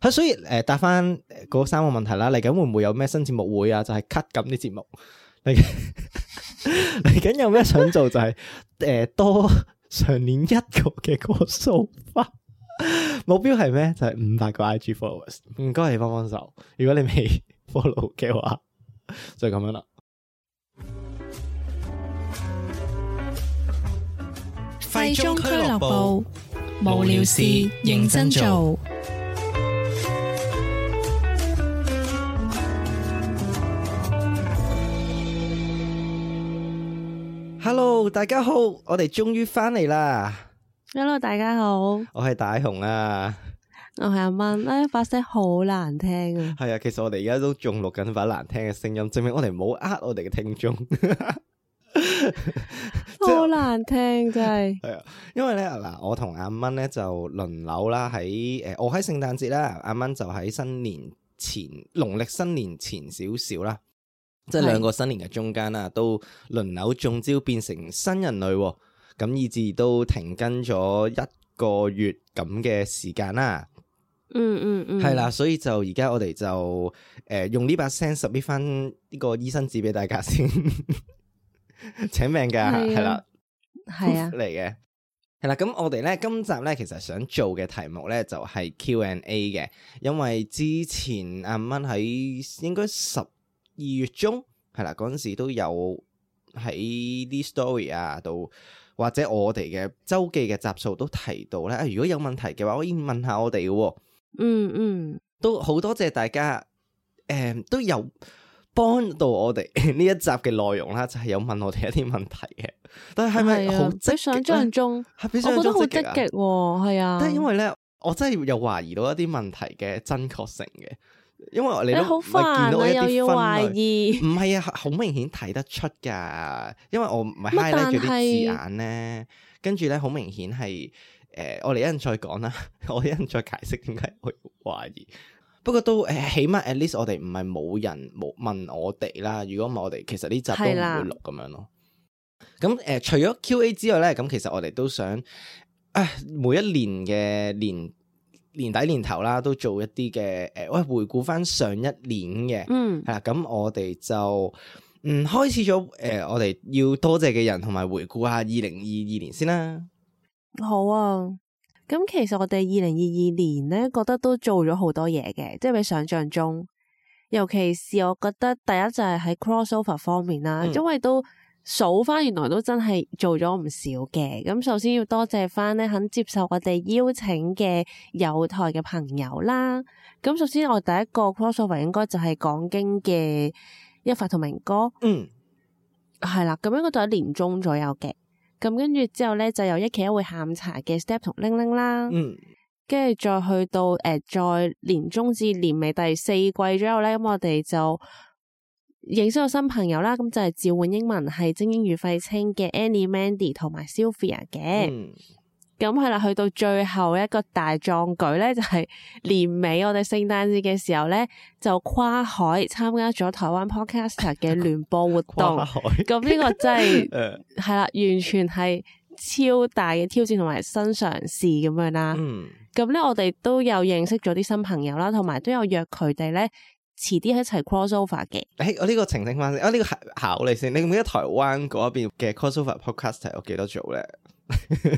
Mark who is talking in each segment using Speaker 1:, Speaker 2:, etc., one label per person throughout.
Speaker 1: 係所以誒答翻嗰三個問題啦，嚟緊會唔會有咩新節目會啊？就係 cut 咁啲節目嚟緊 嚟緊有咩想做就係、誒、多 上年一個嘅個數翻。 目標係咩？就係五百個 IG followers，唔該你幫幫手。如果你未 follow 嘅話，就咁樣啦。
Speaker 2: 廢中俱樂部，無聊事認真做。
Speaker 1: Hello，大家好，我哋終於翻嚟啦！
Speaker 2: Hello，大家好，我
Speaker 1: 我係大雄啊，
Speaker 2: 係阿蚊，哎，把聲好難聽啊！
Speaker 1: 係啊，其實我哋而家都仲錄緊把難聽嘅聲音，證明我哋冇呃我哋嘅聽眾。係
Speaker 2: 好難聽真係，
Speaker 1: 係啊，因為咧嗱，我同阿蚊咧就輪流啦，喺诶，我喺聖誕節啦，阿蚊就喺新年前，農曆新年前少少啦，即係
Speaker 2: 係
Speaker 1: 兩個新年嘅中間啦，都輪流中招變成新人類喎，咁以至都停更咗一個月咁嘅時間啦。
Speaker 2: 嗯嗯嗯，
Speaker 1: 係啦，，所以就而家我哋就诶、呃用呢把聲 submit 翻呢個醫生紙俾大家先， 請命㗎
Speaker 2: 係啊
Speaker 1: 係啦，
Speaker 2: 係啊，
Speaker 1: 嚟嘅。係啦，咁我哋咧今集咧其實想做嘅題目咧就係 Q&A 嘅，因為之前阿蚊喺應該十二月中係啦嗰陣時都有喺啲 story 啊度。或者我哋嘅周記嘅集數都提到咧，啊如果有問題嘅話，可以問下我哋嘅喎。
Speaker 2: 嗯嗯，
Speaker 1: 都好多謝大家，诶、都有幫到我哋 呢一集嘅內容啦，就係有問我哋一啲問題嘅。但係係咪
Speaker 2: 係啊
Speaker 1: 好
Speaker 2: 比想
Speaker 1: 積極
Speaker 2: 象
Speaker 1: 咧？
Speaker 2: 中，
Speaker 1: 係比想
Speaker 2: 我覺得
Speaker 1: 象
Speaker 2: 好
Speaker 1: 中
Speaker 2: 積
Speaker 1: 積極啊！
Speaker 2: 極喎，係啊，
Speaker 1: 但係因為咧，我真係有懷疑到一啲問題嘅真確性嘅，因為你
Speaker 2: 你
Speaker 1: 都
Speaker 2: 好
Speaker 1: 唔係見
Speaker 2: 煩
Speaker 1: 到
Speaker 2: 啊，
Speaker 1: 一
Speaker 2: 又
Speaker 1: 啲
Speaker 2: 要
Speaker 1: 分
Speaker 2: 懷
Speaker 1: 類。
Speaker 2: 疑，
Speaker 1: 唔係啊，好明顯睇得出㗎，因為我唔係
Speaker 2: 乜
Speaker 1: highlight 咗啲字
Speaker 2: 啊但係
Speaker 1: 眼咧，跟住咧好明顯係誒，我哋一陣再講啦， 我一陣再解釋點解我懷疑。不過都誒、呃起碼 at least 我哋唔係冇人冇問我哋啦。如果唔係我哋，其實呢集都唔
Speaker 2: 係啦
Speaker 1: 會錄咁樣咯。咁誒、除咗 Q&A 之外咧，咁其實我哋都想啊，每一年嘅年年底年頭啦，都做一啲嘅誒，喂回顧翻上一年嘅。
Speaker 2: 嗯
Speaker 1: 系啦，啊咁我哋就嗯開始咗诶、呃我哋要多謝嘅人同埋回顧下二零二二年先啦。
Speaker 2: 好啊。咁其實我哋二零二二年咧，覺得都做咗好多嘢嘅，即係比想象中。尤其是我覺得第一就係喺 crossover 方面啦，
Speaker 1: 嗯
Speaker 2: 因為都數翻原來都真係做咗唔少嘅。咁首先要多謝翻咧肯接受我哋邀請嘅友台嘅朋友啦。咁首先我第一個 crossover 應該就係講經嘅一發同明哥。
Speaker 1: 嗯，
Speaker 2: 係啦，咁應該就喺年中左右嘅。咁跟住之後咧，就有一期一會下午茶嘅 Step 同玲玲啦，
Speaker 1: 嗯，
Speaker 2: 跟住再去到誒、呃再年中至年尾第四季左右咧，咁我哋就認識咗新朋友啦。咁就係召喚英文係精英與廢青嘅 Annie、Mandy 同埋 Sylvia 嘅。
Speaker 1: 嗯，
Speaker 2: 咁係啦，去到最後一個大壯舉咧，就係、年尾我哋聖誕節嘅時候咧，就跨海參加咗台灣 Podcaster 嘅聯播活動
Speaker 1: 跨。海
Speaker 2: 咁呢個真
Speaker 1: 诶、
Speaker 2: 係
Speaker 1: 呃
Speaker 2: 系啦，完全係超大嘅挑戰同埋新嘗試咁樣啦。
Speaker 1: 嗯，
Speaker 2: 咁咧、我哋都有認識咗啲新朋友啦，同埋都有約佢哋咧，遲啲一齊 crossover 嘅。
Speaker 1: 诶、我呢個澄清翻先，啊呢、個考考你先，你記唔記得台灣嗰邊嘅 crossover podcast 係有幾多組咧？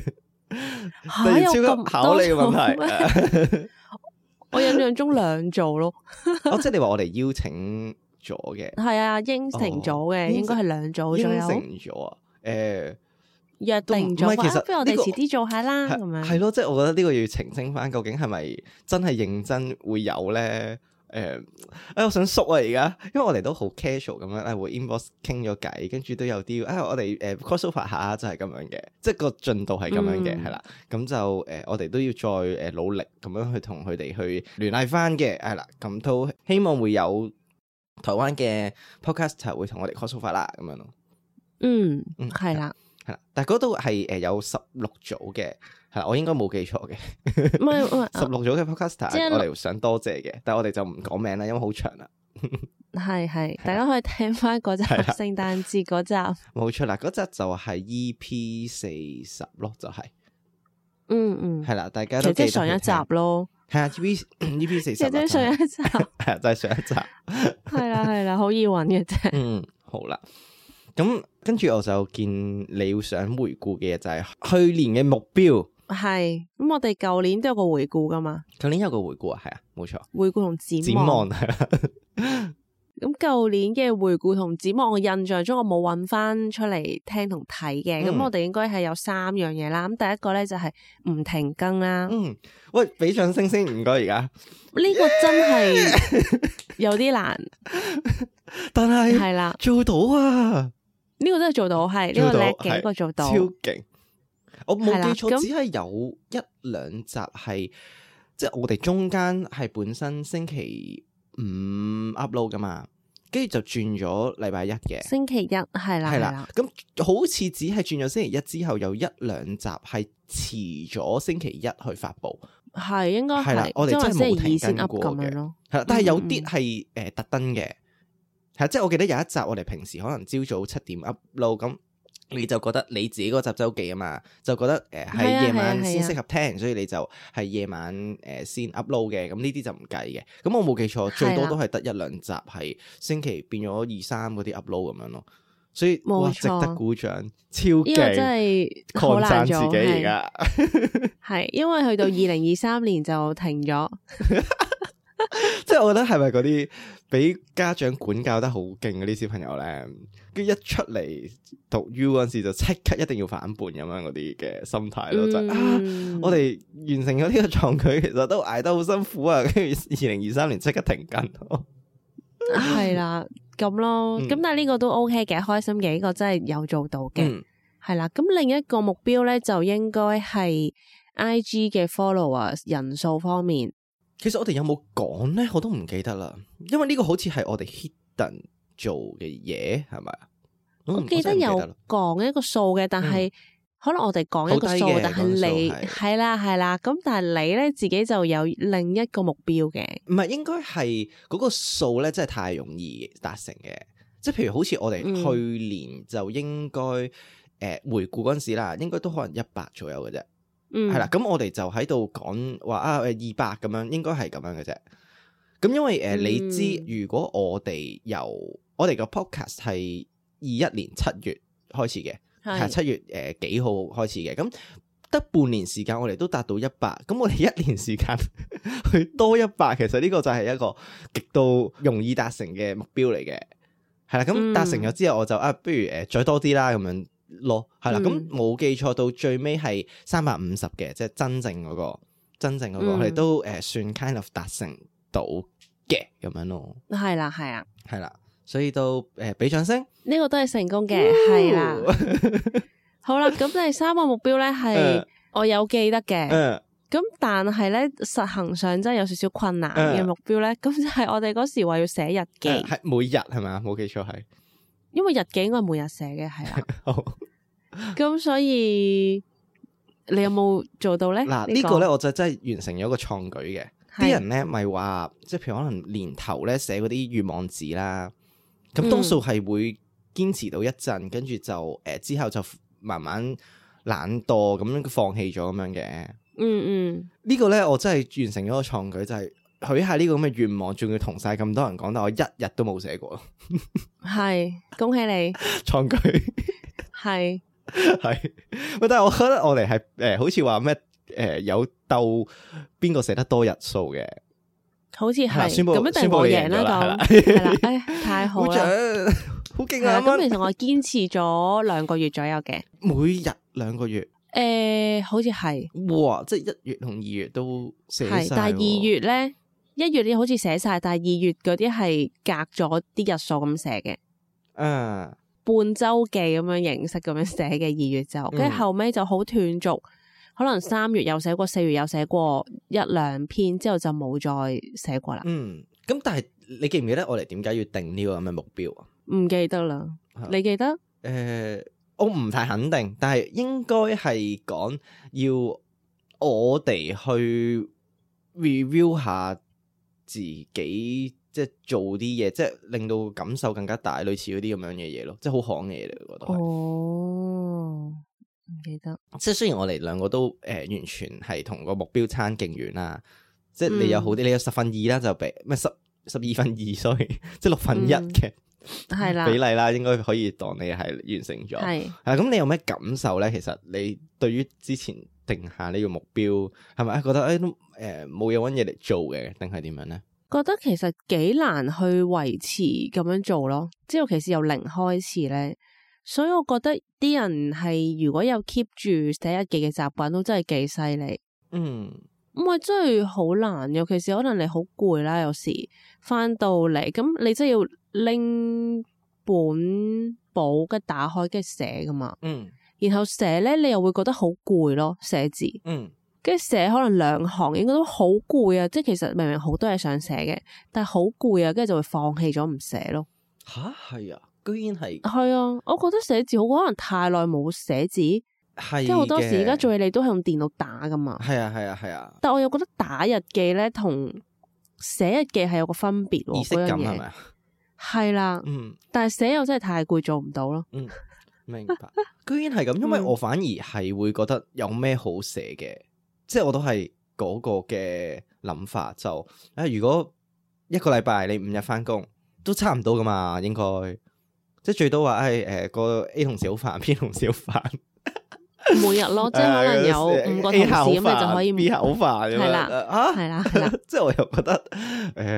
Speaker 1: 突
Speaker 2: 吓、
Speaker 1: 然
Speaker 2: 啊有
Speaker 1: 超級
Speaker 2: 咁
Speaker 1: 考
Speaker 2: 多
Speaker 1: 你嘅問
Speaker 2: 組咩
Speaker 1: 題，
Speaker 2: 我印象中兩組咯，
Speaker 1: 哦，即係你話我哋邀請咗嘅，
Speaker 2: 係啊，應承咗
Speaker 1: 哦
Speaker 2: 嘅，應該係兩組左
Speaker 1: 應承
Speaker 2: 右，
Speaker 1: 咗啊，诶、
Speaker 2: 約定咗
Speaker 1: 都唔唔係
Speaker 2: 話，
Speaker 1: 其實
Speaker 2: 啊不如我哋
Speaker 1: 呢個
Speaker 2: 遲啲做下啦，咁
Speaker 1: 係
Speaker 2: 樣。
Speaker 1: 係咯，即係我覺得呢個要澄清翻，究竟係咪真係認真會有咧？誒、哎，我想縮啊！而家，因為我哋都好 casual 咁樣，誒會 inbox 傾咗偈，跟住都有啲啊，我哋誒、crossover 下就係咁樣嘅，即係個進度係咁樣嘅，
Speaker 2: 嗯
Speaker 1: 係啦、咁就誒、呃我哋都要再誒、呃努力咁樣去同佢哋去聯繫翻嘅，係啦。咁都希望會有台灣嘅 podcast 會同我哋 crossover 啦，咁樣咯。
Speaker 2: 嗯，
Speaker 1: 嗯
Speaker 2: 係啦，
Speaker 1: 係啦，但係嗰度係誒有十六組嘅，係啦，我應該冇記錯嘅。
Speaker 2: 唔係啊唔
Speaker 1: 十
Speaker 2: 係
Speaker 1: 六組嘅
Speaker 2: 即
Speaker 1: podcaster，
Speaker 2: 係
Speaker 1: 我哋想多謝嘅，但係我哋就唔講名啦，因為好長啦，
Speaker 2: 係係，大家可以聽翻嗰集
Speaker 1: 啊係啦
Speaker 2: 聖誕節嗰集。
Speaker 1: 冇錯啦。嗰集就係 EP 四十咯，就係
Speaker 2: 嗯嗯，
Speaker 1: 係啦，大家
Speaker 2: 其
Speaker 1: 都
Speaker 2: 實即係
Speaker 1: 記得
Speaker 2: 上
Speaker 1: 去
Speaker 2: 一集
Speaker 1: 聽
Speaker 2: 咯。
Speaker 1: 係啊，E P E P 四十
Speaker 2: 即係上一集，係
Speaker 1: 係啊， 就係上一集。
Speaker 2: 啦係啦，好易揾嘅啫。
Speaker 1: 嗯，好啦。咁嗯跟住我就見你想回顧嘅嘢就係去年嘅目標。
Speaker 2: 係咁，我哋舊年都有個回顧噶嘛，
Speaker 1: 舊年有個回顧啊，係啊，冇錯。
Speaker 2: 回顧同展
Speaker 1: 展
Speaker 2: 望。
Speaker 1: 望 係啦，
Speaker 2: 咁舊年嘅回顧同展望，我印象中我冇揾翻出嚟聽同睇嘅。咁、
Speaker 1: 嗯
Speaker 2: 我哋應該係有三樣嘢啦。咁第一個咧就係唔停更啦，呢、
Speaker 1: 嗯，喂，俾掌聲先，唔該而家。
Speaker 2: 個真係有啲難，
Speaker 1: 但 係
Speaker 2: 係啦，
Speaker 1: 做到啊，
Speaker 2: 呢、個真係做到，係呢、
Speaker 1: 做
Speaker 2: 個
Speaker 1: 到
Speaker 2: 叻嘅，
Speaker 1: 係
Speaker 2: 呢個做到
Speaker 1: 超。勁！我冇
Speaker 2: 係啦
Speaker 1: 記錯，
Speaker 2: 咁
Speaker 1: 只係有一兩集係，即係我哋中間係本身星期五 upload 噶嘛，跟住就轉咗禮拜一嘅。
Speaker 2: 星期一係啦，
Speaker 1: 係
Speaker 2: 係
Speaker 1: 啦
Speaker 2: 啦，，
Speaker 1: 咁好似只係轉咗星期一之後，有一兩集係遲咗星期一去發布，
Speaker 2: 係應該
Speaker 1: 係啦
Speaker 2: 係，
Speaker 1: 我哋
Speaker 2: 因為
Speaker 1: 真係冇
Speaker 2: 星期二先
Speaker 1: 停更
Speaker 2: up
Speaker 1: 過
Speaker 2: 咁
Speaker 1: 嘅
Speaker 2: 樣咯。
Speaker 1: 係啦，但係有
Speaker 2: 嗯
Speaker 1: 啲
Speaker 2: 嗯
Speaker 1: 係誒特登嘅，係啊即係我記得有一集我哋平時可能朝早七點 upload 咁。你就覺得你自己嗰集周記啊嘛，就覺得誒喺
Speaker 2: 係啊
Speaker 1: 夜
Speaker 2: 係
Speaker 1: 晚
Speaker 2: 啊
Speaker 1: 先
Speaker 2: 係啊
Speaker 1: 適合聽，所以你就係夜晚誒先 upload 嘅，咁呢啲就唔計嘅。咁我冇記錯，最多
Speaker 2: 係啦
Speaker 1: 都係得一兩集係星期變咗二三嗰啲 upload 咁樣咯，所以
Speaker 2: 冇
Speaker 1: 哇值得
Speaker 2: 錯
Speaker 1: 鼓掌，超
Speaker 2: 呢個
Speaker 1: 勁！
Speaker 2: 真係好
Speaker 1: 擴
Speaker 2: 難
Speaker 1: 散自
Speaker 2: 做，
Speaker 1: 己而
Speaker 2: 係
Speaker 1: 家，
Speaker 2: 係因為去到二零二三年就停咗，
Speaker 1: 即係我覺得係咪嗰啲俾家長管教得好勁嗰啲小朋友咧，跟住一出嚟讀 U 嗰陣時就即刻一定要反叛咁樣嗰啲嘅心態咯，就係啊，
Speaker 2: 嗯
Speaker 1: 我哋完成咗呢個創舉，其實都捱得好辛苦啊，跟 住二零二三年即刻停緊咯，
Speaker 2: 啊係啦，咁咯，
Speaker 1: 嗯
Speaker 2: 咁但係呢個都 OK 嘅，開心嘅，呢個真係有做到嘅，
Speaker 1: 嗯
Speaker 2: 係啦。咁另一個目標咧就應該係 IG 嘅 follower 人數方面，
Speaker 1: 其實我哋有冇講咧，我都唔記得啦，因為呢個好似係我哋 hidden 做嘅嘢，係咪啊？
Speaker 2: 我
Speaker 1: 嗯
Speaker 2: 記得
Speaker 1: 真係唔記啦嗯
Speaker 2: 有講一個數嘅，但係可能我哋講一個數
Speaker 1: 好低嘅，
Speaker 2: 但係
Speaker 1: 嗰個數
Speaker 2: 你
Speaker 1: 係
Speaker 2: 係啦係啦，咁但係你咧自己就有另一個目標嘅，
Speaker 1: 唔係應該係嗰個數咧，真係太容易達成嘅。即係譬如好似我哋
Speaker 2: 嗯
Speaker 1: 去年就應該誒、呃回顧嗰陣時啦，應該都可能一百左右嘅啫，
Speaker 2: 嗯，
Speaker 1: 係啦、咁我哋就喺度講話啊誒二百咁樣，應該係咁樣嘅啫。咁因為誒、呃你
Speaker 2: 嗯
Speaker 1: 知，如果我哋由我哋個 podcast 係二一年七月開始嘅，係
Speaker 2: 係，
Speaker 1: 七月誒、呃、幾號開始嘅，咁得半年時間，我哋都達到一百，咁我哋一年時間 去多一百，其實呢個就係一個極度容易達成嘅目標嚟嘅，係啦。咁
Speaker 2: 嗯
Speaker 1: 達成咗之後，我就啊，不如誒、呃再多啲啦，咁樣咯，係啦。咁
Speaker 2: 嗯
Speaker 1: 冇、記錯到最尾係三百五十嘅，即係真正嗰、個真正嗰、個，
Speaker 2: 嗯
Speaker 1: 我哋都誒、呃算 kind of 達成到嘅咁樣咯，
Speaker 2: 係啦係啊，
Speaker 1: 係啦。所以都誒俾掌聲，
Speaker 2: 呢個都係成功嘅，係啦。好啦，咁第三個目標咧 係
Speaker 1: 嗯
Speaker 2: 我有記得嘅。
Speaker 1: 嗯
Speaker 2: 咁但係咧，實行上真係有少少困難
Speaker 1: 嗯
Speaker 2: 嘅目標咧。 咁就係我哋嗰時話要寫日記，
Speaker 1: 係每日係咪啊？冇記錯係。
Speaker 2: 因為日記應該係每日寫嘅，係 啦。
Speaker 1: 好
Speaker 2: 咁所以你有冇做到咧？
Speaker 1: 嗱，呢個咧我就真係完成咗個創舉嘅。
Speaker 2: 係
Speaker 1: 啲人咧咪話，即係譬如可能年頭咧寫嗰啲願望紙啦，咁多數係會堅持到一陣，跟住就誒、呃之後就慢慢懶惰咁樣放棄咗咁樣嘅。
Speaker 2: 嗯
Speaker 1: 呢個咧我真係完成咗個創舉，就係、許下呢個咁嘅願望，仲要同晒咁多人講，但我一日都冇寫過
Speaker 2: 嗯係，恭喜你
Speaker 1: 創舉。
Speaker 2: 係
Speaker 1: 系，喂，但系我覺得我哋係诶，好似話咩诶，誒有鬥邊個寫得多日數嘅，
Speaker 2: 好似
Speaker 1: 係啦
Speaker 2: 係
Speaker 1: 宣布
Speaker 2: 咁一定
Speaker 1: 宣布
Speaker 2: 我
Speaker 1: 你贏
Speaker 2: 贏
Speaker 1: 咗
Speaker 2: 啦
Speaker 1: 啦
Speaker 2: 咁係 啦，哎太好
Speaker 1: 好獎
Speaker 2: 啦！，
Speaker 1: 好勁
Speaker 2: 係
Speaker 1: 啊！
Speaker 2: 啦，咁
Speaker 1: 啱啱
Speaker 2: 其實我堅持咗兩個月左右嘅，
Speaker 1: 每日兩個月，
Speaker 2: 誒好似係。
Speaker 1: 哇！即係一月同二月都寫
Speaker 2: 係，
Speaker 1: 晒，
Speaker 2: 但係二月咧，一月你好似寫晒，但係二月嗰啲係隔咗啲日數咁寫嘅，
Speaker 1: 啊，
Speaker 2: 半周記咁樣形式咁樣寫嘅二月就，跟
Speaker 1: 嗯
Speaker 2: 住後尾就好斷續，可能三月有寫過，四月有寫過一兩篇，之後就冇再寫過啦，
Speaker 1: 嗯，咁但係你記唔記得我哋點解要定呢個咁嘅目標啊？
Speaker 2: 唔記得啦
Speaker 1: 係，
Speaker 2: 你記得？
Speaker 1: 诶、我唔太肯定，但係應該係講要我哋去 review 下自己，即係做啲嘢，即係令到感受更加大，類似嗰啲咁樣嘅嘢咯，即係好行嘅嘢嚟，我覺得係。
Speaker 2: 哦，唔記得，
Speaker 1: 即係雖然我哋兩個都诶、呃完全係同個目標差勁遠啦，即
Speaker 2: 嗯
Speaker 1: 係你有好啲，你有十分二啦，就俾咩十十二分二，sorry，即係 六分
Speaker 2: 嗯
Speaker 1: 一嘅
Speaker 2: 係啦
Speaker 1: 比，例啦，應該可以當你係完成咗。
Speaker 2: 係
Speaker 1: 係啦，咁你有咩感受咧？其實你對於之前定下呢個目標，係咪啊覺得誒都誒冇嘢揾嘢嚟做嘅，定係點樣咧？
Speaker 2: 覺得其實幾難去維持咁樣做咯，即係尤其是由零開始咧，所以我覺得啲人係如果有 keep 住寫日記嘅習慣，都真係幾犀利。
Speaker 1: 嗯
Speaker 2: 唔係真係好難，尤其是可能你好攰啦，有時翻到嚟，咁你真係要拎本簿跟打開跟住寫噶嘛，
Speaker 1: 嗯
Speaker 2: 然後寫咧你又會覺得好攰咯，寫字。
Speaker 1: 嗯
Speaker 2: 跟住寫可能兩行，應該都好攰啊！即係其實明明好多嘢想寫嘅，但係好攰啊，跟住就會放棄咗唔寫咯。
Speaker 1: 吓係啊，居然係
Speaker 2: 係啊，我覺得寫字好可能太耐冇寫字，即
Speaker 1: 係
Speaker 2: 係好多時而家
Speaker 1: 嘅
Speaker 2: 做嘢你都係用電腦打噶嘛。
Speaker 1: 係啊係啊係啊，
Speaker 2: 但我又覺得打日記咧同寫日記係有個分別
Speaker 1: 儀
Speaker 2: 喎，
Speaker 1: 式
Speaker 2: 嗰樣
Speaker 1: 感係咪
Speaker 2: 嘢
Speaker 1: 啊？
Speaker 2: 係啦，
Speaker 1: 嗯。
Speaker 2: 但係寫又真係太攰，做唔到咯。
Speaker 1: 明 白，居然係咁，因為
Speaker 2: 嗯
Speaker 1: 我反而係會覺得有咩好寫嘅，即係我都係嗰個嘅諗法就，啊、如果一個禮拜你五日翻工，都差唔多噶嘛，應該，即係最多話誒誒個 A 同事好煩，B 同事好煩，
Speaker 2: 每日 咯，即係可能有
Speaker 1: 誒
Speaker 2: 五個
Speaker 1: A
Speaker 2: 同事
Speaker 1: 下好
Speaker 2: 咁，
Speaker 1: 煩
Speaker 2: 你就可以
Speaker 1: B 下好煩咁
Speaker 2: 係
Speaker 1: 樣，
Speaker 2: 啦
Speaker 1: 啊，
Speaker 2: 係啦係啦。
Speaker 1: 即係我又覺得誒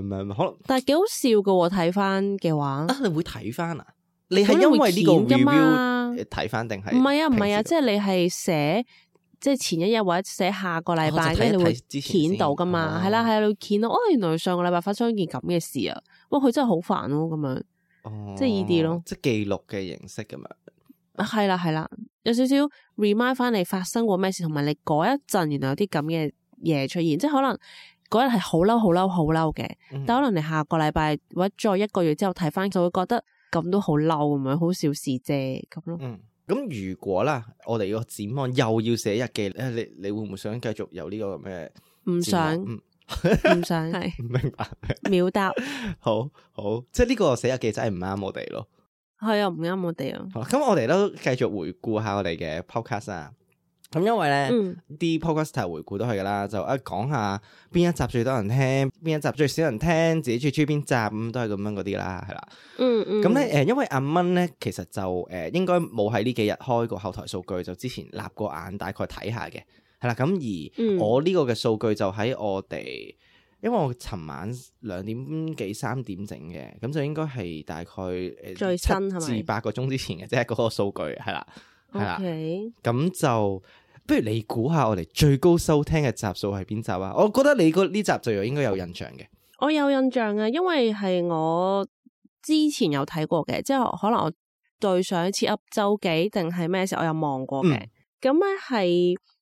Speaker 1: 唔係唔係可能
Speaker 2: 但係幾好笑噶喎，睇翻嘅話。
Speaker 1: 啊，你會睇翻啊？你
Speaker 2: 咁
Speaker 1: 係
Speaker 2: 你
Speaker 1: 因
Speaker 2: 會
Speaker 1: 為呢個
Speaker 2: 剪㗎
Speaker 1: review
Speaker 2: 嘛
Speaker 1: 誒睇翻定係
Speaker 2: 唔係啊，唔係
Speaker 1: 平
Speaker 2: 啊，
Speaker 1: 時
Speaker 2: 即係你係寫即係前一日或者寫下個禮
Speaker 1: 哦
Speaker 2: 拜，
Speaker 1: 就
Speaker 2: 跟
Speaker 1: 睇一
Speaker 2: 住、你會
Speaker 1: 睇之前
Speaker 2: 見到噶嘛，
Speaker 1: 先
Speaker 2: 係啦
Speaker 1: 哦
Speaker 2: 係啦，你會見到哦，原來上個禮拜發生一件咁嘅事啊，哇，佢真係好煩咯，咁樣即係呢啲咯
Speaker 1: 哦即係記錄嘅形式咁樣。
Speaker 2: 啊係啦係啦，有少少 remind 翻你發生過咩事，同埋你嗰一陣原來有啲咁嘅嘢出現，即係可能。嗰日係好嬲、好嬲、好嬲嘅，
Speaker 1: 嗯
Speaker 2: 但可能你下個禮拜或者再一個月之後睇翻，就會覺得咁都好嬲啊咁樣，好小事啫咁咯。
Speaker 1: 嗯，咁如果啦，我哋個展望又要寫日記，誒，你你會唔會想繼續有呢個咁嘅
Speaker 2: 唔
Speaker 1: 展
Speaker 2: 想，
Speaker 1: 望？嗯，
Speaker 2: 唔想，係
Speaker 1: 明白。
Speaker 2: 秒答，
Speaker 1: 好好，即係呢個寫日記真係唔啱我哋咯。
Speaker 2: 係啊，唔啱我哋啊。
Speaker 1: 好啦，咁我哋都繼續回顧下我哋嘅 podcast 啊。咁因為咧。
Speaker 2: 嗯。
Speaker 1: 啲 podcast 回顧都係噶啦，就啊講下邊一集最多人聽，邊一集最少人聽，自己最中意邊集咁都係咁樣嗰啲啦，係啦。
Speaker 2: 嗯嗯，
Speaker 1: 咁咧誒，因為阿蚊咧，其實就誒、呃、應該冇喺呢幾日開過後台數據，就之前立過眼大概睇下嘅，係啦。咁
Speaker 2: 嗯
Speaker 1: 而我呢個嘅數據就喺我哋，因為我尋晚兩點幾三點整嘅，咁就應該係大概誒
Speaker 2: 最新係咪
Speaker 1: 至八個鐘之前嘅，即係嗰個數據係啦，係啦。
Speaker 2: OK，
Speaker 1: 咁就不如你估下我哋最高收聽嘅集數係邊集啊？我覺得你嗰呢集就應該有印象嘅。
Speaker 2: 我有印象啊，因為係我之前有睇過嘅，即係可能我對上一次 up 周幾定係咩時候我有望過嘅
Speaker 1: 嗯，
Speaker 2: 咁咧係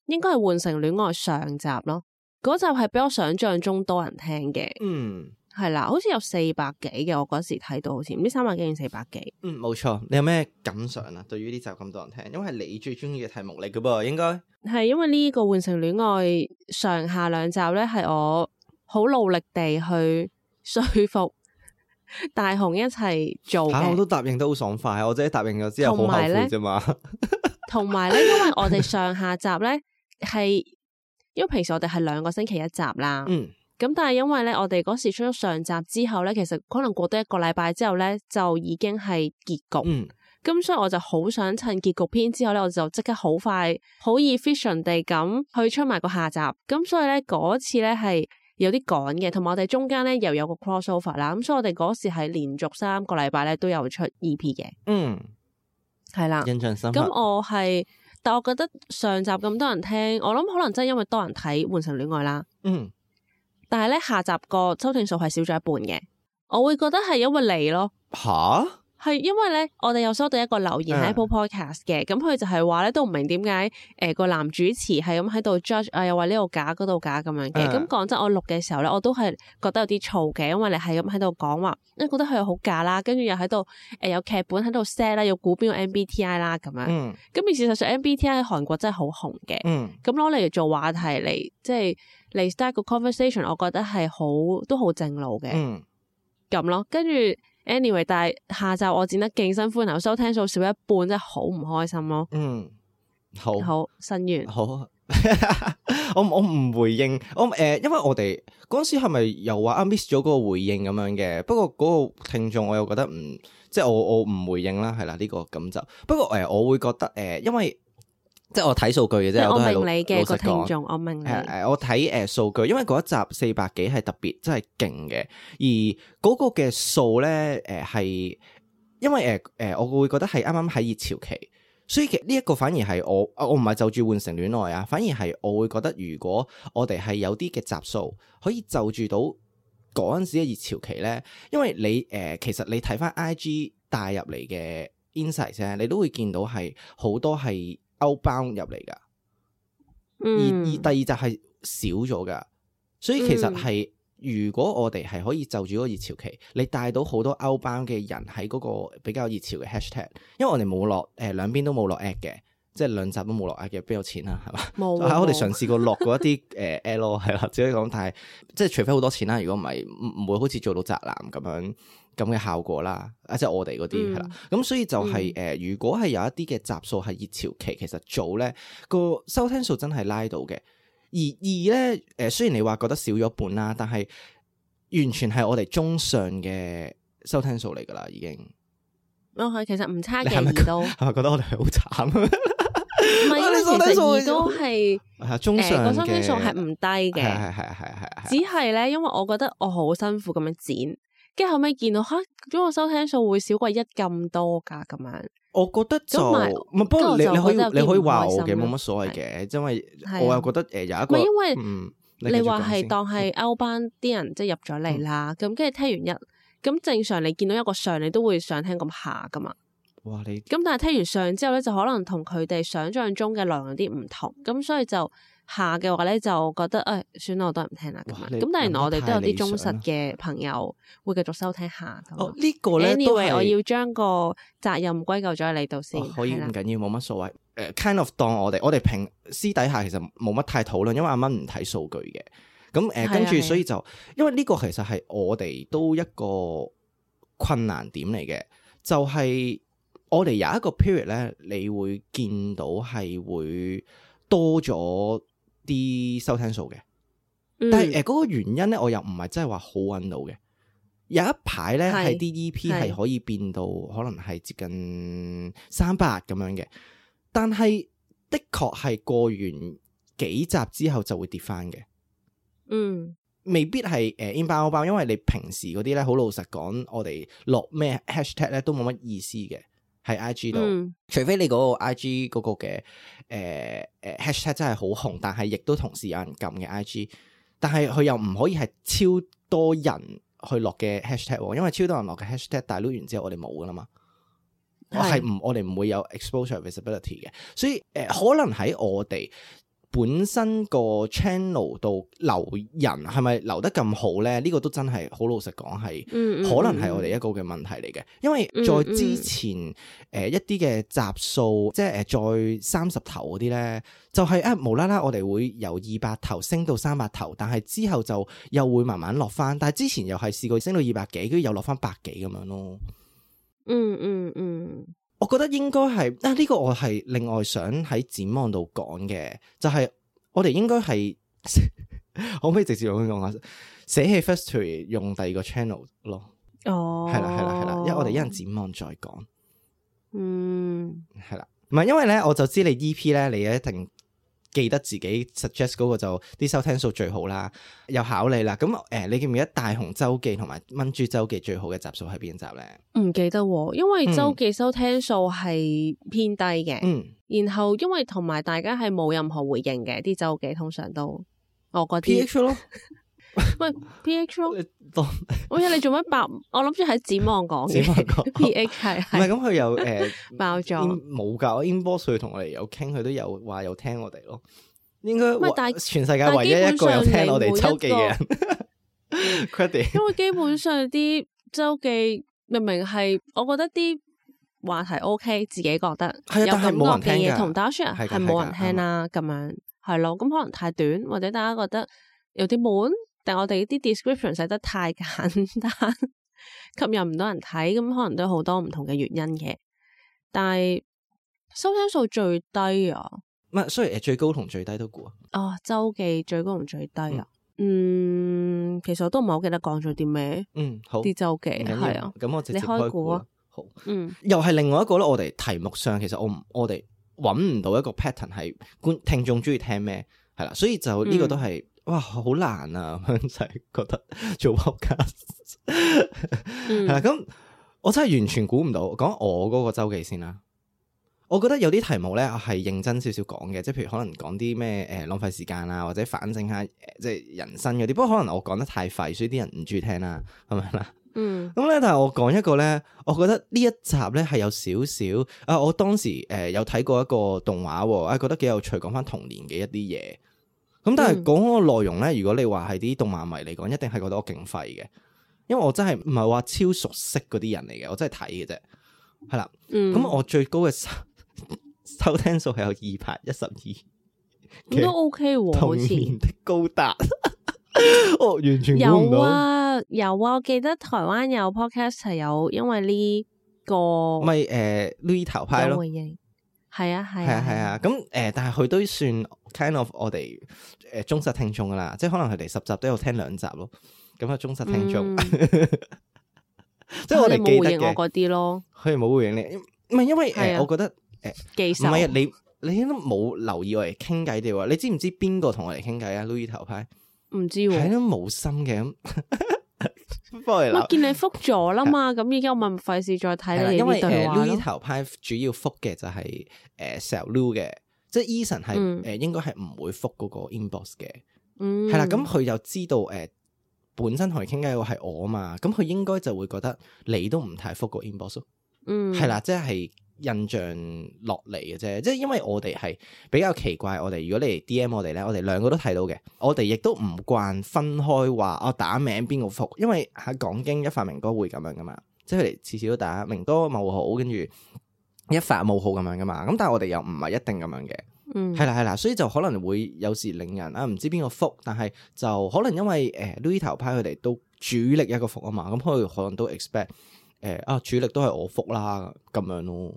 Speaker 2: 應該係換成戀愛上集咯，嗰集係比我想象中多人聽嘅，
Speaker 1: 嗯
Speaker 2: 係啦，好似有四百幾嘅，我嗰時睇到好似唔知三百幾定四百幾，
Speaker 1: 嗯，冇錯。你有咩感想啊？對於呢集咁多人聽，因為係你最中意嘅題目嚟嘅噃，應該。
Speaker 2: 係因為呢個換成戀愛上下兩集咧，係我好努力地去說服 大雄一齊做
Speaker 1: 嚇我
Speaker 2: 嘅。
Speaker 1: 都答應得好爽快，我即係答應咗之後好
Speaker 2: 哦同
Speaker 1: 後
Speaker 2: 埋
Speaker 1: 悔
Speaker 2: 呢
Speaker 1: 啫嘛。
Speaker 2: 同埋咧，因為我哋上下集咧係，因為平時我哋係兩個星期一集啦。
Speaker 1: 嗯
Speaker 2: 咁、但係因為咧，我哋嗰時出咗上集之後咧，其實可能過多一個禮拜之後咧，就已經係結局。
Speaker 1: 嗯
Speaker 2: 咁、所以我就好想趁結局篇之後咧，我就即刻好快、好 efficient 地咁去出埋個下集。咁所以咧，嗰次咧係。有啲趕嘅，同埋我哋中間咧又有個 crossover 啦，咁所以我哋嗰時係連續三個禮拜咧都有出 EP 嘅，
Speaker 1: 嗯，
Speaker 2: 係啦。
Speaker 1: 印象深刻。
Speaker 2: 咁我係，但我覺得上集咁多人聽，我諗可能真係因為多人睇《換乘戀愛》啦。
Speaker 1: 嗯
Speaker 2: 但係咧下集個收聽數係少咗一半嘅，我會覺得係因為你咯，
Speaker 1: 吓
Speaker 2: 係因為咧我哋又收到一個留言喺
Speaker 1: 嗯
Speaker 2: Apple Podcast 嘅，咁佢就係話咧都唔明點解誒個男主持係咁喺度 judge 啊，又話呢度假嗰度假咁樣嘅。咁
Speaker 1: 嗯
Speaker 2: 講真，我錄嘅時候咧，我都係覺得有啲燥嘅，因為你係咁喺度講話，你覺得佢又好假啦，跟住又喺度誒有劇本喺度 set 啦，要估邊個 MBTI 啦咁樣。
Speaker 1: 嗯
Speaker 2: 咁而事實上 MBTI 喺韓國真係好紅嘅，
Speaker 1: 嗯
Speaker 2: 咁攞嚟做話題嚟，即係嚟 start 個 conversation，我覺得係好都好正路嘅
Speaker 1: 嗯
Speaker 2: 咁咯。跟住 anyway，但係下集我剪得勁辛苦，然後收聽數少一半，真係好唔開心咯。
Speaker 1: 嗯，好
Speaker 2: 好，新完
Speaker 1: 好我唔我唔回應，我诶、因為我哋嗰阵时系咪又話啊 miss 咗嗰個回應咁樣嘅？不過嗰個聽眾我又覺得唔，即系我我唔回應啦，係啦呢個咁就。不過诶、誒我會覺得诶、誒因為 即系我睇數據嘅
Speaker 2: 即係
Speaker 1: 啫，
Speaker 2: 我
Speaker 1: 都係老
Speaker 2: 明你
Speaker 1: 老
Speaker 2: 嘅
Speaker 1: 實講
Speaker 2: 個
Speaker 1: 啊
Speaker 2: 聽眾，我明你
Speaker 1: 誒誒、。我睇誒數據，因為嗰一集四百幾係特別真係勁嘅，而嗰個嘅數咧誒係因為誒誒、我會覺得係啱啱喺熱潮期，所以其實呢一個反而係我啊我唔係就住換成戀愛啊，反而係我會覺得如果我哋係有啲嘅集數可以就住到嗰陣時嘅熱潮期咧，因為你誒、其實你睇翻 IG 帶入嚟嘅 insight 咧，你都會見到係好多係 outbound 入嚟㗎。而而
Speaker 2: 嗯
Speaker 1: 第，二集係少咗噶，所以其實係如果我哋係可以就住嗰個熱潮期，你帶到好多 outbound 嘅人喺嗰個比較熱潮嘅 hashtag，因為我哋冇落誒、呃、兩邊都冇落 ad 嘅，即係兩集都冇落 ad 嘅，邊有錢啊？係嘛？
Speaker 2: 冇
Speaker 1: 啊我哋
Speaker 2: 冇
Speaker 1: 嘗試過落過一啲誒 ad 咯，係啦，只可以講，但係即係除非好多錢啦，如果唔係唔唔會好似做到宅男咁樣咁嘅效果啦，啊即係我哋嗰
Speaker 2: 嗯
Speaker 1: 啲係啦，咁所以就係、誒、如果係有一啲嘅集數係熱潮期，其實做咧個收聽數真係拉到嘅。而二咧，誒、雖然你話覺得少咗半啦，但係完全係我哋中上嘅收聽數嚟㗎啦，已經
Speaker 2: 我嗯哦係其實唔差
Speaker 1: 你
Speaker 2: 嘅，
Speaker 1: 係咪
Speaker 2: 而都唔
Speaker 1: 係咪覺得我哋係好慘？我哋收聽
Speaker 2: 係因為其實而
Speaker 1: 數
Speaker 2: 都係
Speaker 1: 係啊，中
Speaker 2: 誒
Speaker 1: 上
Speaker 2: 個
Speaker 1: 嘅
Speaker 2: 收聽數係唔低
Speaker 1: 係
Speaker 2: 嘅。
Speaker 1: 啊係啊係啊係啊係啊
Speaker 2: 只係咧，因為我覺得我好辛苦咁樣剪，跟住後尾見到吓，嗰個收聽數會少過一咁多㗎咁樣。
Speaker 1: 我覺得就
Speaker 2: 咁咪
Speaker 1: 唔係不過你
Speaker 2: 咁我就
Speaker 1: 你可以
Speaker 2: 覺得有啲
Speaker 1: 你可以
Speaker 2: 唔開
Speaker 1: 話我嘅
Speaker 2: 心
Speaker 1: 冇
Speaker 2: 咯
Speaker 1: 乜所謂嘅，因為
Speaker 2: 係啊
Speaker 1: 我又覺得誒有一
Speaker 2: 唔係因
Speaker 1: 個
Speaker 2: 為
Speaker 1: 嗯，
Speaker 2: 你話係
Speaker 1: 當
Speaker 2: 當係歐班啲人即係入咗嚟啦，
Speaker 1: 嗯
Speaker 2: 咁跟住聽完一，咁正常你見到一個上，你都會想聽咁下㗎嘛。
Speaker 1: 哇你
Speaker 2: 咁但係聽完上之後咧，就可能同佢哋想象中嘅內容有啲唔同，咁所以就下嘅話咧，就覺得誒、唉算啦，我都係唔聽啦咁
Speaker 1: 哇
Speaker 2: 樣。
Speaker 1: 你
Speaker 2: 咁但係原來我哋都有啲忠
Speaker 1: 諗得太理
Speaker 2: 實嘅朋友會繼續收聽下咁
Speaker 1: 哦
Speaker 2: 樣。
Speaker 1: 呢個咧都
Speaker 2: anyway，
Speaker 1: 係
Speaker 2: 我要將個責任歸咎咗喺你度先
Speaker 1: 哦。可以
Speaker 2: 係啦
Speaker 1: 唔緊要，冇乜所謂。誒、kind of 當我哋我哋平私底下其實冇乜太討論，因為阿蚊唔睇數據嘅。咁誒、
Speaker 2: 係啊
Speaker 1: 跟
Speaker 2: 係
Speaker 1: 住
Speaker 2: 啊
Speaker 1: 所以就因為呢個其實係我哋都一個困難點嚟嘅，就係、我哋有一個 period 咧，你會見到係會多咗啲收聽數嘅。
Speaker 2: 嗯
Speaker 1: 但係誒呃嗰個原因咧，我又唔係真係話好揾到嘅。有一排咧
Speaker 2: 係
Speaker 1: 係啲 E.P.
Speaker 2: 係
Speaker 1: 係可以變到可能係接近三百咁樣嘅，但係的確係過完幾集之後就會跌翻嘅。
Speaker 2: 嗯
Speaker 1: 未必係誒 in 包包，因為你平時嗰啲咧，好老實講，我哋落咩 hashtag 咧都冇乜意思嘅，喺 I.G. 度。
Speaker 2: 嗯
Speaker 1: 除非你嗰個 I G 嗰個嘅誒誒 hashtag 真係好紅，但係亦都同時有人撳嘅 I G，但係佢又唔可以係超多人去落嘅 hashtag，喎因為超多人落嘅 hashtag 大撈完之後我哋冇噶啦嘛，我
Speaker 2: 係
Speaker 1: 係唔我哋唔會有 exposure visibility 嘅，所以誒、呃可能喺我哋。本身個 channel 度留人係咪留得咁好咧？呢、個都真係好老實講係
Speaker 2: 嗯，嗯
Speaker 1: 可能係我哋一個嘅問題嚟嘅，因為在之前誒、呃一啲嘅集數，即係
Speaker 2: 嗯
Speaker 1: 誒再三十頭嗰啲咧，就係、啊無啦啦我哋會由二百頭升到三百頭，但係之後就又會慢慢落翻，但係之前又係試過升到二百幾，跟住又落翻百幾咁樣咯。
Speaker 2: 嗯嗯嗯
Speaker 1: 我覺得應該係啊，呢、個我係另外想喺展望度講嘅，就係、我哋應該係 可唔可以直接咁講啊？捨棄 Firstory 用第二個 channel 咯。
Speaker 2: 嗯哦，
Speaker 1: 係啦係啦係啦，因為我哋一陣展望再講，
Speaker 2: 嗯
Speaker 1: 係啦，唔係因為咧，我就知你 E.P. 咧，你一定記得自己 suggest 嗰個就啲收聽數最好啦，又考你啦，咁誒、呃你記唔記得大雄周記同埋蚊珠周記最好嘅集數係邊集咧？
Speaker 2: 唔記得喎，因
Speaker 1: 嗯
Speaker 2: 為周記收聽數係偏低嘅。
Speaker 1: 嗯
Speaker 2: 然後因為同埋大家係冇任何回應嘅，啲周記通常都我嗰啲
Speaker 1: ，P.H. 咯，
Speaker 2: 喂 P H 咯，
Speaker 1: 當
Speaker 2: 我以為你做乜爆？我諗住喺展望講
Speaker 1: 展望
Speaker 2: 嘅
Speaker 1: 講
Speaker 2: P H 係
Speaker 1: 唔係
Speaker 2: 係
Speaker 1: 咁佢又 誒
Speaker 2: 爆咗。
Speaker 1: in- 冇㗎，我 inbox 佢同我哋有傾，佢都有話有聽我哋咯。應該
Speaker 2: 喂但係
Speaker 1: 全世界
Speaker 2: 但係
Speaker 1: 唯一一個有
Speaker 2: 基本上
Speaker 1: 聽
Speaker 2: 你
Speaker 1: 我哋
Speaker 2: 每一
Speaker 1: 周記嘅
Speaker 2: 個
Speaker 1: 人 ，credit
Speaker 2: 因為基本上啲周記明明係，我覺得啲話題 O K，自己覺得
Speaker 1: 係啊
Speaker 2: 有
Speaker 1: 但係
Speaker 2: 感
Speaker 1: 冇人
Speaker 2: 覺嘅
Speaker 1: 聽㗎
Speaker 2: 嘢同大家 share
Speaker 1: 係㗎
Speaker 2: 係冇人
Speaker 1: 係㗎
Speaker 2: 聽啦，咁樣係咯。咁可能太短，或者大家覺得有啲悶，但我哋啲 description 寫得太簡單， 吸引唔到人睇，咁可能都有好多唔同嘅原因嘅。但係收聽數最低啊，
Speaker 1: 唔係，雖然誒最高同最低都估啊，
Speaker 2: 哦，周記最高同最低啊。嗯，其實我都唔係好記得講咗啲咩
Speaker 1: 嗯好，
Speaker 2: 啲
Speaker 1: 唔
Speaker 2: 周記，
Speaker 1: 緊
Speaker 2: 係
Speaker 1: 要
Speaker 2: 啊，，
Speaker 1: 咁我直接
Speaker 2: 你開
Speaker 1: 開
Speaker 2: 估
Speaker 1: 估
Speaker 2: 啊
Speaker 1: 啦，好。
Speaker 2: 嗯，
Speaker 1: 又係另外一個咧，我哋題目上其實我唔我哋揾唔到一個 pattern 係觀聽眾中意聽咩，係啦，所以就
Speaker 2: 嗯
Speaker 1: 呢個都係、哇好難啊咁樣就係覺得做 podcast 係啦，
Speaker 2: 嗯
Speaker 1: 咁我真係完全估唔到。講我嗰個周記先啦，我覺得有啲題目咧係認真少少講嘅，即係譬如可能講啲咩誒浪費時間啊，或者反省下、呃即係人生嗰啲。不過可能我講得太廢，所以啲人唔中意聽啦，咁樣啦。
Speaker 2: 嗯
Speaker 1: 咁咧，但係我講一個咧，我覺得呢一集咧係有少少啊，我當時誒、呃有睇過一個動畫喎，啊覺得幾有趣，講翻童年嘅一啲嘢。咁但係
Speaker 2: 嗯
Speaker 1: 講嗰個內容咧，如果你話係啲動漫迷嚟講，一定係覺得我勁廢嘅，因為我真係唔係話超熟悉嗰啲人嚟嘅，我真係睇嘅啫。係啦，
Speaker 2: 嗯，
Speaker 1: 咁我最高嘅收 收聽數係有二百一十二，
Speaker 2: 咁都 OK 喎，好
Speaker 1: 童
Speaker 2: 似
Speaker 1: 年的高達， 我完全估唔
Speaker 2: 有
Speaker 1: 到。
Speaker 2: 啊有啊，我記得台灣有 podcast 係有因為呢個
Speaker 1: 咪誒呢頭派
Speaker 2: 有
Speaker 1: 咯。
Speaker 2: 回應，係啊係
Speaker 1: 係啊係啊，咁誒、呃但係佢都算 kind of 我哋誒、呃忠實聽眾噶啦，即係可能佢哋十集都有聽兩集咯，咁啊忠實聽眾，
Speaker 2: 嗯
Speaker 1: 即係我
Speaker 2: 佢哋
Speaker 1: 哋
Speaker 2: 冇
Speaker 1: 記
Speaker 2: 回
Speaker 1: 得
Speaker 2: 應我
Speaker 1: 嘅，
Speaker 2: 嗰啲咯，
Speaker 1: 佢哋冇回應你，唔係因為誒、呃
Speaker 2: 係啊
Speaker 1: 我覺得
Speaker 2: 記
Speaker 1: 唔
Speaker 2: 仇
Speaker 1: 係啊，你你應該冇留意我哋傾偈哋喎，你知唔知邊個同我哋傾偈啊？Louis 頭牌
Speaker 2: 唔知
Speaker 1: 係
Speaker 2: 喎。
Speaker 1: 都冇心嘅咁， 幫我哋
Speaker 2: 我
Speaker 1: 諗。
Speaker 2: 見你覆咗啦嘛，咁而家我咪唔費事再
Speaker 1: 係
Speaker 2: 睇
Speaker 1: 啦，
Speaker 2: 你
Speaker 1: 因為
Speaker 2: 啲對
Speaker 1: 誒
Speaker 2: 話
Speaker 1: Louis
Speaker 2: 咯。
Speaker 1: 頭派主要覆嘅就係誒 Sell Lou 嘅，即係 Eason 係
Speaker 2: 嗯
Speaker 1: 誒應該係唔會覆嗰個 inbox 嘅。
Speaker 2: 嗯，
Speaker 1: 係啦，咁佢又知道誒、呃本身同佢傾偈嗰個係我啊嘛，咁佢應該就會覺得你都唔太覆個 inbox 咯，
Speaker 2: 嗯
Speaker 1: 係啦、即係印象落嚟嘅啫，即係因為我哋係比較奇怪，我哋如果你嚟 DM 我哋咧，我哋兩個都睇到嘅，我哋亦都唔慣分開話我、哦打名邊個覆，因為喺講經一發明哥會咁樣噶嘛，即係佢哋次次都打明哥冒號，跟住一發冒號咁樣噶嘛，咁但係我哋又唔係一定咁樣嘅。
Speaker 2: 嗯，
Speaker 1: 係啦係啦，所以就可能會有時令人啊唔知邊個覆，但係就可能因為誒 Louis 頭派佢哋都主力一個覆啊嘛，咁佢可能都 expect 誒、啊主力都係我覆啦咁樣咯，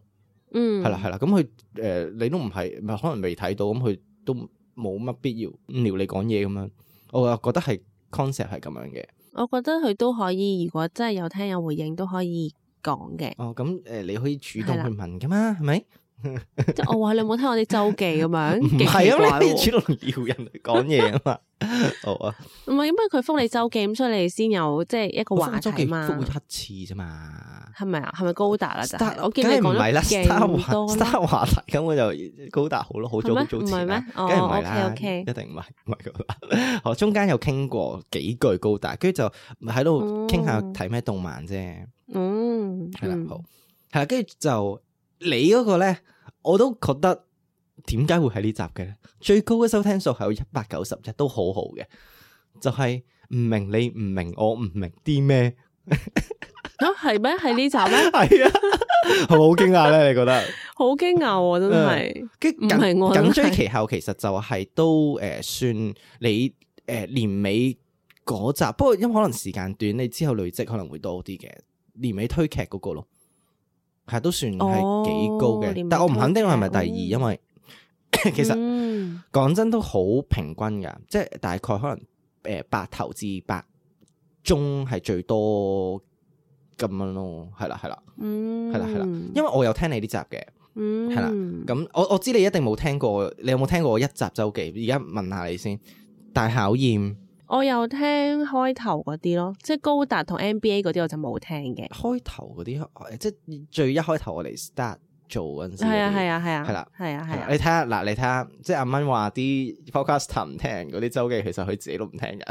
Speaker 2: 嗯，
Speaker 1: 係啦係啦，咁佢誒你都唔係咪可能未睇到，咁佢都冇乜必要唔撩你講嘢咁樣，我又覺得係 concept 係咁樣嘅。。
Speaker 2: 我覺得佢都可以，如果真係有聽有回應都可以講嘅
Speaker 1: 哦，咁誒、你可以主動
Speaker 2: 係啦
Speaker 1: 去問噶嘛，係咪？
Speaker 2: 即係我哦話你有冇聽我啲周記咁 樣，
Speaker 1: 唔
Speaker 2: 嗯幾
Speaker 1: 係
Speaker 2: 奇
Speaker 1: 啊，
Speaker 2: 怪
Speaker 1: 你可以
Speaker 2: 喎
Speaker 1: 主動撩人去講嘢啊嘛。 好啊，
Speaker 2: 唔係因為佢覆你周記，咁所以你先有即係一個話題嘛。
Speaker 1: 復一次啫嘛。
Speaker 2: 係咪啊？係咪高達啦？就
Speaker 1: Star
Speaker 2: 係我見
Speaker 1: 梗係
Speaker 2: 你
Speaker 1: 唔
Speaker 2: 講
Speaker 1: 係啦
Speaker 2: 咗
Speaker 1: ，Star
Speaker 2: 勁
Speaker 1: 話
Speaker 2: 多啦。
Speaker 1: Star 話題根本就高達好咯，好早
Speaker 2: 係咩
Speaker 1: 好早
Speaker 2: 唔係
Speaker 1: 前啦
Speaker 2: 咩，
Speaker 1: 啊梗
Speaker 2: 哦
Speaker 1: 係唔係啦，
Speaker 2: OK，OK
Speaker 1: 一定唔係 唔係高 達。我中間有傾過幾句高達，跟住就喺度傾下
Speaker 2: 嗯
Speaker 1: 睇咩動漫啫，
Speaker 2: 嗯，
Speaker 1: 係啦
Speaker 2: 嗯，
Speaker 1: 好係啦，跟住就你嗰個咧，我都覺得點解會喺呢集嘅咧？最高嘅收聽數係有一百九十一，都好好嘅，就係唔明你唔明我唔明啲咩，
Speaker 2: 啊係咩？係呢集咩？
Speaker 1: 係啊， 係咪好驚訝咧？你覺得？
Speaker 2: 好驚訝喎，真 係。
Speaker 1: 跟
Speaker 2: 唔係
Speaker 1: 緊
Speaker 2: 我
Speaker 1: 緊
Speaker 2: 都
Speaker 1: 追
Speaker 2: 係
Speaker 1: 其後，其實就係都誒、呃算你誒、呃年尾嗰集，不過因為可能時間短，你之後累積可能會多啲嘅。年尾推劇嗰個咯，係都算係幾高
Speaker 2: 哦
Speaker 1: 嘅，
Speaker 2: 年尾
Speaker 1: 但我唔肯定
Speaker 2: 推
Speaker 1: 係
Speaker 2: 劇
Speaker 1: 咪第二，
Speaker 2: 嗯
Speaker 1: 因為其實
Speaker 2: 實
Speaker 1: 講真都好平均㗎，即係大概可能誒八頭至八中係最多咁樣咯，係啦係啦，
Speaker 2: 嗯，
Speaker 1: 係啦係啦，因為我有聽你呢集嘅。
Speaker 2: 嗯，
Speaker 1: 係啦咁我我知你一定冇聽過，你有冇聽過一集周記？而家問下你先。大考驗
Speaker 2: 我有聽開頭嗰啲咯，即係高達同 NBA 嗰啲我就冇聽嘅。
Speaker 1: 開頭嗰啲，誒即係最一開頭我哋 start 做嗰陣時嗰啲，
Speaker 2: 係啊係啊係啊，
Speaker 1: 係啦
Speaker 2: 係啊係
Speaker 1: 係
Speaker 2: 啊
Speaker 1: 啊，你，睇下嗱，你睇下，即係阿蚊話啲 podcast 唔聽人嗰啲周記，其實佢自己都唔聽人。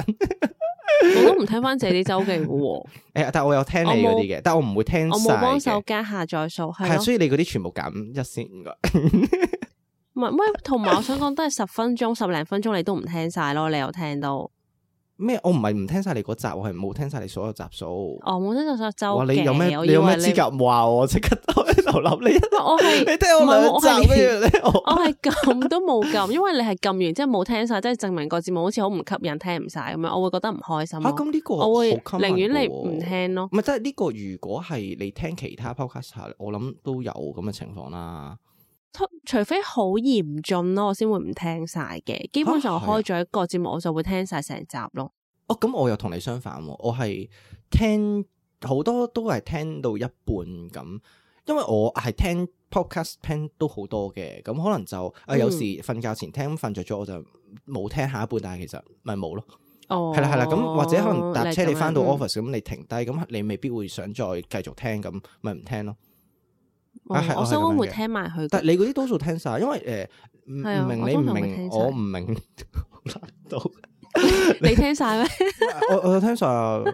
Speaker 2: 我都唔睇翻自己啲周記嘅喎，我
Speaker 1: 誒，哎但我有聽你嗰啲嘅，但我唔會 聽晒
Speaker 2: 冇幫手
Speaker 1: 嘅。
Speaker 2: 加下載數，係
Speaker 1: 係，啊
Speaker 2: 咯，
Speaker 1: 所以你嗰啲全部減一先，應該
Speaker 2: 唔係喂，同埋我想講都係十分鐘、十零分鐘，你都唔聽晒咯，你又聽到，我
Speaker 1: 咩？我唔係唔聽晒你嗰集，我係冇聽晒你所有集數。
Speaker 2: 哦冇聽到晒周
Speaker 1: 哇！
Speaker 2: 記，
Speaker 1: 你有咩
Speaker 2: 我
Speaker 1: 你
Speaker 2: 以
Speaker 1: 有
Speaker 2: 為
Speaker 1: 咩資？格話我？即刻喺度諗你一
Speaker 2: 我係
Speaker 1: 你 聽我
Speaker 2: 唔
Speaker 1: 兩
Speaker 2: 係我
Speaker 1: 集，跟
Speaker 2: 係
Speaker 1: 住咧
Speaker 2: 我
Speaker 1: 我
Speaker 2: 係撳都冇撳，因為你係撳完之後冇聽晒，即係證明個節目好似好唔吸引，聽唔晒咁樣，我會覺得唔開心
Speaker 1: 嚇
Speaker 2: 咯。
Speaker 1: 咁呢個
Speaker 2: 我會
Speaker 1: 好 common
Speaker 2: 寧願你
Speaker 1: 喎
Speaker 2: 唔，聽咯。
Speaker 1: 唔係即係呢個如果係你聽其他 podcast，我諗都有咁嘅情況啦。
Speaker 2: 通除非好嚴峻咯，我先會唔聽晒嘅。基本上我
Speaker 1: 啊係啊
Speaker 2: 開咗一個節目，我就會聽晒成集咯。
Speaker 1: 哦，咁我又同你相反喎，我係聽好多都係聽到一半咁，因為我係聽 podcast 聽都好多嘅，咁可能就啊、有時瞓覺前聽，咁瞓着咗我就冇聽下一半，但係其實咪冇咯，
Speaker 2: 哦，
Speaker 1: 係啦係啦，咁或者可能搭車
Speaker 2: 係咁
Speaker 1: 你翻到
Speaker 2: 樣嗯
Speaker 1: office 咁，你停低咁，你未必會想再繼續聽，咁咪唔聽咯。啊
Speaker 2: 嗯
Speaker 1: 係
Speaker 2: 我
Speaker 1: 我係
Speaker 2: 收
Speaker 1: 咁
Speaker 2: 工
Speaker 1: 樣
Speaker 2: 會
Speaker 1: 嘅
Speaker 2: 聽埋佢㗎。
Speaker 1: 但 你嗰啲多數聽晒，因為誒唔、
Speaker 2: 係啊
Speaker 1: 唔明
Speaker 2: 我
Speaker 1: 你
Speaker 2: 通
Speaker 1: 唔
Speaker 2: 常會
Speaker 1: 明
Speaker 2: 聽，晒
Speaker 1: 我唔明， 好難到。
Speaker 2: 你聽晒 咩？
Speaker 1: 我我有聽晒誒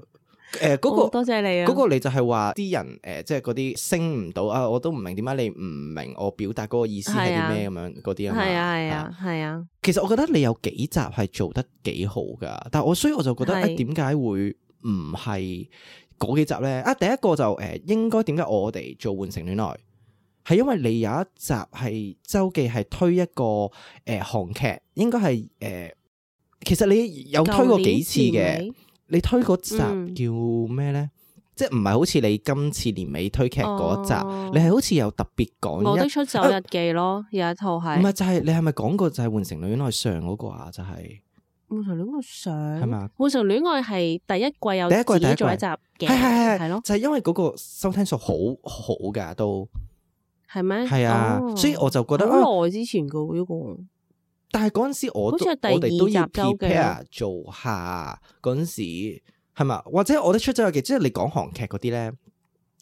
Speaker 1: 嗰
Speaker 2: 好
Speaker 1: 個。
Speaker 2: 多謝你啊！
Speaker 1: 嗰個你就係話啲人誒、呃即係嗰啲升唔到啊！我都唔明點解你唔明我表達嗰個意思係啲咩咁樣嗰啲啊嘛。
Speaker 2: 係啊係啊係啊，
Speaker 1: 其實我覺得你有幾集係做得幾好噶，但係我所以我就覺得
Speaker 2: 係
Speaker 1: 誒點解會唔係嗰幾集咧？啊，第一個就誒、呃、應該點解我哋做換乘戀愛係因為你有一集係周記係推一個誒、呃、韓劇，應該係誒其實你有推過幾次
Speaker 2: 舊年
Speaker 1: 嘅。
Speaker 2: 前尾
Speaker 1: 你推嗰集
Speaker 2: 嗯
Speaker 1: 叫咩咧？即係唔係好似你今次年尾推劇嗰集，
Speaker 2: 哦
Speaker 1: 你係好似有特別
Speaker 2: 我
Speaker 1: 講
Speaker 2: 的
Speaker 1: 一，
Speaker 2: 出走日記咯，有一套
Speaker 1: 唔
Speaker 2: 係
Speaker 1: 係就係你係咪講過就係換成戀愛上嗰個啊？就係
Speaker 2: 換成戀愛
Speaker 1: 係咪
Speaker 2: 上，
Speaker 1: 啊？
Speaker 2: 換成戀愛係第一季有
Speaker 1: 第一季
Speaker 2: 自
Speaker 1: 第一
Speaker 2: 己
Speaker 1: 季
Speaker 2: 做一集
Speaker 1: 係
Speaker 2: 嘅，
Speaker 1: 係係
Speaker 2: 係咯，
Speaker 1: 就係因為嗰個收聽數好好噶都
Speaker 2: 係咩？
Speaker 1: 係啊，
Speaker 2: 哦
Speaker 1: 所以我就覺得啊
Speaker 2: 好耐之前噶呢個，
Speaker 1: 但係嗰阵时我
Speaker 2: 好
Speaker 1: 都
Speaker 2: 似
Speaker 1: 我
Speaker 2: 係第
Speaker 1: 哋都要
Speaker 2: 二集周記
Speaker 1: prepare 做下嗰阵时系嘛，或者我哋出咗有嘅，即係你講韓劇嗰啲咧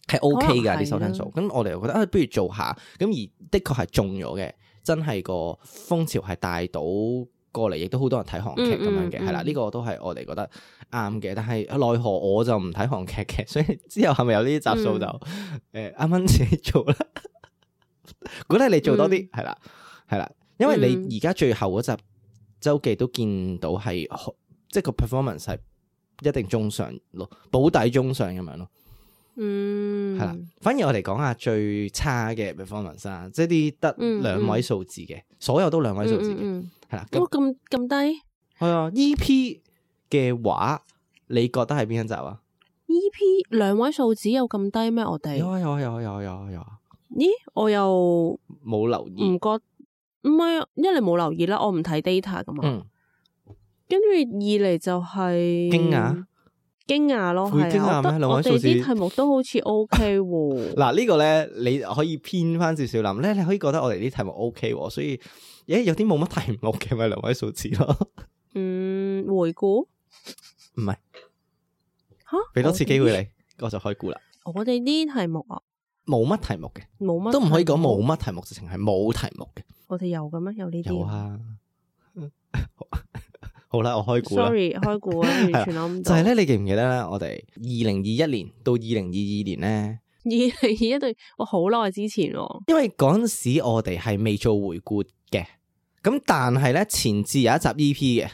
Speaker 1: 係 OK 噶
Speaker 2: 可能係啊
Speaker 1: 啲收聽數，
Speaker 2: 啦
Speaker 1: 咁我哋又覺得啊，不如做下，咁而的確係中咗嘅，真係個風潮係帶到過嚟，亦都好多人睇韓劇咁樣
Speaker 2: 嗯嗯
Speaker 1: 嘅，係啦，
Speaker 2: 嗯
Speaker 1: 呢個都係我哋覺得啱嘅，但係呃奈何我就唔睇韓劇嘅，所以 之後係咪有呢啲集數就
Speaker 2: 嗯
Speaker 1: 呃誒啱啱自己做啦， 鼓勵你做多啲，係啦、係啦，因為
Speaker 2: 嗯
Speaker 1: 你而家最後嗰集周記都見到係好即係個 performance 係一定中上咯，保底中上咁樣咯，
Speaker 2: 嗯，
Speaker 1: 係啦。反而我哋講下最差嘅 performance 啦，即係啲得
Speaker 2: 嗯
Speaker 1: 兩位數字嘅，所有都兩位數字
Speaker 2: 嗯
Speaker 1: 嘅，
Speaker 2: 嗯嗯
Speaker 1: 係啦。
Speaker 2: 哇
Speaker 1: 咁
Speaker 2: 咁咁低
Speaker 1: 係啊，EP 嘅話，你覺得係邊一集啊？
Speaker 2: ，E.P. 兩位數字有咁低咩？我
Speaker 1: 有
Speaker 2: 哋
Speaker 1: 啊有啊有啊有啊有啊有啊，
Speaker 2: 咦，我又唔
Speaker 1: 冇留意。
Speaker 2: 覺唔係，一嚟冇留意啦，我唔睇 data 噶嘛。
Speaker 1: 嗯，
Speaker 2: 跟住二嚟就係
Speaker 1: 驚訝，
Speaker 2: 驚訝咯，
Speaker 1: 會
Speaker 2: 係
Speaker 1: 驚訝
Speaker 2: 啊，我覺
Speaker 1: 咩
Speaker 2: 得
Speaker 1: 兩位
Speaker 2: 我哋
Speaker 1: 數字
Speaker 2: 啲題目都好似 O K 喎，
Speaker 1: 嗱呢個咧，你可以偏翻少少諗咧，你可以覺得我哋啲題目 O K 喎，所以誒有啲冇乜題目嘅咪兩位數字咯。
Speaker 2: 嗯，回顧
Speaker 1: 唔係，
Speaker 2: 吓，
Speaker 1: 俾多次機會你，我就開估啦。
Speaker 2: 我哋，我哋啲題目啊，
Speaker 1: 冇乜題目嘅，
Speaker 2: 冇乜
Speaker 1: 都唔可以講冇
Speaker 2: 題目，
Speaker 1: 乜題目，直情係冇題目嘅。
Speaker 2: 我哋有嘅咩？有呢啲
Speaker 1: 有啊， 好啦，我開估啦。
Speaker 2: ，sorry，開估啊，
Speaker 1: 係啊
Speaker 2: 完全諗唔
Speaker 1: 就
Speaker 2: 到，
Speaker 1: 係咧，你記唔記得咧？我哋二零二一年到二零二二年咧，
Speaker 2: 二零二一對，我好耐之前喎，
Speaker 1: 因為嗰阵时我哋係未做回顧嘅，咁但係咧前置有一集 E.P. 嘅，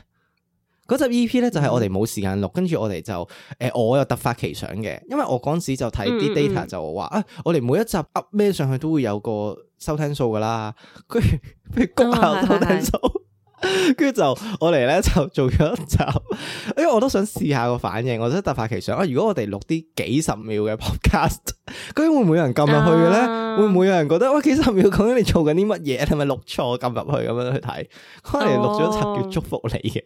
Speaker 1: 嗰集 E.P. 咧就
Speaker 2: 嗯
Speaker 1: 係我哋冇時間錄，跟住我哋就诶、我又突發奇想嘅，因為我嗰阵时就睇啲
Speaker 2: 嗯嗯
Speaker 1: data
Speaker 2: 嗯
Speaker 1: 就話啊，我哋每一集 up 咩上去都會有個收聽數噶啦， 跟住跟住谷
Speaker 2: 啊
Speaker 1: 下
Speaker 2: 係
Speaker 1: 收
Speaker 2: 係
Speaker 1: 聽數。 跟住就我哋咧就做咗一集，因為我都想試下個反應，我真係突發奇想啊！如果我哋錄啲幾十秒嘅 podcast，究 竟會唔會有人撳入去嘅咧？
Speaker 2: 啊
Speaker 1: 會唔會有人覺得喂幾十秒究竟你做緊啲乜嘢？你係咪錄錯撳入去咁樣去睇？可能你錄咗一集
Speaker 2: 哦
Speaker 1: 叫祝福你嘅，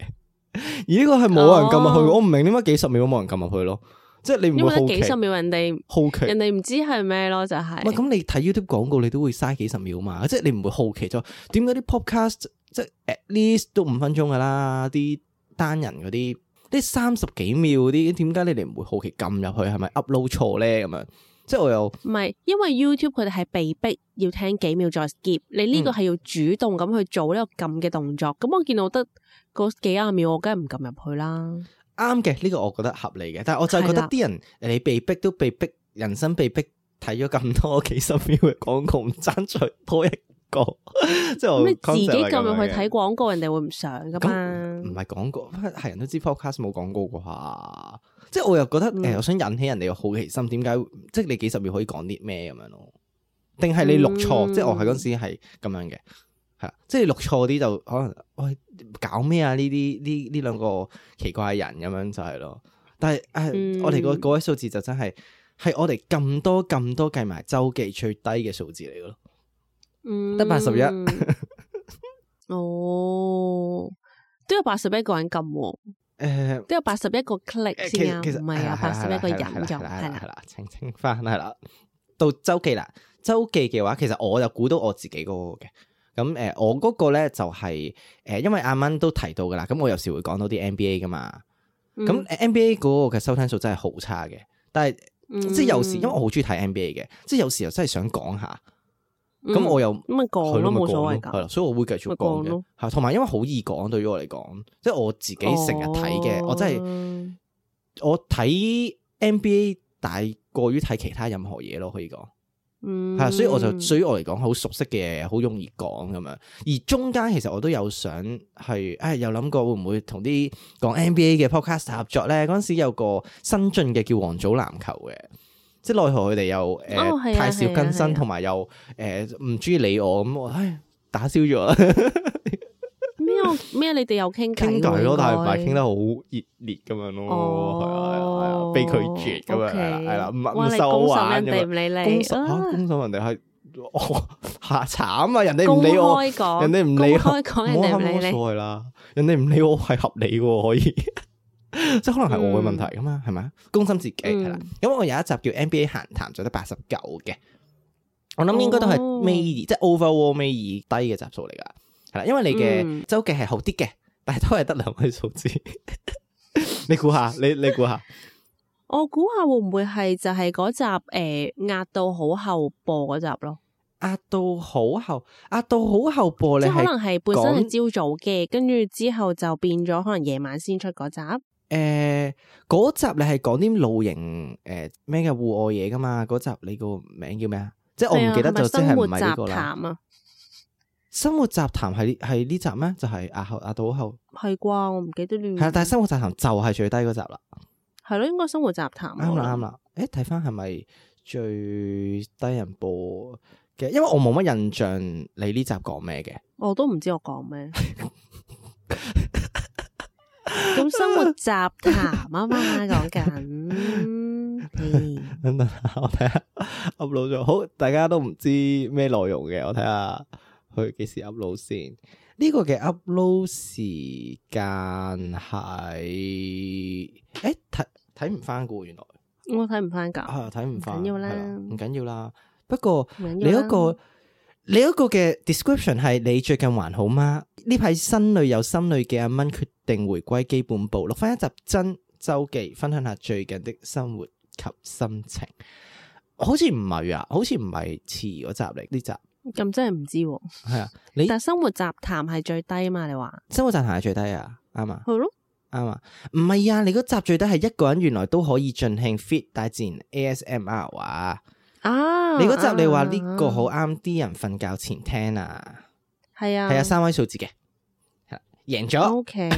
Speaker 1: 而呢個係冇人撳入去，
Speaker 2: 哦
Speaker 1: 我唔明點解幾十秒都冇人撳入去咯，即係你
Speaker 2: 因
Speaker 1: 唔會
Speaker 2: 為
Speaker 1: 好
Speaker 2: 得幾
Speaker 1: 奇
Speaker 2: 十秒人哋
Speaker 1: 好奇
Speaker 2: 人哋唔知係咩咯，就係
Speaker 1: 唔係咁，你睇 YouTube 廣告，你都會嘥幾十秒嘛，即係你唔會好奇咗點解啲 podcast 即係 at least 都五分鐘噶啦，啲單人嗰啲，啲三十幾秒嗰啲，點解你哋唔會好奇撳入去係咪 upload 錯咧咁樣？即係我又
Speaker 2: 唔係，因為 YouTube 佢哋係被逼要聽幾秒再 skip，你呢
Speaker 1: 嗯
Speaker 2: 個係要主動咁去做呢個撳嘅動作。咁我見到得嗰幾廿秒，我梗係唔撳入去啦。
Speaker 1: 啱嘅，呢、個我覺得合理嘅，但係我就係覺
Speaker 2: 係
Speaker 1: 得
Speaker 2: 啦
Speaker 1: 啲人你被逼都被逼，人生被逼睇咗咁多幾十秒嘅廣告，唔爭取多一個， 即係
Speaker 2: 咁
Speaker 1: 我
Speaker 2: 你自己
Speaker 1: 哦 concept 係
Speaker 2: 撳入
Speaker 1: 樣
Speaker 2: 去
Speaker 1: 嘅
Speaker 2: 睇廣告，人哋會唔上噶嘛
Speaker 1: 咁？嗯唔係廣告，係人都知 podcast 冇廣告啩，即係我又覺得誒、
Speaker 2: 嗯
Speaker 1: 我想引起人哋嘅好奇心，點解即係你幾十秒可以講啲咩咁樣咯？定係你錄錯，
Speaker 2: 嗯
Speaker 1: 即係我係嗰陣時係咁樣嘅，係啦，即係你錄錯啲就可能喂搞咩啊？呢啲呢呢兩個奇怪嘅人咁樣就係咯。但係誒，
Speaker 2: 嗯
Speaker 1: 我哋個嗰位數字就真係係我哋咁多咁多計埋周記最低嘅數字嚟嘅咯。
Speaker 2: 嗯
Speaker 1: 得81。
Speaker 2: 哦，都有八十一個人撳喎，
Speaker 1: 诶、
Speaker 2: 都有八十一個 click
Speaker 1: 誒其
Speaker 2: 先啊，
Speaker 1: 其實
Speaker 2: 唔係啊，八十一個人
Speaker 1: 係啦
Speaker 2: 入
Speaker 1: 係
Speaker 2: 係
Speaker 1: 啦係啦係
Speaker 2: 啦。
Speaker 1: 啦，澄清翻係啦。到周記啦，周記嘅話，其實我就估到我自己嗰個嘅。咁誒、呃我嗰個咧就係、呃因為阿蚊都提到噶啦，咁我有時會講到啲 NBA 噶嘛。咁
Speaker 2: 嗯
Speaker 1: 呃 NBA 嗰個嘅收聽數真係好差嘅，但係
Speaker 2: 嗯
Speaker 1: 即係有時因為我好中意睇 NBA 嘅，即係有時又真係想講下，
Speaker 2: 嗯
Speaker 1: 咁我又
Speaker 2: 咁咪
Speaker 1: 係
Speaker 2: 講
Speaker 1: 咯
Speaker 2: 咯，
Speaker 1: 咪
Speaker 2: 冇所
Speaker 1: 講
Speaker 2: 謂
Speaker 1: 咯係
Speaker 2: 㗎。
Speaker 1: 啦，所以我會繼續
Speaker 2: 咪
Speaker 1: 講
Speaker 2: 講咯
Speaker 1: 嘅，係同埋因為好易講對於我嚟講，即係我自己成日睇
Speaker 2: 哦
Speaker 1: 嘅，我真係。
Speaker 2: 係
Speaker 1: 我睇 NBA 大過於睇其他任何嘢咯，可以講
Speaker 2: 嗯
Speaker 1: 係啊，所以我就對於我嚟講好熟悉嘅嘢，好容易講咁樣。而中間其實我都有想係，唉，有諗過會唔會同啲講 NBA 嘅 podcast 合作咧？嗰陣時有個新進嘅叫黃祖藍球嘅。即係奈何佢哋又诶、
Speaker 2: 哦係啊
Speaker 1: 太少更
Speaker 2: 係啊係
Speaker 1: 新，
Speaker 2: 啊
Speaker 1: 同埋又诶唔中意理我咁，我唉打消咗啦，
Speaker 2: 咩我咩？啊你哋有傾偈
Speaker 1: 傾偈咯，但係唔係傾
Speaker 2: 得
Speaker 1: 得好熱烈咁樣咯，係啊係啊係
Speaker 2: 哦
Speaker 1: 啊，，被拒絕咁樣係啦係啦，唔
Speaker 2: 哇
Speaker 1: 唔
Speaker 2: 你
Speaker 1: 受我
Speaker 2: 公審
Speaker 1: 玩咁
Speaker 2: 人哋
Speaker 1: 樣。
Speaker 2: 唔理
Speaker 1: 公
Speaker 2: 你
Speaker 1: 審
Speaker 2: 啊
Speaker 1: 嚇，公審人哋係哦嚇慘啊！人哋唔
Speaker 2: 公
Speaker 1: 理我，
Speaker 2: 開講，
Speaker 1: 人哋唔理我
Speaker 2: 公開講人
Speaker 1: 唔
Speaker 2: 哋
Speaker 1: 好
Speaker 2: 唔
Speaker 1: 冇
Speaker 2: 理你。
Speaker 1: 所謂啦。人哋唔理我係合理嘅喎，可以 即係可能係我嘅問題噶嘛，係咪啊？公審自己係啦
Speaker 2: 嗯。
Speaker 1: 咁我有一集叫 NBA 閒談，做得八十九嘅，我諗應該都係
Speaker 2: 哦
Speaker 1: 尾二，即係 overall 尾二低嘅集數嚟噶。係啦，因為你
Speaker 2: 嗯
Speaker 1: 嘅周記係好啲嘅，但係都係得兩位數字。 你估下，你你估下，
Speaker 2: 我估下會唔會係就係嗰集诶壓到好後播嗰集咯，
Speaker 1: 壓到好後，壓到好後播，
Speaker 2: 即
Speaker 1: 你
Speaker 2: 系可
Speaker 1: 係
Speaker 2: 能係本身
Speaker 1: 講
Speaker 2: 係朝早嘅，跟住之後就變咗可能夜晚先出嗰集。
Speaker 1: 诶，呃嗰、集你係講啲露營诶咩嘅户外嘢噶嘛？嗰集你個名叫咩啊？即系我唔記得
Speaker 2: 係啊
Speaker 1: 就即係
Speaker 2: 生活
Speaker 1: 唔
Speaker 2: 雜
Speaker 1: 係呢個啦。
Speaker 2: 談啊，
Speaker 1: 生活雜談係系呢集咩？就係啊壓後壓到後
Speaker 2: 係啩？我唔記得
Speaker 1: 系
Speaker 2: 亂。
Speaker 1: 啦，但係生活雜談就係最低嗰集啦。
Speaker 2: 係咯，應該生活雜談啊。
Speaker 1: 啱啦啱啦。诶，睇翻係咪最低人播嘅？因為我冇乜印象你呢集講咩嘅。
Speaker 2: 我都唔知我講咩。咁生活雜談啊嘛，講嗯緊。唉
Speaker 1: 等等下，我睇下 upload 咗。好，大家都唔知咩內容嘅，我睇下佢幾時 upload 先。呢、個嘅 upload 時間係，誒睇睇唔翻嘅喎，原來
Speaker 2: 我睇唔翻㗎，
Speaker 1: 啊睇唔翻，
Speaker 2: 唔緊要啦
Speaker 1: 係唔緊要啦。不過
Speaker 2: 唔緊
Speaker 1: 你
Speaker 2: 要啦
Speaker 1: 嗰、個你嗰個嘅 description 係你最近還好嗎？呢排新女有心女嘅阿蚊決定回歸基本步，錄翻一集真周記，分享下最近的生活及心情。好似唔係啊，好似唔係遲嗰集嚟呢集
Speaker 2: 咁真係唔知喎。
Speaker 1: 係啊，你
Speaker 2: 但生活雜談係最低嘛？你話
Speaker 1: 生活暫行係最低啊，啱啊
Speaker 2: 係咯？
Speaker 1: 啱啊，唔係啊，你嗰集最低係一個人原來都可以盡興 fit 大自然 ASMR 啊，
Speaker 2: 啊，
Speaker 1: 你嗰集你話呢個好啊啱啲人瞓覺前聽啊。
Speaker 2: 係啊，
Speaker 1: 系啊，三位數字嘅，係啦贏咗。
Speaker 2: O K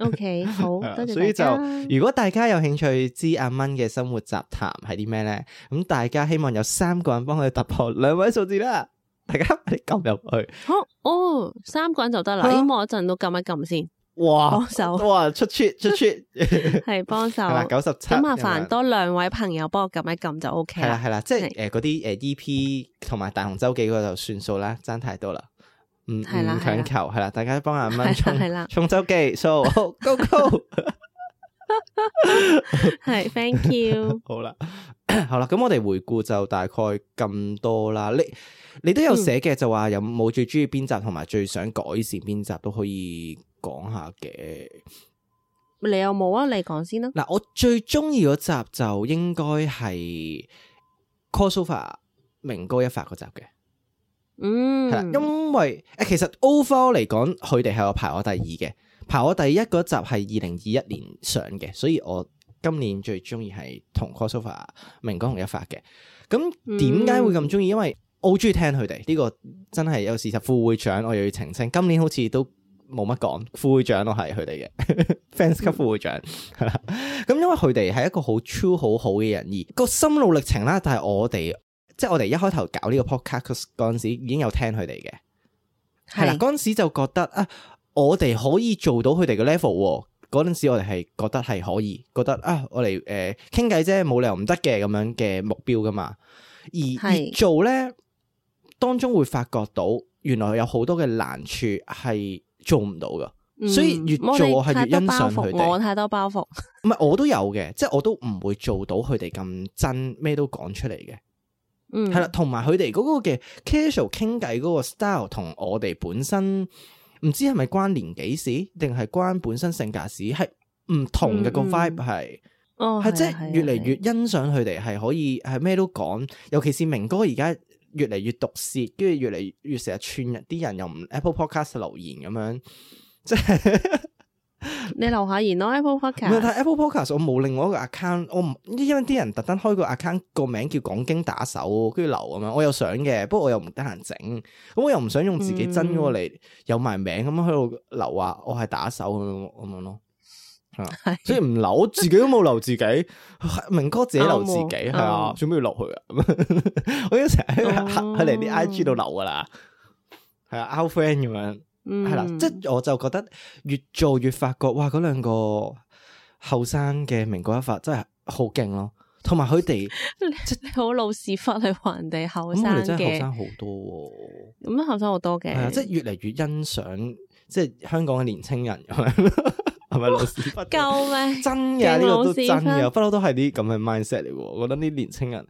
Speaker 2: O K，好，
Speaker 1: 係啦
Speaker 2: 多謝
Speaker 1: 啊所以就
Speaker 2: 大家
Speaker 1: 如果大家有興趣知阿蚊嘅生活雜談係啲咩咧，咁大家希望有三個人幫佢突破兩位數字啦。 大家你撳入去，
Speaker 2: 好哦，三個人就得啦。
Speaker 1: 係啊
Speaker 2: 咁我一陣都撳一撳先，
Speaker 1: 哇
Speaker 2: 幫手
Speaker 1: 哇出出出出，係
Speaker 2: 係 幫手。
Speaker 1: 啦
Speaker 2: 咁
Speaker 1: 九十七。
Speaker 2: 麻煩多兩位朋友幫我撳一撳就 O K
Speaker 1: 係啦
Speaker 2: 啦。
Speaker 1: 係啦，即係
Speaker 2: 係
Speaker 1: 诶嗰啲诶 EP 同埋大雄周記嗰個就算數啦，爭太多啦。唔唔
Speaker 2: 係啦係啦
Speaker 1: 強求係啦，大家幫阿
Speaker 2: 係啦
Speaker 1: 蚊冲
Speaker 2: 係啦
Speaker 1: 冲周記，so go go。
Speaker 2: 係，thank you。
Speaker 1: 好啦， 好啦，咁我哋回顧就大概咁多啦。你你都有寫嘅，就話有冇最中意邊集，同埋最想改善邊集都可以講下嘅。
Speaker 2: 你有冇啊？你講先啦。
Speaker 1: 嗱，我最中意嗰集就應該係 Call Sofa 明哥一發嗰集嘅，
Speaker 2: 嗯，
Speaker 1: 係啦、因為誒其實 overall 嚟講，佢哋係我排我第二嘅，排我第一嗰集係二零二一年上嘅，所以我今年最中意係同 Call Sofa 明哥同一發嘅。咁點解會咁中意？因為我好中意聽佢哋呢個真係有事實副會長，我又要澄清，今年好似都冇乜講副會長，我係佢哋嘅 fans 級副會長係啦。咁因為佢哋係一個好 true 好好嘅人，而個心路歷程啦，但係我哋即係我哋一開頭搞呢個 podcast 嗰陣時已經有聽佢哋嘅，係啦，
Speaker 2: 係
Speaker 1: 嗰陣時就覺得啊，我哋可以做到佢哋嘅 level 喎。嗰陣時我哋係覺得係可以，覺得啊，我哋誒傾偈啫，冇理由唔得嘅咁樣嘅目標噶嘛。而而
Speaker 2: 係
Speaker 1: 做咧，當中會發覺到原來有好多嘅難處係做唔到噶。
Speaker 2: 嗯
Speaker 1: 所以越
Speaker 2: 我哋
Speaker 1: 做我係
Speaker 2: 太
Speaker 1: 越
Speaker 2: 多
Speaker 1: 欣
Speaker 2: 包
Speaker 1: 賞
Speaker 2: 袱
Speaker 1: 佢哋
Speaker 2: 我太多包袱，
Speaker 1: 唔係我都有嘅，即係我都唔會做到佢哋咁真，咩都講出嚟嘅。
Speaker 2: 嗯，
Speaker 1: 係啦，同埋佢哋嗰個嘅 casual 傾偈嗰個 style 同我哋本身唔知係咪關年紀事，定係關本身性格事，係唔同嘅個
Speaker 2: 嗯嗯
Speaker 1: vibe 係
Speaker 2: 哦，
Speaker 1: 係即
Speaker 2: 啊
Speaker 1: 係越嚟越，欣賞佢哋係可以係咩都講，尤其是明哥而家越嚟越毒舌，跟住越嚟越成日串人，啲人又唔 Apple Podcast 留言咁樣，即係。
Speaker 2: 啊你留下言咯，Apple
Speaker 1: 唔係，但
Speaker 2: Podcast，
Speaker 1: 係 Apple Podcast 我冇另外一個 account，我唔因為啲人特登開個 account 個名叫講經打手，跟住留咁樣，我又想嘅，不過我又唔得閒整，咁我又唔想用自己真嗰個
Speaker 2: 嗯
Speaker 1: 嚟有埋名咁樣喺度留話我係打手咁樣咁樣咯， 係啊，所以唔留，我自己都冇留自己， 明哥自己留自己
Speaker 2: 啱喎
Speaker 1: 係啊，
Speaker 2: 啱
Speaker 1: 做咩要落去啊？ 我一成日喺
Speaker 2: 哦
Speaker 1: 佢哋啲 IG 度留噶啦，係啊，out friend 咁樣。
Speaker 2: 係
Speaker 1: 係啦，即係我就覺得越做越發覺，哇！嗰兩個後生嘅明哥一發真係好勁咯，同埋佢 哋
Speaker 2: 你好老屎忽去話人哋後
Speaker 1: 咁
Speaker 2: 生
Speaker 1: 佢哋真係後
Speaker 2: 嘅，
Speaker 1: 生好多喎，
Speaker 2: 咁後生好多
Speaker 1: 係
Speaker 2: 嘅，
Speaker 1: 啊，即係越嚟越欣賞即係香港嘅年青人咁樣，係咪老屎忽？
Speaker 2: 救 命！
Speaker 1: 真嘅呢個都真
Speaker 2: 勁老屎
Speaker 1: 嘅，
Speaker 2: 忽
Speaker 1: 不嬲都係啲咁嘅 mindset 嚟喎。我覺得啲年青人誒、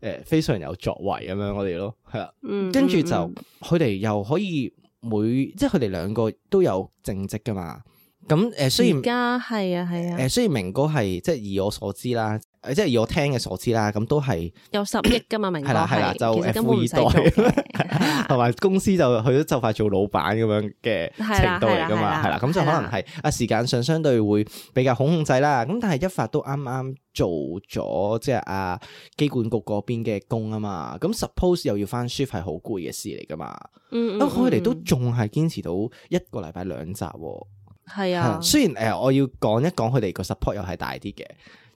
Speaker 1: 呃非常有作為咁樣，我哋咯係啦。啊
Speaker 2: 嗯
Speaker 1: 跟住
Speaker 2: 嗯
Speaker 1: 就
Speaker 2: 嗯
Speaker 1: 佢哋又可以每即係佢哋兩個都有正職噶嘛。咁誒、呃、雖然
Speaker 2: 而家係啊係啊
Speaker 1: 誒，，雖然明哥係即係以我所知啦，誒即係以我聽嘅所知啦，咁都係
Speaker 2: 有十億噶嘛，明哥
Speaker 1: 係啦係啦，
Speaker 2: 係
Speaker 1: 就
Speaker 2: 其實
Speaker 1: 誒
Speaker 2: 根
Speaker 1: 富
Speaker 2: 本唔
Speaker 1: 二
Speaker 2: 使做嘅
Speaker 1: 代，
Speaker 2: 啊
Speaker 1: 同埋公司就去咗就快做老闆咁樣嘅
Speaker 2: 係啦
Speaker 1: 程度嚟噶
Speaker 2: 係
Speaker 1: 嘛，
Speaker 2: 啦
Speaker 1: 係啦，咁就可
Speaker 2: 係啦
Speaker 1: 能係啊時間上相對會比較好控制啦，咁但係一發都啱啱做咗即係啊機管局嗰邊嘅工啊嘛，咁 suppose 又要翻 shift 係好攰嘅事嚟噶嘛，
Speaker 2: 嗯，嗯
Speaker 1: 咁佢哋都
Speaker 2: 嗯
Speaker 1: 仲係堅持到一個禮拜兩集喎。
Speaker 2: 係
Speaker 1: 係
Speaker 2: 啊
Speaker 1: 啦，，雖然誒，我要講一講佢哋個 support 又係大啲嘅，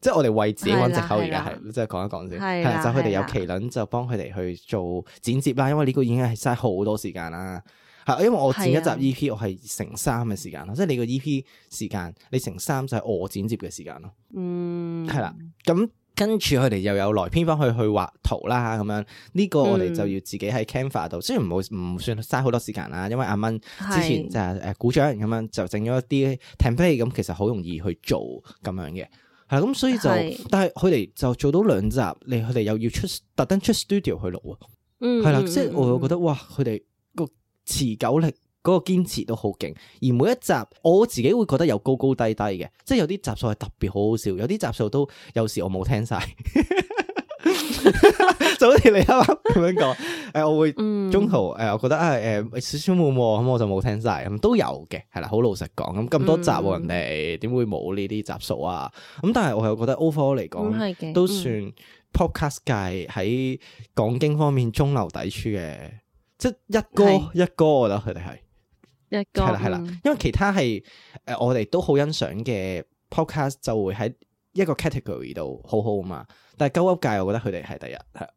Speaker 1: 即係我哋為自己揾藉口而
Speaker 2: 係
Speaker 1: 家
Speaker 2: 啦係
Speaker 1: 係，即係講一講先。
Speaker 2: 係
Speaker 1: 係啊
Speaker 2: 啦
Speaker 1: 啦，就佢哋有
Speaker 2: 係啦
Speaker 1: 麒麟就幫佢哋去做剪接啦，因為呢個已經係嘥好多時間啦。係，因為我剪一
Speaker 2: 係啊
Speaker 1: 集 E EP，我係乘三嘅時間啦，即係你個 EP 時間，你乘三就係我剪接嘅時間咯。
Speaker 2: 嗯，
Speaker 1: 係啦，咁跟住佢哋又有來編翻去去畫圖啦，咁樣呢個我哋就
Speaker 2: 嗯
Speaker 1: 要自己喺 Canva 度，雖然唔好唔算嘥好多時間啦，因為阿蚊之前
Speaker 2: 係
Speaker 1: 就係誒鼓掌咁樣就整咗一啲 template，咁其實好容易去做咁樣嘅。係啦咁所以就
Speaker 2: 係，
Speaker 1: 但係佢哋就做到兩集，你佢哋又要出特登出 studio 去錄喎，
Speaker 2: 嗯
Speaker 1: 係啦，
Speaker 2: 嗯
Speaker 1: 即係
Speaker 2: 嗯
Speaker 1: 我
Speaker 2: 嗯
Speaker 1: 會覺得哇，佢哋個持久力嗰個堅持都好勁，而每一集我自己會覺得有高高低低嘅，即係有啲集數係特別好好笑，有啲集數都有時我冇聽晒， 就好似你啱啱咁樣講，誒、我會。
Speaker 2: 嗯
Speaker 1: 中途誒、我覺得啊誒、少少冇喎，咁我就冇聽晒，咁都有嘅，係啦，好老實講，咁咁多集喎、
Speaker 2: 嗯
Speaker 1: 人哋點會冇呢啲集數啊？咁但係我又覺得 overall 嚟講，
Speaker 2: 咁係嘅
Speaker 1: 都
Speaker 2: 嗯
Speaker 1: 算 podcast 界喺講經方面中流砥柱嘅，即係一哥
Speaker 2: 係
Speaker 1: 一哥，我覺得佢哋係
Speaker 2: 一個
Speaker 1: 係啦係啦
Speaker 2: 嗯，
Speaker 1: 因為其他係誒、我哋都好欣賞嘅 podcast 就會喺一個 category 度好好啊嘛，但係鳩噏界我覺得佢哋係第一，係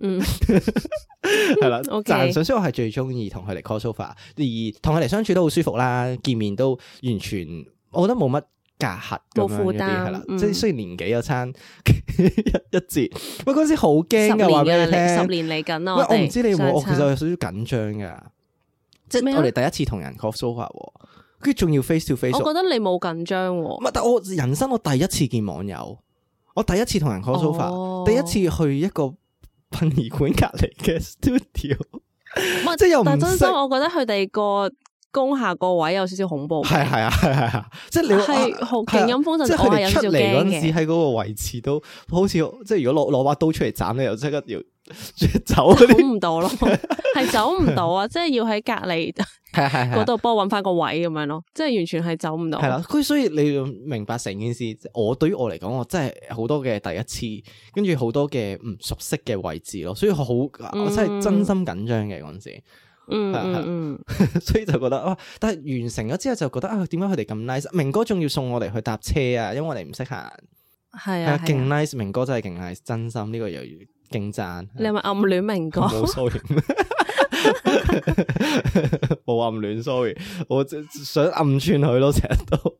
Speaker 2: 嗯
Speaker 1: 係啦，
Speaker 2: OK
Speaker 1: 賺上，所以我係最中意同佢哋 call sofa，而同佢哋相處都好舒服啦，見面都完全，我覺得冇乜隔閡咁樣
Speaker 2: 冇
Speaker 1: 嗰
Speaker 2: 負
Speaker 1: 啲
Speaker 2: 擔
Speaker 1: 係啦，
Speaker 2: 嗯
Speaker 1: 即係雖然年紀有差 一一截，喂嗰陣時好驚噶，話俾你
Speaker 2: 十年㗎啦十
Speaker 1: 聽，
Speaker 2: 年嚟緊啊！
Speaker 1: 喂我唔
Speaker 2: 哋
Speaker 1: 知你有冇，我其
Speaker 2: 相
Speaker 1: 實
Speaker 2: 差
Speaker 1: 有少少緊張噶，即
Speaker 2: 咩
Speaker 1: 係
Speaker 2: 啊
Speaker 1: 我哋第一次同人 call sofa，喎跟住仲要 face to face，
Speaker 2: 我
Speaker 1: 喎
Speaker 2: 覺得你冇緊張喎
Speaker 1: 唔。係，但我人生我第一次見網友，我第一次同人 call sofa，、
Speaker 2: 哦
Speaker 1: 第一次去一個殯儀館隔離嘅 studio。
Speaker 2: 唔係
Speaker 1: 即係又唔
Speaker 2: 但真
Speaker 1: 識
Speaker 2: 心，我覺得佢哋個攻下個位有少少恐怖嘅。
Speaker 1: 係係啊係係啊，即係你
Speaker 2: 係好勁陰風陣
Speaker 1: 即係
Speaker 2: 我
Speaker 1: 佢
Speaker 2: 係有
Speaker 1: 哋
Speaker 2: 少
Speaker 1: 出
Speaker 2: 少
Speaker 1: 嚟嗰陣
Speaker 2: 驚
Speaker 1: 時
Speaker 2: 嘅。
Speaker 1: 喺嗰個位置都好似即係如果攞攞把刀出嚟斬你，又即刻要走嗰 啲，
Speaker 2: 估 唔到咯，係走唔到啊！即係要喺隔離
Speaker 1: 係啊係
Speaker 2: 嗰度幫我揾翻個位咁樣咯，即係完全係走唔到。
Speaker 1: 係啦，佢所以你要明白成件事，即係我對於我嚟講，我真係好多嘅第一次，跟住好多嘅唔熟悉嘅位置咯，所以我好我真係真心緊張嘅嗰陣時。
Speaker 2: 嗯，
Speaker 1: 係啊係啊
Speaker 2: 嗯
Speaker 1: 所以就覺得哇！但係完成咗之後就覺得啊，點解佢哋咁 nice？明哥仲要送我哋去搭車啊，因為我哋唔識行，
Speaker 2: 嗯，係
Speaker 1: 係
Speaker 2: 啊
Speaker 1: 啊，，
Speaker 2: 係
Speaker 1: 勁
Speaker 2: 啊
Speaker 1: nice！明哥真係勁 nice，真心呢個又要勁讚。啊
Speaker 2: 你係咪暗戀明哥？
Speaker 1: 冇 sorry，冇暗戀 sorry，我只想暗串佢咯，成日都。
Speaker 2: 哦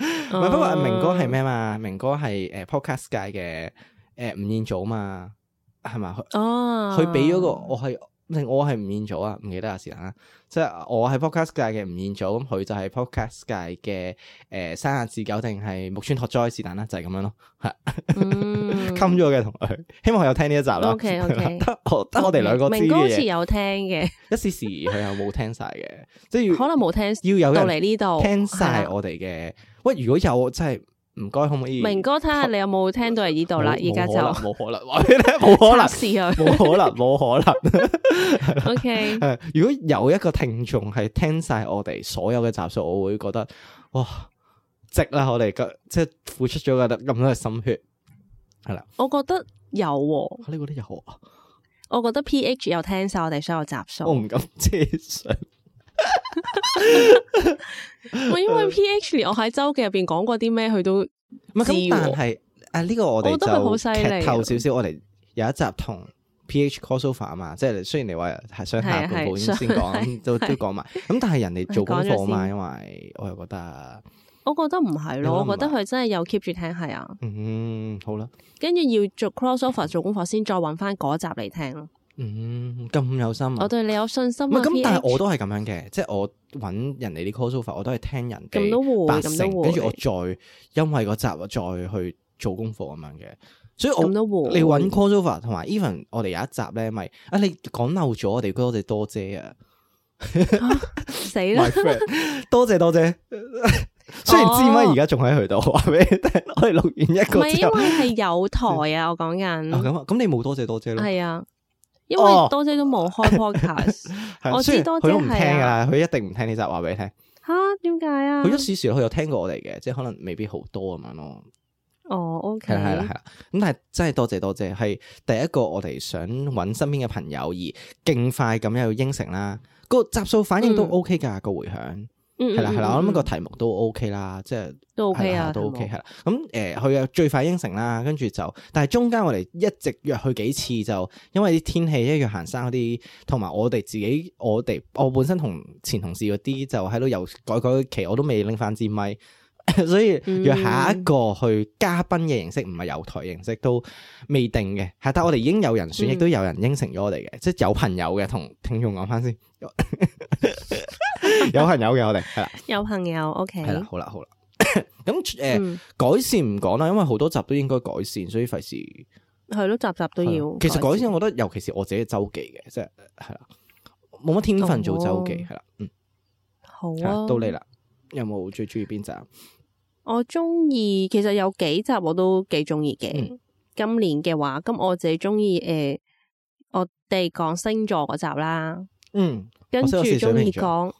Speaker 1: 唔係不呃過明哥係咩嘛？明哥係誒 podcast 呃界嘅誒吳彥祖嘛，係咪？佢
Speaker 2: 哦，
Speaker 1: 佢俾咗個我係定我係吳彥祖啊？唔記得啊，是但啦。即係我係 podcast 界嘅吳彥祖，咁佢就係 podcast 界嘅诶山下智久定係木村拓哉是但啦，就係咁樣咯。
Speaker 2: 嗯
Speaker 1: 襟咗嘅同佢，希望佢有聽呢一集啦。
Speaker 2: OK，OK 哦
Speaker 1: 得我得我哋兩個知
Speaker 2: 明
Speaker 1: 嘅
Speaker 2: 哥好似
Speaker 1: 嘢，
Speaker 2: 有聽嘅，
Speaker 1: 一時時佢又冇聽晒嘅，即係要
Speaker 2: 可能冇聽
Speaker 1: 要有
Speaker 2: 到
Speaker 1: 人
Speaker 2: 嚟呢度。
Speaker 1: 聽
Speaker 2: 係
Speaker 1: 晒
Speaker 2: 啦
Speaker 1: 我哋嘅。喂，如果有真係唔該，可唔可以？
Speaker 2: 明哥睇下你有冇聽到嚟呢度啦，而
Speaker 1: 冇
Speaker 2: 家就
Speaker 1: 冇可能，冇可能話俾你聽 冇可能
Speaker 2: 測，試
Speaker 1: 冇可 能，冇可能。
Speaker 2: 佢。OK，
Speaker 1: 誒， 如果有一個聽眾係聽晒我哋所有嘅集數，我會覺得哇，值啦！我哋嘅即係付出咗嘅咁多嘅心血，
Speaker 2: 我覺得有喎，
Speaker 1: 啊你覺得有啊？
Speaker 2: 我覺得 PH 有聽晒我哋所有集數
Speaker 1: 我。唔敢奢想。
Speaker 2: 喂，因為 PH 連我喺周記入邊講過啲咩，佢都
Speaker 1: 唔係
Speaker 2: 知
Speaker 1: 咁，
Speaker 2: 喎
Speaker 1: 但係啊呢個我
Speaker 2: 我
Speaker 1: 哋
Speaker 2: 覺得佢好犀
Speaker 1: 就
Speaker 2: 利啊
Speaker 1: 劇透少少。我哋有一集同 P.H. crossover 啊嘛，即係雖然你話係想下半部
Speaker 2: 係係
Speaker 1: 先講，咁都都講埋。咁但係人哋做功
Speaker 2: 講咗
Speaker 1: 課啊嘛，
Speaker 2: 先
Speaker 1: 因為我又覺得，
Speaker 2: 我覺得唔係
Speaker 1: 你覺得
Speaker 2: 咯，
Speaker 1: 唔
Speaker 2: 我覺得
Speaker 1: 係
Speaker 2: 佢真係有 keep 住聽係啊，
Speaker 1: 嗯，好啦，
Speaker 2: 跟住要做 crossover 做功課先再揾翻嗰集嚟聽咯。
Speaker 1: 嗯，咁有心啊
Speaker 2: 我。對你有信心
Speaker 1: 唔
Speaker 2: 啊
Speaker 1: 係咁，但係
Speaker 2: PH
Speaker 1: 我都係咁樣嘅，即係我揾人哋啲 crossover，我都係聽人
Speaker 2: 咁都
Speaker 1: 哋
Speaker 2: 會
Speaker 1: 八
Speaker 2: 咁
Speaker 1: 成，
Speaker 2: 都
Speaker 1: 跟住我
Speaker 2: 會
Speaker 1: 再因為嗰集我再去做功課咁樣嘅。所以我
Speaker 2: 咁都會
Speaker 1: 你揾 crossover 同埋 even 我哋有一集咧，咪啊你講漏咗，我哋多謝多謝啊
Speaker 2: 死啦
Speaker 1: ，my！friend，多 謝多謝。雖然知咪而家仲喺佢度，話俾你聽，我哋錄完一
Speaker 2: 哦唔
Speaker 1: 個
Speaker 2: 係
Speaker 1: 之
Speaker 2: 因
Speaker 1: 後，
Speaker 2: 為係有台啊，我講
Speaker 1: 啊
Speaker 2: 緊
Speaker 1: 咁啊，咁你冇多謝多謝咯，
Speaker 2: 係啊，因為
Speaker 1: 哦
Speaker 2: 多姐都冇開 podcast
Speaker 1: 係啊
Speaker 2: 我
Speaker 1: 雖然
Speaker 2: 知多謝
Speaker 1: 佢都唔聽
Speaker 2: 係
Speaker 1: 㗎啦，
Speaker 2: 啊
Speaker 1: 佢一定唔聽呢集話俾你聽。
Speaker 2: 吓，點解啊
Speaker 1: 佢？一時時佢有聽過我哋嘅，即係可能未必好多咁樣咯。係
Speaker 2: 哦，OK，
Speaker 1: 啦係啦係啦，咁但係真係多謝多謝，係第一個我哋想揾身邊嘅朋友而勁快咁樣去應承啦。個集數反應都
Speaker 2: 嗯
Speaker 1: OK 㗎，個回響
Speaker 2: 嗯
Speaker 1: 係啦係啦，我諗個
Speaker 2: 個
Speaker 1: 題目都 OK 啦，即係係
Speaker 2: 都 OK
Speaker 1: 啦
Speaker 2: 啊，
Speaker 1: 都 OK
Speaker 2: 題目
Speaker 1: 係啦。咁誒佢又最快應承啦，跟住就但係中間我哋一直約佢幾次，就因為啲天氣一約行山嗰啲，同埋我哋自己我哋我本身同前同事嗰啲就喺度又改改期，我都未拎翻支咪。 所以約下一個去嘉賓嘅形式，唔係有台形式都未定嘅，係但係我哋已經有人選，
Speaker 2: 嗯
Speaker 1: 亦都有人應承咗我哋嘅，即係有朋友嘅，同聽眾講翻 先， 有朋友嘅我哋係啦，
Speaker 2: 有朋友 OK，
Speaker 1: 係啦，好啦，好啦，咁誒、呃
Speaker 2: 嗯，
Speaker 1: 改善唔講啦，因為好多集都應該改善，所以費事。
Speaker 2: 係咯，集集都要。
Speaker 1: 其實改善，我覺得尤其是我自己嘅周記嘅，即係係啦，冇乜天分做周記
Speaker 2: 哦
Speaker 1: 係啦，嗯，
Speaker 2: 好
Speaker 1: 係啦
Speaker 2: 啊，
Speaker 1: 到你啦，有冇最中意邊集？
Speaker 2: 我中意，其實有幾集我都幾中意嘅。
Speaker 1: 嗯
Speaker 2: 今年嘅話，咁我自己中意诶，我哋講星座嗰集啦，
Speaker 1: 嗯，
Speaker 2: 跟
Speaker 1: 我識
Speaker 2: 住
Speaker 1: 我是水
Speaker 2: 中
Speaker 1: 瓶
Speaker 2: 意
Speaker 1: 座
Speaker 2: 講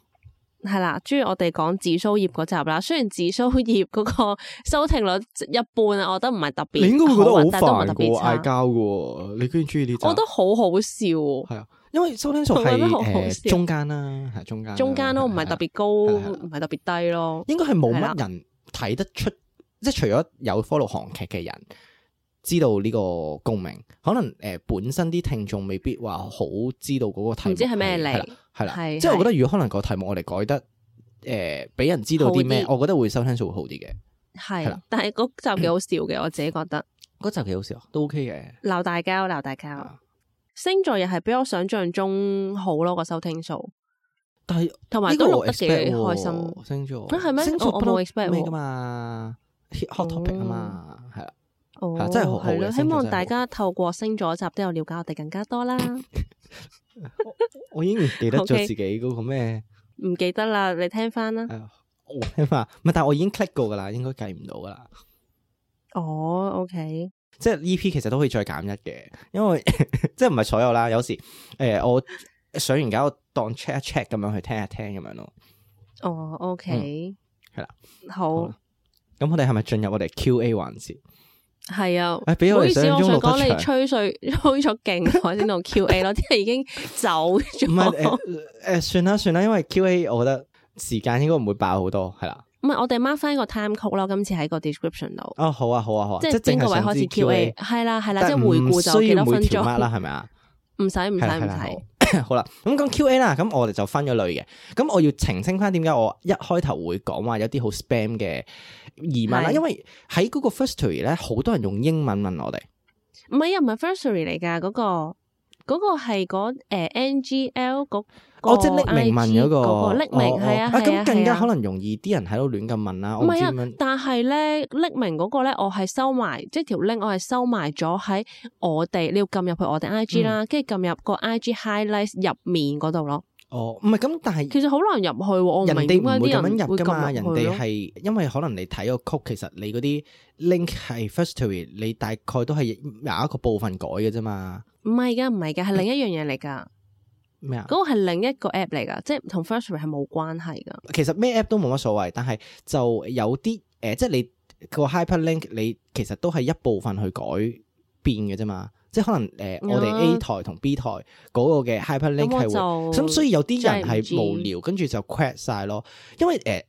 Speaker 2: 係啦，中意我哋講紫蘇葉嗰集啦。雖然紫蘇葉嗰個 收聽率一般啊，我覺得唔係特別，
Speaker 1: 你應該會覺得
Speaker 2: 好啊但都唔
Speaker 1: 好煩
Speaker 2: 係特
Speaker 1: 噶，
Speaker 2: 別差
Speaker 1: 嗌交噶，你居然中意呢集？
Speaker 2: 我覺得好好笑喎，
Speaker 1: 係啊，因為收聽數
Speaker 2: 我覺
Speaker 1: 係
Speaker 2: 得好好
Speaker 1: 誒
Speaker 2: 笑
Speaker 1: 中間啦，係中間啦，啊
Speaker 2: 中間都唔係特別高，
Speaker 1: 係啊啦係啦
Speaker 2: 唔係特別低咯。
Speaker 1: 應該係冇
Speaker 2: 係啦
Speaker 1: 乜人睇得出，即係除咗有 follow 韓劇嘅人知道呢個共鳴，可能誒、呃本身啲聽眾未必話好知道嗰個題目
Speaker 2: 唔知係咩嚟
Speaker 1: 係啦係啦，
Speaker 2: 係
Speaker 1: 即係我覺
Speaker 2: 係
Speaker 1: 得如果可能個題目我哋改得誒俾、人知道啲咩，
Speaker 2: 好
Speaker 1: 我覺得會收聽數會好啲嘅。係
Speaker 2: 係
Speaker 1: 啦，
Speaker 2: 但係嗰集幾好笑嘅，我自己覺得
Speaker 1: 嗰集幾好笑，啊都 OK 嘅。
Speaker 2: 鬧大交，鬧大交。
Speaker 1: 啊
Speaker 2: 星座又係比我想象中好咯，個收聽數，
Speaker 1: 但係
Speaker 2: 同埋
Speaker 1: 呢
Speaker 2: 都
Speaker 1: 個
Speaker 2: 錄
Speaker 1: 我
Speaker 2: 得
Speaker 1: expect
Speaker 2: 幾
Speaker 1: 喎
Speaker 2: 開心。
Speaker 1: 星座
Speaker 2: 啊係咩
Speaker 1: 星座
Speaker 2: 我我
Speaker 1: 不嬲
Speaker 2: 冇 expect
Speaker 1: 咩
Speaker 2: 喎
Speaker 1: 噶嘛，hit hot topic 啊嘛，係啦，
Speaker 2: 哦
Speaker 1: 啊，真係好好嘅
Speaker 2: 係
Speaker 1: 星座
Speaker 2: 咯希
Speaker 1: 真係好
Speaker 2: 望大家透過星座集都有了解我哋更加 多啦。
Speaker 1: 我已經唔記得咗
Speaker 2: OK
Speaker 1: 自己嗰個咩。
Speaker 2: 唔記得啦，你聽翻啦。
Speaker 1: 係啊我聽翻，唔係，但係我已經 click 過噶啦，應該計唔到噶啦。
Speaker 2: 哦，OK，
Speaker 1: 即係 EP 其實都可以再減一嘅，因為 即係唔係所有啦，有時誒、呃我上完架我當 check 一 check 咁樣去聽一聽咁樣咯。
Speaker 2: 哦，OK，
Speaker 1: 嗯係啦，
Speaker 2: 好
Speaker 1: 好，啦咁我哋係咪進入我哋 Q&A 環節？
Speaker 2: 係啊。
Speaker 1: 誒，比
Speaker 2: 唔好
Speaker 1: 我哋
Speaker 2: 意思，
Speaker 1: 想象
Speaker 2: 我
Speaker 1: 中
Speaker 2: 想
Speaker 1: 錄
Speaker 2: 講
Speaker 1: 得
Speaker 2: 你
Speaker 1: 長。
Speaker 2: 吹水 吹咗勁耐先到 Q&A 咯，啲人已經走
Speaker 1: 唔 係
Speaker 2: 咗。
Speaker 1: 誒誒，算啦算啦，因為 Q&A 我覺得時間應該唔會爆好多，係啦。
Speaker 2: 唔係，我哋 mark 翻個 time code 咯，今次喺個 description 度，
Speaker 1: 哦，好啊好啊好啊，
Speaker 2: 即係
Speaker 1: 係
Speaker 2: 邊個
Speaker 1: 淨
Speaker 2: 位
Speaker 1: 係想
Speaker 2: 開
Speaker 1: 知
Speaker 2: 始 Q&A？係啦係啦，即
Speaker 1: 但
Speaker 2: 係回顧
Speaker 1: 唔
Speaker 2: 就
Speaker 1: 需
Speaker 2: 幾
Speaker 1: 要
Speaker 2: 多
Speaker 1: 每
Speaker 2: 分
Speaker 1: 條 mark 啦，
Speaker 2: 鐘？
Speaker 1: 係咪啊？
Speaker 2: 唔使唔使
Speaker 1: 係
Speaker 2: 唔
Speaker 1: 啦
Speaker 2: 使。
Speaker 1: 係啦好 好啦，咁講 Q&A 啦，咁我哋就分咗類嘅。咁我要澄清翻點解我一開頭會講話有啲好 spam 嘅疑問啦，
Speaker 2: 係
Speaker 1: 因為喺嗰個 Firstory 咧，好多人用英文問我哋，
Speaker 2: 唔係啊，唔係 Firstory 嚟㗎，嗰、個嗰、個係嗰誒 NGL 嗰、個
Speaker 1: 哦，即係匿名問
Speaker 2: IG
Speaker 1: 嗰個，
Speaker 2: 嗰個匿名
Speaker 1: 哦哦
Speaker 2: 係啊係啊，係
Speaker 1: 咁更加
Speaker 2: 啊
Speaker 1: 可能容易啲人喺度亂咁問啦。我
Speaker 2: 唔
Speaker 1: 唔知
Speaker 2: 係
Speaker 1: 點
Speaker 2: 啊
Speaker 1: 樣，，
Speaker 2: 但係咧匿名嗰個咧，我係收埋，即係條 link 我係收埋咗喺我哋，你要撳入去我哋 I
Speaker 1: 嗯
Speaker 2: G 啦，跟住撳入個 I G highlights 入面嗰度咯。
Speaker 1: 哦，唔係咁，但係
Speaker 2: 其實好難入去喎，我唔
Speaker 1: 人
Speaker 2: 明
Speaker 1: 哋
Speaker 2: 點
Speaker 1: 唔
Speaker 2: 解
Speaker 1: 會咁
Speaker 2: 啲
Speaker 1: 樣
Speaker 2: 人
Speaker 1: 入
Speaker 2: 會
Speaker 1: 噶嘛，
Speaker 2: 撳
Speaker 1: 人
Speaker 2: 入去
Speaker 1: 哋
Speaker 2: 咯。
Speaker 1: 係因為可能你睇個曲，其實你嗰啲 link 係 firstory，你大概都係有一個部分改嘅啫嘛。
Speaker 2: 唔係㗎，唔係㗎，係另一樣嘢嚟㗎。
Speaker 1: 咩啊？
Speaker 2: 嗰個係另一個 app 嚟㗎，即係同 Firstory 係冇關係㗎。
Speaker 1: 其實咩 app 都冇乜所謂，但係就有啲誒、呃即係你個 hyperlink 你其實都係一部分去改變嘅啫嘛。即係可能誒、呃我哋
Speaker 2: 啊
Speaker 1: A 台同 B 台嗰個嘅 hyperlink
Speaker 2: 咁
Speaker 1: 係會。
Speaker 2: 我就
Speaker 1: 咁所以有啲人
Speaker 2: 真係唔知
Speaker 1: 係無聊，跟住就 quit 晒咯。因為誒、呃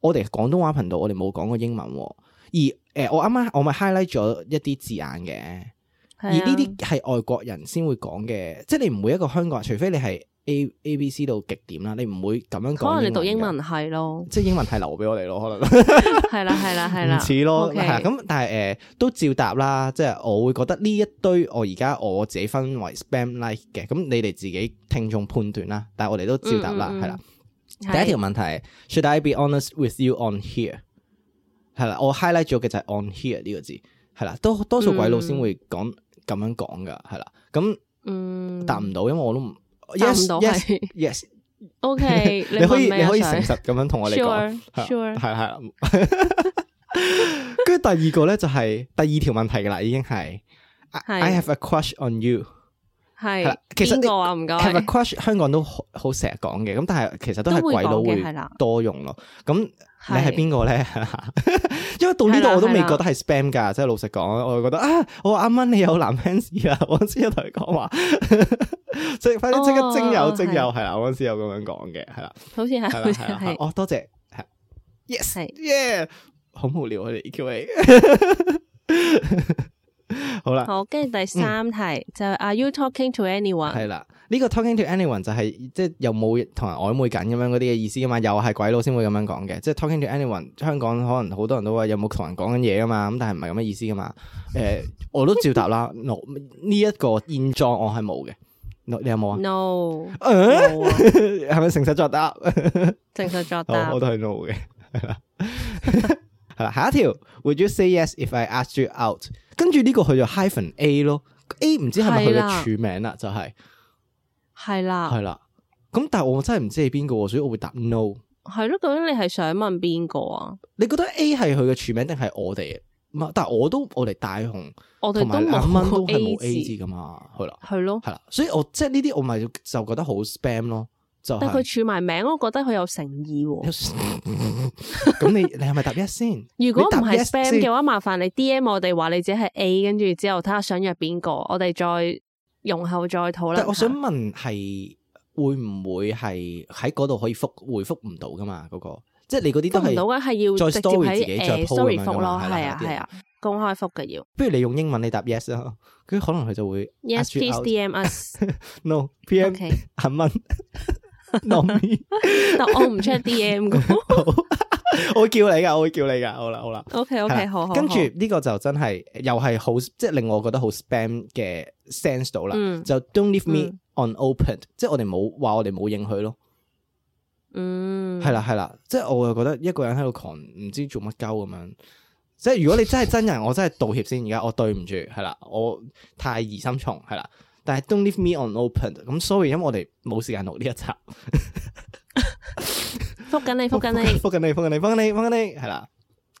Speaker 1: 我哋廣東話頻道我哋冇講過英文喎，而誒、呃我啱啱我咪 highlight 咗一啲字眼嘅，
Speaker 2: 係
Speaker 1: 而
Speaker 2: 啊
Speaker 1: 呢啲係外國人先會講嘅，即係你唔會一個香港人，除非你係 A A B C 到極點啦，你唔會咁樣講。
Speaker 2: 可能你讀英
Speaker 1: 嘅，，
Speaker 2: 文係咯
Speaker 1: 即係英文係留俾我哋咯，可能。
Speaker 2: 係啦係啦係啦，
Speaker 1: 唔似咯，
Speaker 2: OK
Speaker 1: 係啊咁，但係誒都照答啦，即係我會覺得呢一堆我而家我自己分為 spam like 嘅，咁你哋自己聽眾判斷啦，但係我哋都照答啦，
Speaker 2: 嗯嗯嗯
Speaker 1: 係啦。第
Speaker 2: 係
Speaker 1: 一條問題，Should I be honest with you on here？係啦，我 highlight 咗嘅就係 on here 呢個字，係啦，多多數鬼佬先會講咁樣講噶，係啦，咁
Speaker 2: 嗯
Speaker 1: 答唔到，因為我都唔
Speaker 2: 答唔
Speaker 1: yes
Speaker 2: 到
Speaker 1: yes
Speaker 2: 係
Speaker 1: yes，
Speaker 2: O K，
Speaker 1: 你可以
Speaker 2: 問咩
Speaker 1: 你
Speaker 2: 啊
Speaker 1: 可以
Speaker 2: 想
Speaker 1: 誠實咁樣同我哋講。
Speaker 2: Sure, sure。
Speaker 1: 系啦，啊 跟住第二個咧就係第二條問題噶啦，已經係 I
Speaker 2: 係
Speaker 1: I have a crush on you，係啦
Speaker 2: 係，
Speaker 1: 其實
Speaker 2: 邊個啊？唔該，
Speaker 1: have a crush 香港都好好成日講嘅，咁但係其實都係
Speaker 2: 都會
Speaker 1: 鬼佬
Speaker 2: 講嘅
Speaker 1: 會
Speaker 2: 係啦
Speaker 1: 多用咯。咁你係
Speaker 2: 係
Speaker 1: 邊個咧？ 因為到呢
Speaker 2: 係啦
Speaker 1: 度我都未
Speaker 2: 係啦
Speaker 1: 覺得係 spam 㗎，即係老實講，我覺得啊，我話啱啱你有男 fans 啊，我嗰陣時有同佢講話， 即快啲即刻精
Speaker 2: 哦
Speaker 1: 友
Speaker 2: 哦
Speaker 1: 精
Speaker 2: 係
Speaker 1: 友係啦，我嗰陣時有咁樣講嘅，係啦。
Speaker 2: 好似係，
Speaker 1: 系啦系
Speaker 2: 好似
Speaker 1: 啦，係
Speaker 2: 係，
Speaker 1: 哦多謝，係 yes
Speaker 2: 係
Speaker 1: yeah，好無聊啊你 Q&A，好啦，
Speaker 2: 好。啊跟住第三題就係 Are you talking to anyone？
Speaker 1: 嗯係啦，呢個 talking to anyone 就係即係又冇同人曖昧緊咁樣嗰啲嘅意思噶嘛，又係鬼佬先會咁樣講嘅，即係 talking to anyone，香港可能好多人都話有冇同人講緊嘢噶嘛，咁但係唔係咁嘅意思噶嘛，誒我都照答 啦，no 呢一個現狀我係冇嘅，no 你有冇啊？
Speaker 2: No，
Speaker 1: 誒
Speaker 2: 冇啊
Speaker 1: 係咪誠實作答？
Speaker 2: 正確作答
Speaker 1: 好，哦我。都係 no 嘅，係啦，係啦，下一條，Would you say yes if I asked you out？跟住呢個佢就 hyphen A 咯，A 唔知係咪佢
Speaker 2: 係
Speaker 1: 嘅
Speaker 2: 啦啊
Speaker 1: 署名啦，就係
Speaker 2: 係啦
Speaker 1: 係，啦。咁但係我真係唔知係邊個喎，所以我會答 no。
Speaker 2: 係咯。究竟你係想問邊個啊？
Speaker 1: 你覺得 A 係佢嘅署名定係我哋？唔係，但係我都我哋大雄
Speaker 2: 我哋
Speaker 1: 同
Speaker 2: 都
Speaker 1: 埋阿蚊都
Speaker 2: 冇
Speaker 1: 係冇 A 字
Speaker 2: 字，
Speaker 1: 噶嘛，係啦，
Speaker 2: 係咯。
Speaker 1: 係啊啦，所以我即係呢啲我咪就就覺得好 spam 咯，就
Speaker 2: 但佢
Speaker 1: 係、啊
Speaker 2: 署埋名，我覺得佢有誠意喎。
Speaker 1: 咁你你係咪答 yes 先？
Speaker 2: 如果
Speaker 1: 你答
Speaker 2: 唔係
Speaker 1: yes
Speaker 2: spam
Speaker 1: 先
Speaker 2: 嘅話，麻煩你 D M 我哋話你自己係 A，跟住之後睇下想約邊個，我哋再容後再討論下。
Speaker 1: 但我想問係會唔會係喺嗰度可以覆回覆唔到噶嘛？嗰、個即係你嗰啲都
Speaker 2: 覆唔到
Speaker 1: 係，
Speaker 2: 嘅係要
Speaker 1: 再
Speaker 2: 直接
Speaker 1: story 自己
Speaker 2: 喺
Speaker 1: 再 po
Speaker 2: 誒
Speaker 1: 咁
Speaker 2: story
Speaker 1: 樣
Speaker 2: 覆
Speaker 1: 㗎
Speaker 2: 咯，
Speaker 1: 嘛係啦
Speaker 2: 係啊
Speaker 1: 有啲
Speaker 2: 係啊，公開覆嘅要。
Speaker 1: 不如你用英文你答 yes 啦，跟住可能佢就會
Speaker 2: Yes,
Speaker 1: ask you
Speaker 2: please
Speaker 1: out
Speaker 2: DM us。
Speaker 1: no PM
Speaker 2: OK，
Speaker 1: 阿蚊 no me
Speaker 2: 但我唔 check DM 嘅。
Speaker 1: 我會叫你噶，我會叫你噶，好啦好啦。
Speaker 2: OK
Speaker 1: 係
Speaker 2: OK，
Speaker 1: 啦
Speaker 2: 好好。
Speaker 1: 跟住
Speaker 2: 好
Speaker 1: 呢個就真係又係好，即係令我覺得好 spam 嘅 sense 到啦。
Speaker 2: 嗯
Speaker 1: 就 don't leave me unopened，、即係我哋冇話我哋冇應佢咯。
Speaker 2: 嗯，
Speaker 1: 係，啦係啦，即係我又覺得一個人喺度狂唔知做乜鳩咁樣。即係如果你真係真人，我真係道歉先。而家我對唔住，係啦，我太疑心重，係啦。但係 don't leave me unopened。咁 sorry，因為我哋冇時間錄呢一集。
Speaker 2: 覆緊你覆緊你。
Speaker 1: 覆緊你，覆緊你，覆緊你，覆緊你，係啦。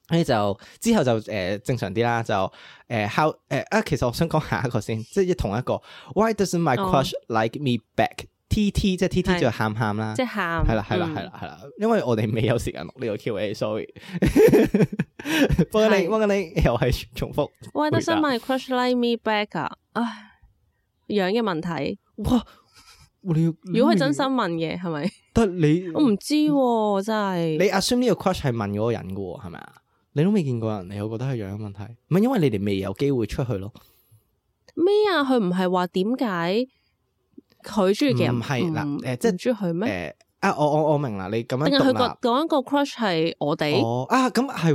Speaker 1: 跟住就之後就誒、呃正常啲啦，就誒、呃、how 誒、呃啊，其實我想講下一個先，即係同一個 Why doesn't my
Speaker 2: 哦
Speaker 1: crush like me back？T T 即係 T T
Speaker 2: 係
Speaker 1: 就喊喊啦，
Speaker 2: 即係喊，
Speaker 1: 係啦，係啦，
Speaker 2: 嗯
Speaker 1: 係啦，，係啦，因為我哋未有時間錄呢個 Q&A，sorry。不過你，
Speaker 2: 係
Speaker 1: 不過你又係重複。
Speaker 2: Why
Speaker 1: 回答
Speaker 2: doesn't my crush like me back 啊？唉，樣嘅問題。
Speaker 1: 哇！你
Speaker 2: 如果係真心，問嘅，係咪？
Speaker 1: 但你
Speaker 2: 我唔知喎，真係。
Speaker 1: 嗯你 assume 呢個 crush 係問嗰個人嘅喎，係咪啊？你都未見過人，你又覺得係樣問題？唔係因為你哋未有機會出去咯。
Speaker 2: 咩啊？佢唔係話點解佢中意嘅人
Speaker 1: 唔係嗱
Speaker 2: 唔
Speaker 1: 誒即係
Speaker 2: 唔中意佢咩？
Speaker 1: 誒啊，我我我明啦，你咁樣
Speaker 2: 定係
Speaker 1: 讀
Speaker 2: 佢
Speaker 1: 啦。
Speaker 2: 個講一個 crush 係我哋？
Speaker 1: 哦啊，咁係喎，誒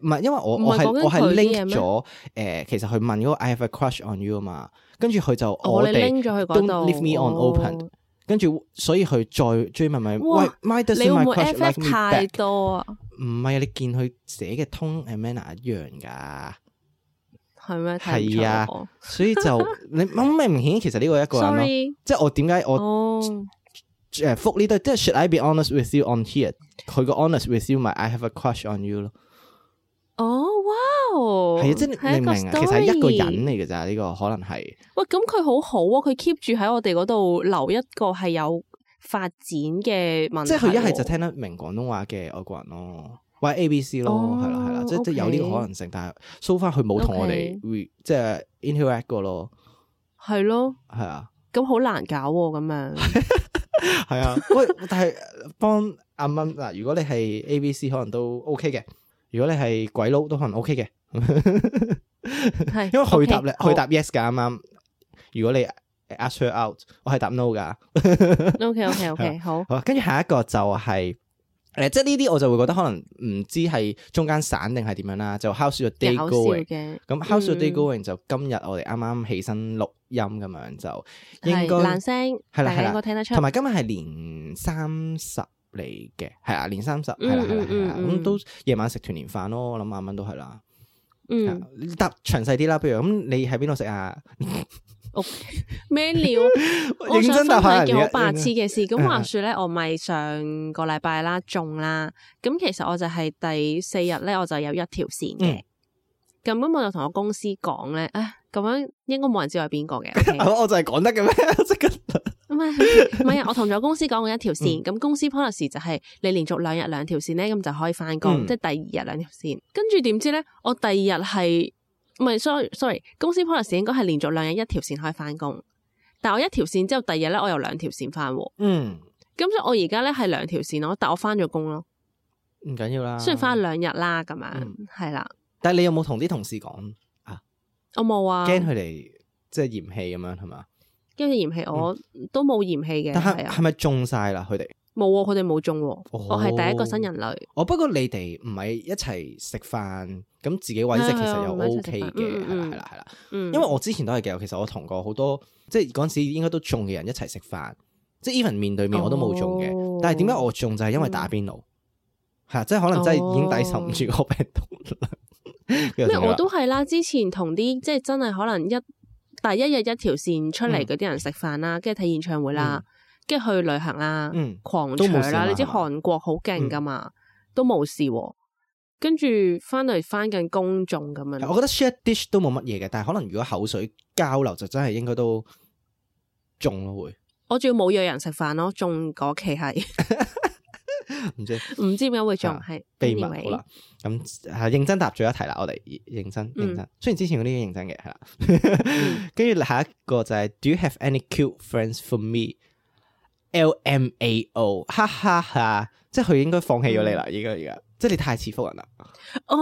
Speaker 1: 唔係，因為我
Speaker 2: 唔係
Speaker 1: 我係
Speaker 2: 講緊
Speaker 1: 我係
Speaker 2: 佢啲
Speaker 1: link
Speaker 2: 嘢咩
Speaker 1: 咗誒，其實佢問嗰個 I have a crush on you 啊嘛，跟住佢就
Speaker 2: 我
Speaker 1: 我
Speaker 2: 哦你
Speaker 1: 哋
Speaker 2: 拎咗去嗰
Speaker 1: don't
Speaker 2: 度。
Speaker 1: leave me
Speaker 2: 哦
Speaker 1: unopened 跟住所以佢再追問咪
Speaker 2: 哇
Speaker 1: 喂，my does
Speaker 2: 你
Speaker 1: my
Speaker 2: 會唔會
Speaker 1: crush like
Speaker 2: FF
Speaker 1: me
Speaker 2: 太
Speaker 1: back？
Speaker 2: 多啊？
Speaker 1: 唔係啊，你見佢寫嘅通 and manner 一樣 㗎，
Speaker 2: 係咩？
Speaker 1: 係啊所以就你咁明顯其實呢個係一個人咯，
Speaker 2: ，sorry。
Speaker 1: 即係我點解我
Speaker 2: 哦，
Speaker 1: 誒覆呢堆，即係 should I be honest with you on here？佢個 honest with you 咪 I have a crush on you 咯。
Speaker 2: 哦，哇哦！
Speaker 1: 係啊，即係你
Speaker 2: 係一
Speaker 1: 你
Speaker 2: 個
Speaker 1: 明啊，其實係一個
Speaker 2: story
Speaker 1: 人嚟嘅咋，呢個可能係
Speaker 2: 喂，咁佢好好啊，佢 keep 住喺我哋嗰度留一個係有發展嘅問題喎。
Speaker 1: 即係佢一係就聽得明廣東話嘅外國人咯，或者 A B C 咯，
Speaker 2: 哦
Speaker 1: 係啦係啦，即係即係有呢個
Speaker 2: OK
Speaker 1: 可能性，但係 so far 佢冇同我哋
Speaker 2: OK
Speaker 1: re- 即係 interact 過咯，
Speaker 2: 係咯，
Speaker 1: 係啊
Speaker 2: 咁好難搞喎，咁樣
Speaker 1: 係啊，喂，但係幫阿蚊嗱，如果你係 A B C 可能都 OK 嘅，如果你係鬼佬都可能 OK 嘅，
Speaker 2: 係。
Speaker 1: 因為佢答
Speaker 2: OK，
Speaker 1: 你
Speaker 2: 好
Speaker 1: 佢答 yes 㗎啱啱，如果你 ask her out，我係答 no 㗎。
Speaker 2: OK OK OK 好。
Speaker 1: 好，跟住下一個就係、诶，即係呢啲我就會覺得可能唔知係中間散定係點樣啦，就 How's your
Speaker 2: 搞
Speaker 1: day
Speaker 2: 笑
Speaker 1: going？
Speaker 2: 嘅，
Speaker 1: 咁 How's your day
Speaker 2: 嗯
Speaker 1: going 就今日我哋啱啱起身錄音咁樣就啊應
Speaker 2: 係
Speaker 1: 該
Speaker 2: 爛聲，
Speaker 1: 係啦係
Speaker 2: 大家
Speaker 1: 啦
Speaker 2: 應該聽得出
Speaker 1: 同。埋今日係年三十嚟嘅，係啊，年三十係啦係啦係啦，
Speaker 2: 嗯嗯嗯
Speaker 1: 咁都夜晚食團年飯咯，我諗阿蚊都係啦，係
Speaker 2: 嗯
Speaker 1: 啊，答詳細啲啦，譬如咁你喺邊度食啊？
Speaker 2: 咩 料？我
Speaker 1: 認
Speaker 2: 想
Speaker 1: 真
Speaker 2: 分
Speaker 1: 答下人
Speaker 2: 享一件
Speaker 1: 嘅
Speaker 2: 好 白痴嘅事。咁
Speaker 1: 嗯
Speaker 2: 話說咧，我咪上個禮拜啦中啦，咁其實我就係第四日咧，我就有一條線
Speaker 1: 嗯
Speaker 2: 嘅。咁咁我就同我公司講咧，唉，咁樣應該冇人知我係邊個嘅。OK？
Speaker 1: 哦我就係講得嘅咩？ 即刻
Speaker 2: 唔 係唔係啊，我同咗公司講過一條
Speaker 1: 嗯
Speaker 2: 線，咁、公司 policy 就係你連續兩日兩條線咧，咁就可以翻工，
Speaker 1: 嗯
Speaker 2: 即係第二日兩條線。跟住點知咧，我第二日係唔係？sorry sorry，公司 policy 應該係連續兩日一條線可以翻工，但我一條線之後，第二日咧我有兩條線翻喎。
Speaker 1: 嗯，
Speaker 2: 咁所以我而家咧係兩條線咯，但我翻咗工咯，
Speaker 1: 唔緊要啦。
Speaker 2: 雖然翻兩日啦咁樣
Speaker 1: 啊嗯，
Speaker 2: 係啦、
Speaker 1: 但係你有冇同啲同事講？
Speaker 2: 我冇啊，
Speaker 1: 驚佢哋即係嫌棄咁樣係嘛？
Speaker 2: 跟住嫌棄我、都冇嫌棄嘅，
Speaker 1: 嗯但
Speaker 2: 係
Speaker 1: 係
Speaker 2: 啊，
Speaker 1: 係咪哦中晒啦？佢哋
Speaker 2: 冇啊，佢哋冇中喎，我係第一個新人類。
Speaker 1: 哦，不過你哋唔係一齊食飯，咁自己位食
Speaker 2: 係啊
Speaker 1: 其實又
Speaker 2: 唔係一齊
Speaker 1: O
Speaker 2: 食
Speaker 1: K
Speaker 2: 飯
Speaker 1: 嘅，係啦
Speaker 2: 嗯嗯
Speaker 1: 係啦係啦。
Speaker 2: 嗯，
Speaker 1: 因為我之前都係嘅，其實我同過好多即係嗰陣時應該都中嘅人一齊食飯，即係 even 面對面我都冇中嘅。
Speaker 2: 哦
Speaker 1: 但係點解我中就係因為打邊爐，係啊即係可能真係已經抵受唔住個病毒啦。跟住
Speaker 2: 咩
Speaker 1: 就話
Speaker 2: 我都係啦，之前同啲即係真係可能一第一日一條線出
Speaker 1: 嗯
Speaker 2: 嚟嗰啲人食飯啦，跟住睇演唱會啦，跟住去旅行啦，
Speaker 1: 嗯
Speaker 2: 狂
Speaker 1: 都
Speaker 2: 搶
Speaker 1: 冇事嘛嗯
Speaker 2: 啦，你知
Speaker 1: 係嘛
Speaker 2: 韓國好勁噶嘛，都冇事喎。跟住翻嚟翻緊公眾咁樣
Speaker 1: 我覺得 share dish 都冇乜嘢嘅，但係可能如果口水交流就真係應該都中咯會，
Speaker 2: 我仲要冇約人食飯咯，中嗰期係
Speaker 1: 唔知
Speaker 2: 唔知點解會中
Speaker 1: 啊
Speaker 2: 係
Speaker 1: 秘密
Speaker 2: anyway，
Speaker 1: 好啦。咁啊認真答咗一題啦，我哋認真
Speaker 2: 嗯
Speaker 1: 認真。雖然之前嗰啲已經認真嘅係啦， 跟住下一個就係 Do you have any cute friends for me? L M A O，哈哈哈！即係佢應該放棄咗你啦，
Speaker 2: 嗯
Speaker 1: 而家而家，即係你太似福人啦。
Speaker 2: 哦，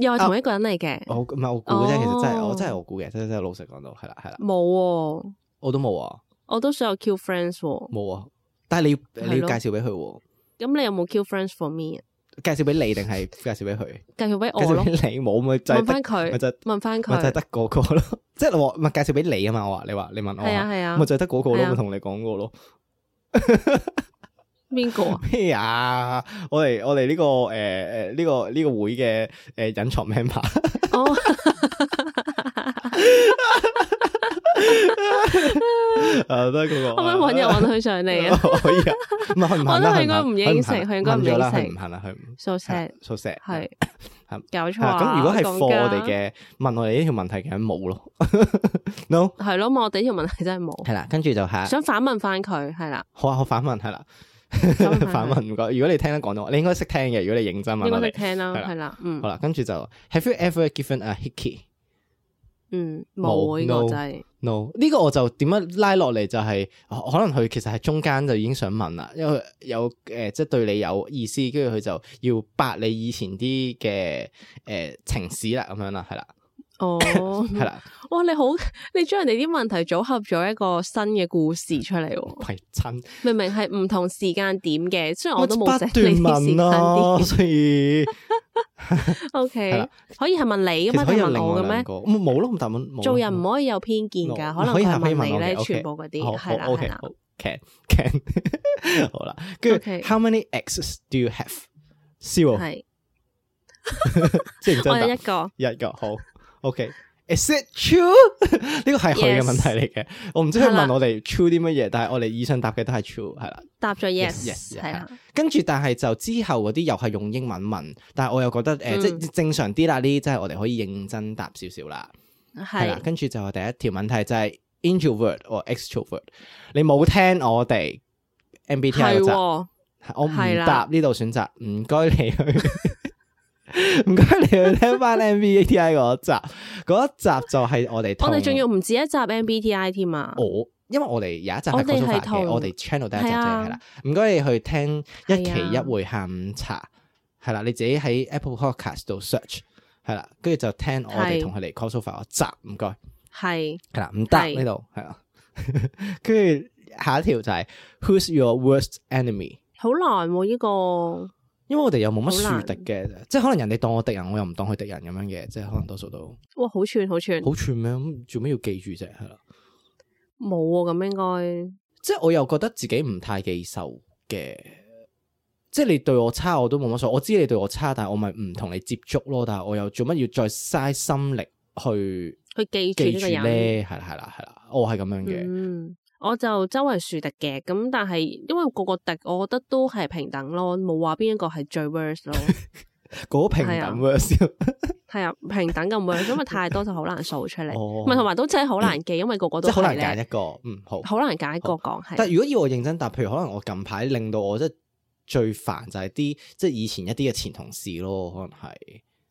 Speaker 2: 又係同一個人嚟嘅，
Speaker 1: 我唔係我估啫，其實真係
Speaker 2: 哦
Speaker 1: 我真係我估嘅，真真係老實講到係啦係啦，
Speaker 2: 冇喎，
Speaker 1: 我都冇啊
Speaker 2: 我都想有 Q friends 喎。
Speaker 1: 冇啊，但係你要你
Speaker 2: 係
Speaker 1: 要
Speaker 2: 咯
Speaker 1: 介紹俾佢喎。
Speaker 2: 咁你有冇 Q friends for me 啊？
Speaker 1: 介紹俾你定係介紹俾佢？介
Speaker 2: 繼續俾我
Speaker 1: 紹
Speaker 2: 咯
Speaker 1: 俾。你冇咪就係得
Speaker 2: 問翻佢，
Speaker 1: 咪就係
Speaker 2: 問翻佢，
Speaker 1: 咪就係得嗰個 咯。即係我話唔係介紹俾你啊嘛，我話你話你問我
Speaker 2: 係啊
Speaker 1: 啊，
Speaker 2: 係啊
Speaker 1: 咪，就係得嗰個
Speaker 2: 係
Speaker 1: 咯，
Speaker 2: 啊
Speaker 1: 咪同你講過 咯。
Speaker 2: 邊個 啊？
Speaker 1: 咩啊？我哋我哋呢個誒誒呢個呢個會嘅誒隱藏 member，
Speaker 2: 哦，
Speaker 1: 啊都係嗰個。
Speaker 2: 可唔可以揾日 揾佢上嚟啊
Speaker 1: 可以啊，唔係佢唔肯啦
Speaker 2: 我覺得佢
Speaker 1: 佢
Speaker 2: 應該唔應承佢應該唔
Speaker 1: 肯啦，
Speaker 2: 應承
Speaker 1: 佢唔肯啦，佢唔
Speaker 2: ？So sad，
Speaker 1: 蘇石
Speaker 2: 係
Speaker 1: 係
Speaker 2: 搞錯啊
Speaker 1: 咁如果係
Speaker 2: 講
Speaker 1: for
Speaker 2: 㗎
Speaker 1: 我哋嘅問我哋呢條問題嘅冇 咯，no
Speaker 2: 係咯，我哋呢條問題真係冇，
Speaker 1: 係啦，跟住就下
Speaker 2: 想反問翻佢係啦，
Speaker 1: 好啊，我反問係啦，
Speaker 2: 問係
Speaker 1: 反問唔該。如果你聽得廣東話，你應該識聽嘅。如果你認真問
Speaker 2: 應
Speaker 1: 我
Speaker 2: 該識
Speaker 1: 哋，
Speaker 2: 聽啦，
Speaker 1: 係啦
Speaker 2: 係啦，嗯
Speaker 1: 好啦，跟住就 Have you ever given a hickey？
Speaker 2: 嗯，冇呢
Speaker 1: 冇
Speaker 2: 個
Speaker 1: no
Speaker 2: 真係
Speaker 1: No，呢個我就點樣拉落嚟就係、可能佢其實係中間就已經想問啦，因為有誒、呃即係對你有意思，呃跟住佢就要白你以前啲嘅誒情史啦，咁樣啦，係啦，
Speaker 2: 哦，
Speaker 1: 係啦，
Speaker 2: 哇！你好，你將人哋啲問題組合咗一個新嘅故事出嚟喎，
Speaker 1: 喂親，
Speaker 2: 明明係唔同時間點嘅，雖然我
Speaker 1: 我
Speaker 2: 都
Speaker 1: 啊不
Speaker 2: 冇
Speaker 1: 斷
Speaker 2: 寫你啲時間
Speaker 1: 問咯，
Speaker 2: 點。
Speaker 1: 所以
Speaker 2: O
Speaker 1: 係
Speaker 2: K，
Speaker 1: 啦
Speaker 2: 可以係問你
Speaker 1: 其
Speaker 2: 噶嘛？
Speaker 1: 實可
Speaker 2: 定
Speaker 1: 以
Speaker 2: 係
Speaker 1: 有
Speaker 2: 問
Speaker 1: 另
Speaker 2: 我
Speaker 1: 外
Speaker 2: 嘅
Speaker 1: 兩
Speaker 2: 咩？
Speaker 1: 個，冇冇咯，答案冇咯。
Speaker 2: 做人唔可以有偏見㗎，
Speaker 1: 冇
Speaker 2: 可能
Speaker 1: 可以
Speaker 2: 佢
Speaker 1: 係可以
Speaker 2: 係
Speaker 1: 問
Speaker 2: 問你
Speaker 1: 我嘅
Speaker 2: 咧，
Speaker 1: ，OK
Speaker 2: 全部嗰啲
Speaker 1: 好好
Speaker 2: 係啦係
Speaker 1: OK，
Speaker 2: 啦。
Speaker 1: 好 can can 好啦，跟住
Speaker 2: OK
Speaker 1: How many exes do you have？zero，
Speaker 2: 係，
Speaker 1: 即係唔真
Speaker 2: 我
Speaker 1: 答
Speaker 2: 有一個，
Speaker 1: 一個好，OK。Is it true？呢 個係佢嘅
Speaker 2: Yes
Speaker 1: 問題嚟嘅，我唔知佢
Speaker 2: 係啦
Speaker 1: 問我哋 true 啲乜嘢，但係我哋以上答嘅都係 true，係啦。
Speaker 2: 答咗
Speaker 1: yes，yes，
Speaker 2: yes，
Speaker 1: yes，
Speaker 2: 係啦，
Speaker 1: 跟住但係就之後嗰啲又係用英文問，但係我又覺得誒、呃即
Speaker 2: 嗯
Speaker 1: 係正常啲啦，呢啲真係我哋可以認真答少少啦。係啦，
Speaker 2: 係
Speaker 1: 跟住就係第一條問題就係 introvert or extrovert，你冇聽我哋 MBTI
Speaker 2: 係
Speaker 1: 嗰集，
Speaker 2: 喎。
Speaker 1: 我唔
Speaker 2: 係啦
Speaker 1: 答呢度選擇，唔該你去， 唔該你去聽翻 MBTI 嗰集，嗰一集就係我哋
Speaker 2: 我哋
Speaker 1: 同
Speaker 2: 哦仲要唔止一集 MBTI 添啊！
Speaker 1: 我。因為我哋有一集
Speaker 2: 我
Speaker 1: 係
Speaker 2: 哋
Speaker 1: c
Speaker 2: 哦係
Speaker 1: o
Speaker 2: 同
Speaker 1: 嘅，我哋 channel 第一集
Speaker 2: 係
Speaker 1: 啫，
Speaker 2: 啊
Speaker 1: 係啦。唔該你去聽一
Speaker 2: 係啊
Speaker 1: 期一會下午茶，係啦。你自己喺 Apple Podcast 度 search，係啦，跟住就聽我
Speaker 2: 係
Speaker 1: 哋同佢哋 call so far 嗰集，唔該。
Speaker 2: 係
Speaker 1: 系啦，唔得
Speaker 2: 係
Speaker 1: 呢度系啦， 跟住下一條就係 Who's your worst enemy？
Speaker 2: 好難喎呢個，
Speaker 1: 因為我哋又冇乜
Speaker 2: 好難
Speaker 1: 樹敵嘅，即係可能人哋當我敵人，我又唔當佢敵人咁樣嘅，即係可能多數都
Speaker 2: 哇好串好串，
Speaker 1: 好串咩？咁做咩要記住啫？係啦，
Speaker 2: 冇喎咁應
Speaker 1: 即係我又覺得自己唔太記仇嘅，即係你對我差我都冇乜所謂，我知你對我差，但係我咪唔同你接觸咯。但係我又做乜要再嘥心力去
Speaker 2: 該去記
Speaker 1: 記
Speaker 2: 住
Speaker 1: 住
Speaker 2: 呢個人。
Speaker 1: 咧？係啦係啦係啦，我係咁樣嘅。
Speaker 2: 嗯，我就周圍樹敵嘅，咁但係因為個個敵，我覺得都係平等咯，冇話邊一個係最 worst 咯，
Speaker 1: 嗰平
Speaker 2: 係啊
Speaker 1: 等 worst
Speaker 2: 係啊，平等咁 worst，因為太多就好難數出嚟，
Speaker 1: 哦
Speaker 2: 唔係同埋都真係好難記，因為個個
Speaker 1: 即
Speaker 2: 都
Speaker 1: 係好難
Speaker 2: 係
Speaker 1: 揀
Speaker 2: 咧
Speaker 1: 一個，嗯好。
Speaker 2: 好難揀一個講係，
Speaker 1: 但如果要我認真答，譬如可能我近排令到我即係最煩就係啲即係以前一啲嘅前同事咯，可能係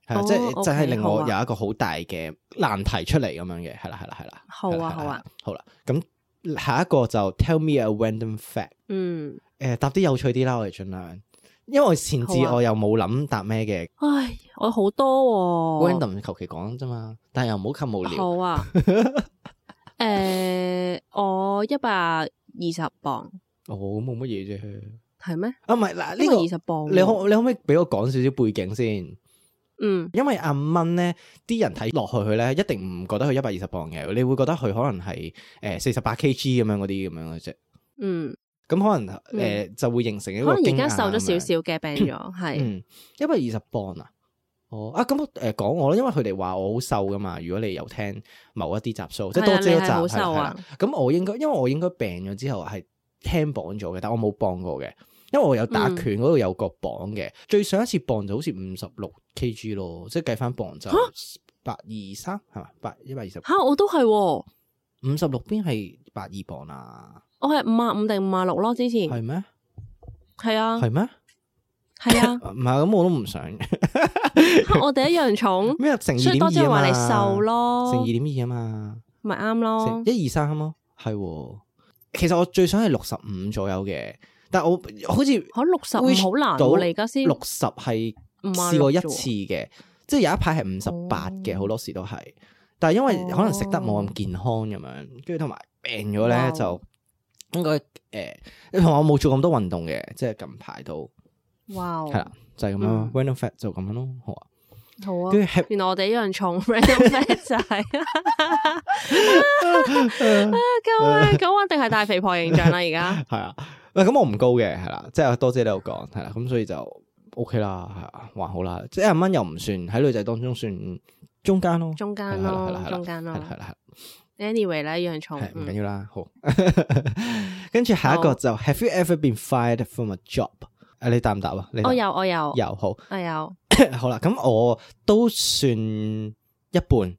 Speaker 1: 係啦，
Speaker 2: 哦
Speaker 1: 即係
Speaker 2: OK，
Speaker 1: 真係令
Speaker 2: 好
Speaker 1: 我
Speaker 2: 啊
Speaker 1: 有一個好大嘅難題出嚟咁樣嘅，係啦係啦係啦。
Speaker 2: 好啊
Speaker 1: 係啦係啦
Speaker 2: 好啊，
Speaker 1: 係啦好啦。咁下一個就 tell me a random fact，
Speaker 2: 嗯，
Speaker 1: 誒答啲有趣啲啦，我哋盡量。因為我前置
Speaker 2: 好啊
Speaker 1: 我又冇諗答咩嘅
Speaker 2: 唉，我好多喎，
Speaker 1: ，random 求其講啫嘛，但係又唔好咁無聊。
Speaker 2: 好 啊，誒，我一百二十磅
Speaker 1: 哦，咁冇乜嘢啫。
Speaker 2: 係咩？
Speaker 1: 啊，唔係嗱，呢
Speaker 2: 呢
Speaker 1: 個
Speaker 2: 個二十磅喎，
Speaker 1: 你可你可唔可以俾我講少少背景先？
Speaker 2: 嗯
Speaker 1: 因為阿蚊咧，啲人睇落去佢咧，一定唔覺得佢一百二十磅嘅，你會覺得佢可能係誒四十八 kg 咁樣嗰啲咁樣嘅啫。
Speaker 2: 嗯，
Speaker 1: 咁可能誒、呃就會形成一
Speaker 2: 可
Speaker 1: 個
Speaker 2: 能而
Speaker 1: 驚
Speaker 2: 家
Speaker 1: 訝
Speaker 2: 瘦咗少
Speaker 1: 咁樣。
Speaker 2: 少嘅病咗，係啊
Speaker 1: 嗯，一百二十磅啊！哦啊，咁誒講我啦，因為佢哋話我好瘦噶嘛。如果你有聽某一啲集數，即係
Speaker 2: 係
Speaker 1: 多
Speaker 2: 啊
Speaker 1: 謝一
Speaker 2: 你
Speaker 1: 集
Speaker 2: 係好
Speaker 1: 係啦
Speaker 2: 瘦
Speaker 1: 係
Speaker 2: 啊
Speaker 1: 啦。咁我應該因為我應該病咗之後係輕磅咗嘅，但我冇磅過嘅，因為我有打
Speaker 2: 嗯
Speaker 1: 拳嗰度有個磅嘅。最上一次磅就好似五十六 kg 咯，即係計翻磅就八二三係嘛，八一百二十
Speaker 2: 吓我都係喎。
Speaker 1: 五十六邊係八二磅啊？
Speaker 2: 我係五啊五定五啊六咯，之前
Speaker 1: 係咩？
Speaker 2: 係啊
Speaker 1: 係咩？，
Speaker 2: 係啊
Speaker 1: 唔係咁我都唔 想
Speaker 2: 嚇我哋一樣重，
Speaker 1: 咩乘
Speaker 2: 所
Speaker 1: 二點
Speaker 2: 以多姐
Speaker 1: 二啊
Speaker 2: 話
Speaker 1: 嘛，
Speaker 2: 你瘦
Speaker 1: 乘
Speaker 2: 咯
Speaker 1: 二，
Speaker 2: 哦
Speaker 1: 點二啊嘛。
Speaker 2: 咪啱咯。
Speaker 1: 一二三咯，係喎。其實我最想係六十五左右嘅，但我好似
Speaker 2: 嚇六十五
Speaker 1: reach
Speaker 2: 好難
Speaker 1: 到
Speaker 2: 喎，你而家先
Speaker 1: 六十係
Speaker 2: 五啊
Speaker 1: 試過一
Speaker 2: 六啫
Speaker 1: 次嘅，即係有一排係五十八嘅，
Speaker 2: 哦
Speaker 1: 好多時都係。但係因為可能食得冇
Speaker 2: 哦
Speaker 1: 咁健康咁樣，跟住同埋病咗
Speaker 2: 哇
Speaker 1: 咧就應該誒，同、埋我冇做咁多運動嘅，即係近排都
Speaker 2: 喎。哇哦，
Speaker 1: 係啦，就係咁樣咯
Speaker 2: 嗯。
Speaker 1: Random fact 就咁樣咯，好啊。
Speaker 2: 好啊
Speaker 1: 跟。住 happy
Speaker 2: 原來我哋一樣重 random fact 就係咁啊，咁我一定係大肥婆形象啦，而家
Speaker 1: 係啊，喂，咁我唔高嘅，係啦，即係多姐都有講，係啦，咁所以就 OK 啦，係啊，還好啦，即係廿蚊又唔算喺女仔當中算中間咯，
Speaker 2: 中間
Speaker 1: 係啦係啦
Speaker 2: 咯
Speaker 1: 係，啦
Speaker 2: 中間
Speaker 1: 係
Speaker 2: 咯
Speaker 1: 啦。係啦
Speaker 2: Anyway 咧，一樣重
Speaker 1: 係，啦，係唔緊
Speaker 2: 嗯
Speaker 1: 要啦，好。 跟住下一個
Speaker 2: 好
Speaker 1: 就 Have you ever been fired from a job？誒，你答唔答啊？你答
Speaker 2: 我嗯哦有我有
Speaker 1: 有好
Speaker 2: 我有，
Speaker 1: 好啦，咁我都算一半，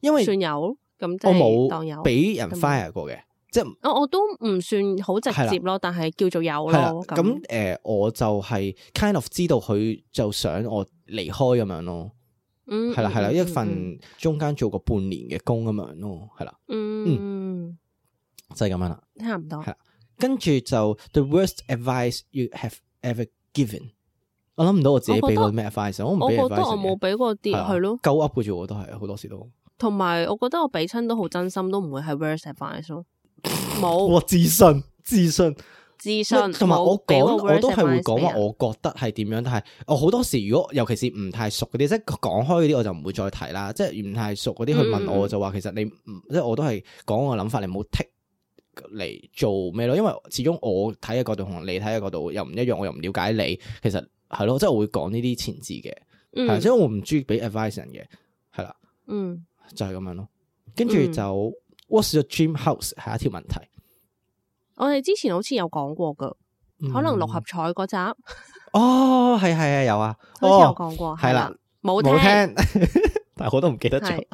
Speaker 1: 因為
Speaker 2: 算有咁即
Speaker 1: 我
Speaker 2: 係當有
Speaker 1: 冇。俾人
Speaker 2: 咁
Speaker 1: fire 過嘅，即係
Speaker 2: 我我都唔算好直
Speaker 1: 係啦
Speaker 2: 接咯，但係叫做有
Speaker 1: 係啦，
Speaker 2: 咯。
Speaker 1: 咁誒、呃我就係 kind of 知道佢就想我離開咁樣咯，
Speaker 2: 嗯
Speaker 1: 係啦係啦，
Speaker 2: 嗯
Speaker 1: 一
Speaker 2: 嗯嗯
Speaker 1: 份中間做過半年嘅工咁樣咯，係啦，
Speaker 2: 嗯，
Speaker 1: 就係、咁樣啦。
Speaker 2: 差唔多
Speaker 1: 係。跟住就 the worst advice you have ever given，我諗唔到我自己
Speaker 2: 我覺
Speaker 1: 俾
Speaker 2: 得
Speaker 1: 過咩 advice，我唔
Speaker 2: 我
Speaker 1: 俾
Speaker 2: 覺
Speaker 1: advice
Speaker 2: 得我冇
Speaker 1: 嘅。啊
Speaker 2: 俾過啲係咯，
Speaker 1: 鳩噏嘅啫，我都係好多時都。
Speaker 2: 同埋我覺得我俾親都好真心，都唔會係 worst advice 咯。冇
Speaker 1: 我自信，自信。
Speaker 2: 自信，
Speaker 1: 同埋我
Speaker 2: 講
Speaker 1: 講，我都係會講話，
Speaker 2: 我
Speaker 1: 我覺得係點樣，但係我好多時，如果尤其是唔太熟嗰啲，即係講開嗰啲，我就唔會再提啦。即係唔太熟嗰啲去
Speaker 2: 嗯嗯
Speaker 1: 問
Speaker 2: 嗯
Speaker 1: 我，就話其實你唔即係我都係講我諗法，你唔好剔嚟做咩咯。因為始終我睇嘅角度同你睇嘅角度又唔一樣，我又唔了解你，其實係咯，即係我會講呢啲前置嘅，
Speaker 2: 嗯
Speaker 1: 係，所以我唔中意俾 advice 人嘅，係啦，
Speaker 2: 嗯，
Speaker 1: 就係咁樣咯。跟住
Speaker 2: 嗯
Speaker 1: 就 What's your dream house 下一條問題，
Speaker 2: 我哋之前好似有講過噶，
Speaker 1: 嗯
Speaker 2: 可能六合彩嗰集好
Speaker 1: 哦，係係係有啊，
Speaker 2: 似
Speaker 1: 哦
Speaker 2: 有講過，
Speaker 1: 係啦，
Speaker 2: 冇
Speaker 1: 冇
Speaker 2: 聽，
Speaker 1: 聽， 但係我都唔記得咗
Speaker 2: 係。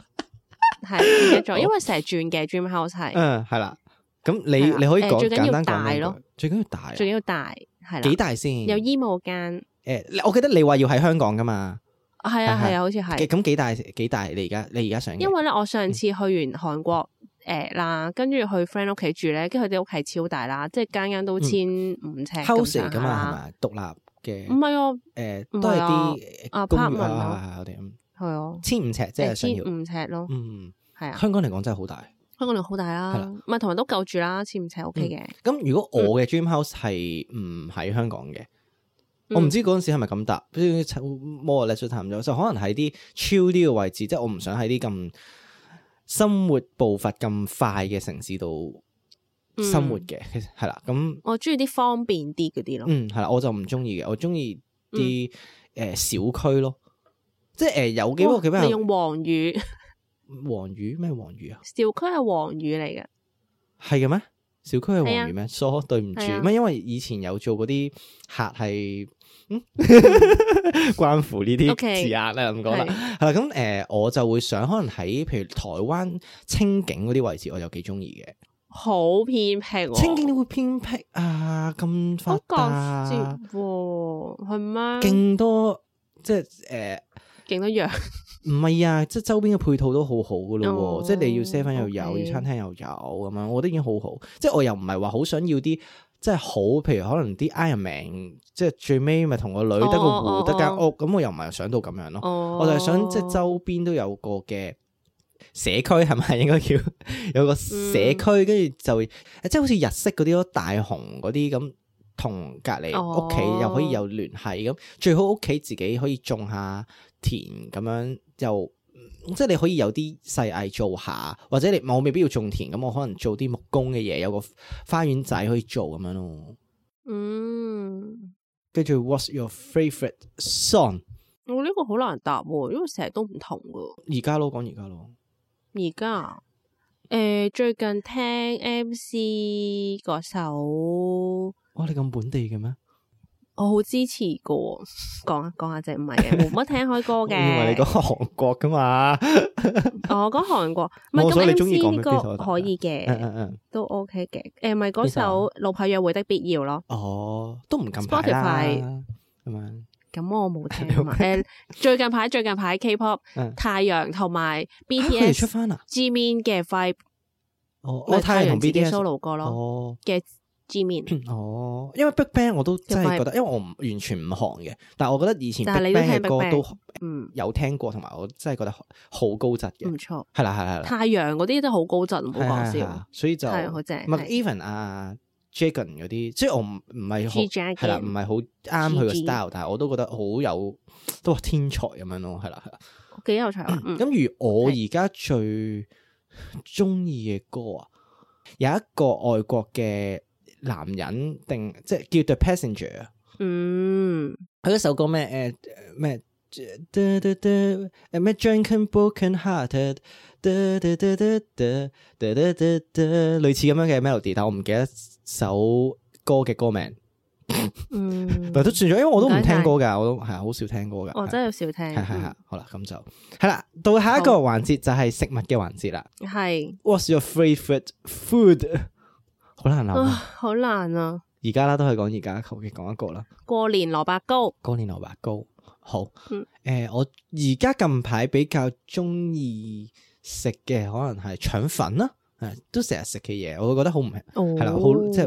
Speaker 2: 係唔記得咗，因為成日轉嘅 dream house 係
Speaker 1: 嗯，係啦。咁你
Speaker 2: 係啦
Speaker 1: 你可以
Speaker 2: 誒
Speaker 1: 講
Speaker 2: 最緊要
Speaker 1: 簡單
Speaker 2: 大
Speaker 1: 講兩
Speaker 2: 咯
Speaker 1: 句，最緊要大啊，
Speaker 2: 仲要大係
Speaker 1: 幾
Speaker 2: 啦，
Speaker 1: 大先？
Speaker 2: 有衣帽間，
Speaker 1: 誒，你我記得你話要喺香港噶嘛？
Speaker 2: 係啊
Speaker 1: 係
Speaker 2: 係啊，好似係
Speaker 1: 幾。咁幾大幾大？你而家你而家想嘅？嗯
Speaker 2: 因為咧，我上次去完韓國诶啦，跟住去 friend 屋企住咧，跟住佢哋屋企超大啦，即係間間都千五尺咁
Speaker 1: 嗯 house
Speaker 2: 上
Speaker 1: 嚟
Speaker 2: 下
Speaker 1: 噶
Speaker 2: 啦。
Speaker 1: 嘛係咪？獨立
Speaker 2: 唔
Speaker 1: 嘅
Speaker 2: 係啊，
Speaker 1: 誒，
Speaker 2: 唔
Speaker 1: 都係
Speaker 2: 係
Speaker 1: 啲
Speaker 2: 啊
Speaker 1: 公寓
Speaker 2: apartment 咯
Speaker 1: 啊，係係我哋
Speaker 2: 係啊，
Speaker 1: 千五尺即係
Speaker 2: 誒
Speaker 1: 想要。
Speaker 2: 千五尺咯，
Speaker 1: 嗯，
Speaker 2: 係啊，
Speaker 1: 香港嚟講真係好大。
Speaker 2: 香港量好大啦
Speaker 1: 係啦，嗯
Speaker 2: 唔係同埋都夠住啦，千五尺 OK 嘅。
Speaker 1: 咁如果我嘅 dream house 係唔喺香港嘅，
Speaker 2: 嗯
Speaker 1: 我唔知嗰陣時係咪咁答，不知摩 l e s 探咗，就可能喺啲超啲嘅位置，即係我唔想喺啲咁生活步伐咁快嘅城市度生活嘅，其實係啦，咁
Speaker 2: 我中意啲方便啲嗰啲咯，
Speaker 1: 嗯係啦，我就唔中意嘅，我中意啲誒小區咯，即係誒、呃有幾個
Speaker 2: 哇
Speaker 1: 幾
Speaker 2: 你
Speaker 1: 咩
Speaker 2: 用黃魚
Speaker 1: 黃魚咩黃魚啊？
Speaker 2: 小區係黃魚嚟嘅，
Speaker 1: 係嘅咩？小區係黃魚咩？疏對唔住，
Speaker 2: 啊係啊
Speaker 1: 唔係因為以前有做嗰啲客係， 嗯，關乎呢啲
Speaker 2: OK，
Speaker 1: 字眼啦，咁講啦，
Speaker 2: 係
Speaker 1: 係啦，咁誒、呃我就會想可能喺譬如台灣清境嗰啲位置，我就幾中意嘅。
Speaker 2: 好偏僻喎。
Speaker 1: 清境你會偏僻啊，咁
Speaker 2: 我
Speaker 1: 發
Speaker 2: 覺嗯
Speaker 1: 達，啊
Speaker 2: 喎，係咩？
Speaker 1: 勁多即係誒。呃
Speaker 2: 勁多樣，
Speaker 1: 唔係啊，即係周邊嘅配套都好好噶咯
Speaker 2: 哦
Speaker 1: 喎，即係你要 seven 又有，
Speaker 2: OK
Speaker 1: 要餐廳又有咁樣，我覺得已經好好。即係我又唔係話好想要啲即係好，譬如可能啲 Iron Man，即係最尾咪同個女得個
Speaker 2: 哦哦
Speaker 1: 湖得間
Speaker 2: 哦
Speaker 1: 屋，咁我又唔係想到咁樣咯。
Speaker 2: 我
Speaker 1: 我就係想即係周邊都有個嘅社區係咪應該叫 有個社區，跟住就呃即係好似日式嗰啲咯，大雄嗰啲咁，同隔離
Speaker 2: 哦
Speaker 1: 屋企又可以有聯繫咁，最好屋企自己可以種下田咁樣又。嗯即係你可以有啲細藝做下，或者你我未必要種田咁，我可能做啲木工嘅嘢，有個花園仔可以做咁樣咯。
Speaker 2: 嗯。
Speaker 1: 跟住 What's your favourite song？
Speaker 2: 我呢個好難答喎，因為成日都唔同噶。
Speaker 1: 而家咯，講而家咯。
Speaker 2: 而家誒最近聽 MC 嗰首，
Speaker 1: 哇，你咁本地嘅咩？
Speaker 2: 我好支持噶喎。講下講下啫，唔係嘅，冇乜聽開歌
Speaker 1: 我以為 你
Speaker 2: 嘅哦
Speaker 1: 講。韓國噶嘛？
Speaker 2: 我講韓國，唔係
Speaker 1: 哦我想你中意講
Speaker 2: 咁 MC 呢
Speaker 1: 邊首
Speaker 2: 個
Speaker 1: 啊大家
Speaker 2: 可 以
Speaker 1: 嗯
Speaker 2: 嘅，
Speaker 1: 嗯嗯，
Speaker 2: 都 OK 嘅。誒咪嗰
Speaker 1: 邊首啊
Speaker 2: 首《老派約會的必要》咯，
Speaker 1: 哦，都唔近排啦，
Speaker 2: Spotify
Speaker 1: 咁樣
Speaker 2: 咁 我冇聽啊嘛。誒最近排最近排 K-pop
Speaker 1: 嗯
Speaker 2: 太陽同埋
Speaker 1: 啊佢哋出
Speaker 2: BTS。
Speaker 1: 翻啦。
Speaker 2: Gmin 嘅 vibe，
Speaker 1: 哦，
Speaker 2: 咪
Speaker 1: 我太陽同
Speaker 2: 自己
Speaker 1: BTS
Speaker 2: solo 歌咯
Speaker 1: 哦
Speaker 2: 嘅 Gmin，
Speaker 1: 哦，因為 BigBang 我都真係覺得，因為我唔完全唔韓嘅，但係我覺得以前
Speaker 2: 但係你都
Speaker 1: BigBang 嘅
Speaker 2: 聽
Speaker 1: 歌
Speaker 2: BigBang
Speaker 1: 都
Speaker 2: 嗯，
Speaker 1: 有聽過，同埋我真係覺得好高質
Speaker 2: 唔
Speaker 1: 嘅。
Speaker 2: 錯。
Speaker 1: 係啦係啦係啦
Speaker 2: 太陽嗰啲都好高質，唔好
Speaker 1: 係
Speaker 2: 講
Speaker 1: 係，係
Speaker 2: 笑
Speaker 1: 係。所以就
Speaker 2: 太陽好正
Speaker 1: 唔係
Speaker 2: 係
Speaker 1: even 啊 Jagan 嗰啲，即係我唔唔係好
Speaker 2: G Dragon
Speaker 1: 係啦，唔係好啱佢嘅
Speaker 2: GG
Speaker 1: style，但係我都覺得好有都話天才咁樣咯，係啦係啦。
Speaker 2: 幾有趣啊！嗯
Speaker 1: 咁如我而家最中意嘅歌啊，有一個外國嘅男人定即係叫 The Passenger 啊，
Speaker 2: 嗯，
Speaker 1: 佢嗰首歌咩誒咩？誒咩 Drunken Broken Hearted，類似咁樣嘅 melody，但我唔記得首歌嘅歌名，
Speaker 2: 嗯
Speaker 1: 但都算咗，因為我都唔
Speaker 2: 唔該
Speaker 1: 聽
Speaker 2: 晒
Speaker 1: 歌㗎，我都係好少聽歌㗎。
Speaker 2: 我哦真係有嗯少聽，
Speaker 1: 係係係，好啦，咁就係啦。到下一個環節就係食物嘅環節啦。
Speaker 2: 嗯係
Speaker 1: What's your favourite food？好難諗
Speaker 2: 啊，
Speaker 1: 啊，
Speaker 2: 好難啊！
Speaker 1: 而家啦都係講而家，求其講一個啦。
Speaker 2: 過年蘿蔔糕，
Speaker 1: 乾年蘿蔔糕，好。誒、
Speaker 2: 嗯
Speaker 1: 我而家近排比較中意食嘅可能係腸粉啦，誒都成日食嘅嘢，我會覺得好唔誒
Speaker 2: 係
Speaker 1: 啦好即係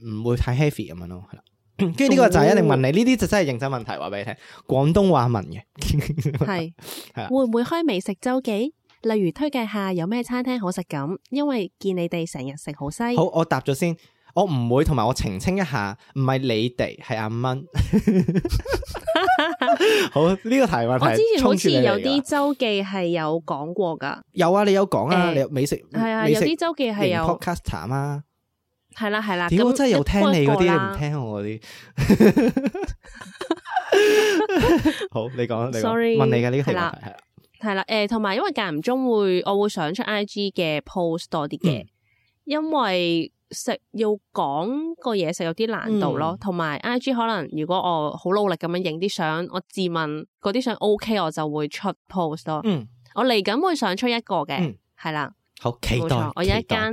Speaker 1: 唔會太 heavy 咁樣咯，係啦。跟住呢個就係一
Speaker 2: 哦
Speaker 1: 定問你，呢啲就真係認真問題，話俾你聽。廣東話問嘅，
Speaker 2: 系
Speaker 1: 係啊
Speaker 2: 會唔會開美食周記？例如推介下有咩餐廳好食咁，因為見你哋成日食好西，
Speaker 1: 好，我答咗先。我唔會，同埋我澄清一下，唔係你哋，係阿蚊。 好，呢、個提問
Speaker 2: 我
Speaker 1: 係
Speaker 2: 之前好
Speaker 1: 衝住
Speaker 2: 似
Speaker 1: 你嚟
Speaker 2: 有
Speaker 1: 㗎
Speaker 2: 啲周記係有講過噶，
Speaker 1: 有啊，你有講啊，
Speaker 2: 誒
Speaker 1: 你有美食
Speaker 2: 係啊，
Speaker 1: 美
Speaker 2: 有
Speaker 1: 食
Speaker 2: 啲周記係
Speaker 1: 型
Speaker 2: 有，
Speaker 1: podcaster 嘛？
Speaker 2: 係啦係啦。
Speaker 1: 屌，
Speaker 2: 咁
Speaker 1: 我真係有聽你嗰
Speaker 2: 一
Speaker 1: 啲，
Speaker 2: 個
Speaker 1: 你
Speaker 2: 啦
Speaker 1: 唔聽我嗰啲。 好，你講，你講
Speaker 2: Sorry，
Speaker 1: 問你嘅呢個提
Speaker 2: 係
Speaker 1: 問
Speaker 2: 啦
Speaker 1: 題係啦
Speaker 2: 係啦，诶、同埋因為間唔中會，我會想出 I G 嘅 post 多啲嘅，
Speaker 1: 嗯
Speaker 2: 因為食要講個嘢食有啲難度咯
Speaker 1: 嗯，
Speaker 2: 同埋 I G 可能如果我好努力咁樣影啲相，我自問嗰啲相 O K，我就會出 post 咯。
Speaker 1: 嗯，
Speaker 2: 我嚟緊會想出一個嘅
Speaker 1: 嗯，
Speaker 2: 係啦、
Speaker 1: 好期
Speaker 2: 冇
Speaker 1: 待
Speaker 2: 錯，。我有一
Speaker 1: 期待
Speaker 2: 間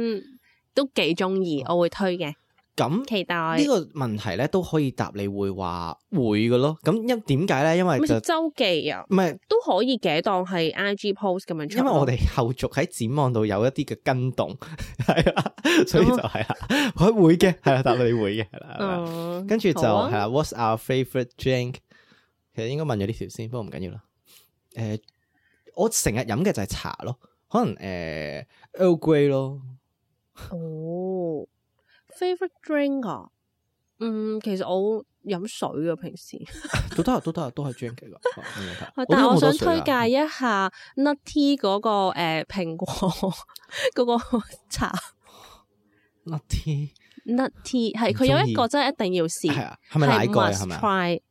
Speaker 2: 都幾中意，我會推嘅，
Speaker 1: 咁
Speaker 2: 期待。
Speaker 1: 呢個問題咧都可以答你會話會嘅咯。咁因點解咧？因為
Speaker 2: 咪
Speaker 1: 就
Speaker 2: 食
Speaker 1: 唔
Speaker 2: 周記啊，
Speaker 1: 係，
Speaker 2: 都可以嘅，當係 I G post 咁樣出咯。
Speaker 1: 因為我哋後續喺展望度有一啲嘅跟動，係啦，所以就係啦，我會嘅，係啦，答你會嘅，係啦係啦。
Speaker 2: 嗯
Speaker 1: 跟住就
Speaker 2: 好啊
Speaker 1: 係啦，What's our favorite drink？其實應該問咗呢條先，不過唔緊要啦。誒，我成日飲嘅就係茶咯，可能誒 Earl Grey 咯，
Speaker 2: 哦，favorite drink 啊，嗯，其實我飲水啊，平 時，
Speaker 1: 都得啊都得啊都係 drink 嚟㗎。 冇問題
Speaker 2: 但係
Speaker 1: 飲
Speaker 2: 我
Speaker 1: 好多
Speaker 2: 想
Speaker 1: 水
Speaker 2: 推
Speaker 1: 啊
Speaker 2: 介一下 Nutty 嗰、個誒、呃、蘋果 嗰個茶
Speaker 1: Latte
Speaker 2: Nutty 係
Speaker 1: 唔
Speaker 2: 佢有
Speaker 1: 鍾
Speaker 2: 一
Speaker 1: 意
Speaker 2: 個真係一定要試，
Speaker 1: 係啊，係咪奶蓋啊？啊係
Speaker 2: must
Speaker 1: 咪啊？
Speaker 2: try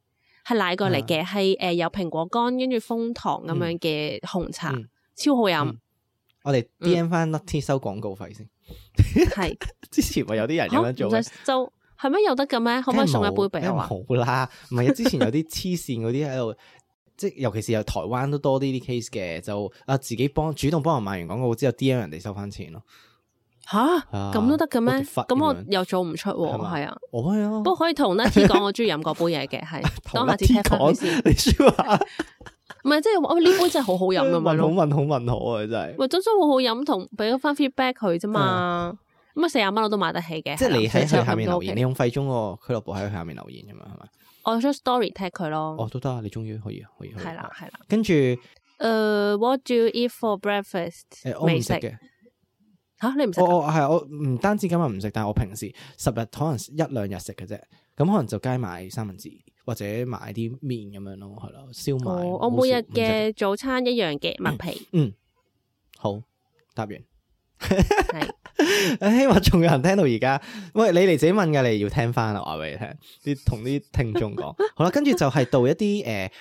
Speaker 2: 係奶蓋嚟嘅，係誒、呃有蘋果乾跟住楓糖咁樣嘅紅茶，
Speaker 1: 嗯
Speaker 2: 超好飲
Speaker 1: 嗯，我哋
Speaker 2: 嗯
Speaker 1: D M 翻 Nutty 收廣告費先。
Speaker 2: 係
Speaker 1: 之前咪有啲人
Speaker 2: 嚇
Speaker 1: 咁樣做
Speaker 2: 唔
Speaker 1: 嘅，
Speaker 2: 使收係咩有得嘅咩？可唔可以送一杯俾我啊？
Speaker 1: 好啦，唔係啊，之前有啲黐線嗰啲喺度， 即係尤其是有台灣都多啲啲 case 嘅，就啊自己幫主動幫人賣完廣告之後 D M 人哋收翻錢咯。
Speaker 2: 吓咁都得嘅咩？
Speaker 1: 啊 What the fuck
Speaker 2: 咁我
Speaker 1: 咁樣
Speaker 2: 又做唔出
Speaker 1: 係
Speaker 2: 喎，
Speaker 1: 嘛
Speaker 2: 係啊。
Speaker 1: 我係啊，
Speaker 2: 不過可以同 Nutty 講，我中意飲嗰杯嘢 嘅，係
Speaker 1: 同
Speaker 2: 當下次 check 翻佢
Speaker 1: Nutty
Speaker 2: 先。
Speaker 1: 你說話
Speaker 2: 唔係即係我呢杯真係好好飲咁樣
Speaker 1: 問好
Speaker 2: 咯，
Speaker 1: 問好問好啊，真係。
Speaker 2: 喂真真好好飲，同俾翻 feedback 佢啫嘛。咁啊四廿蚊我都買得起嘅。
Speaker 1: 嗯即係你喺
Speaker 2: 係啦
Speaker 1: 佢下面留言，你
Speaker 2: 所以
Speaker 1: 用費中個俱樂部喺佢下面留言咁嘛，係咪？
Speaker 2: 我都 OK 我出 story tag 佢
Speaker 1: 哦，
Speaker 2: 咯。
Speaker 1: 都得啊，你終於可以，可以，可以啊
Speaker 2: 係啦，係啦。
Speaker 1: 跟住誒，
Speaker 2: 誒，What do you eat for breakfast？
Speaker 1: 我唔食嘅。哦
Speaker 2: 吓，你唔啊食
Speaker 1: 我
Speaker 2: 㗎？
Speaker 1: 我係我唔單止今日唔食，但係我平時十日可能一兩日食嘅啫。咁可能就街買三文治或者買啲麵咁樣咯，係咯，燒賣。
Speaker 2: 哦，
Speaker 1: 好
Speaker 2: 我每日
Speaker 1: 少唔食嗯
Speaker 2: 嘅早餐一樣嘅麥皮，
Speaker 1: 好答完，
Speaker 2: 係
Speaker 1: 希望仲有人聽到而家。喂，你哋自己問嘅，你要聽翻啦，話俾你聽，啲同啲聽眾講。好啦，跟住就係到一啲誒。呃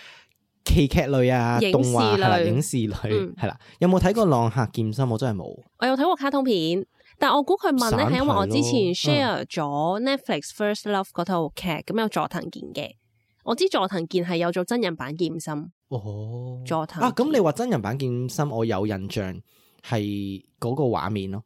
Speaker 1: 戲劇類啊，
Speaker 2: 影視
Speaker 1: 動畫係啦，
Speaker 2: 類
Speaker 1: 影視類
Speaker 2: 嗯
Speaker 1: 係啦，有冇睇過《浪客劍心》？我真係冇。
Speaker 2: 我有睇過卡通片，但我估佢問咧
Speaker 1: 散嗯
Speaker 2: 係因為我之前
Speaker 1: 台
Speaker 2: share 咗 Netflix First Love 嗰套劇，咁有佐藤健嘅。我知佐藤健係有做真人版劍心，
Speaker 1: 哦，
Speaker 2: 佐藤
Speaker 1: 啊，咁
Speaker 2: 健
Speaker 1: 你話真人版劍心，我有印象係嗰個畫面咯，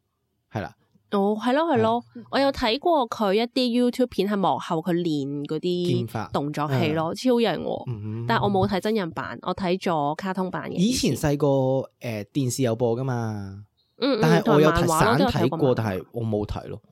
Speaker 1: 係啦，
Speaker 2: 哦，係咯係咯，
Speaker 1: 嗯
Speaker 2: 我有睇過佢一啲 YouTube 片係幕後佢練嗰
Speaker 1: 劍
Speaker 2: 啲
Speaker 1: 法，
Speaker 2: 動作戲咯，超型喎！
Speaker 1: 嗯
Speaker 2: 但係我冇睇真人版，我睇咗卡通版嘅。
Speaker 1: 以前細個誒電視有播噶嘛，
Speaker 2: 嗯，嗯
Speaker 1: 但係我有睇
Speaker 2: 同埋漫
Speaker 1: 散
Speaker 2: 畫都
Speaker 1: 睇過，但
Speaker 2: 漫畫
Speaker 1: 係我冇睇咯。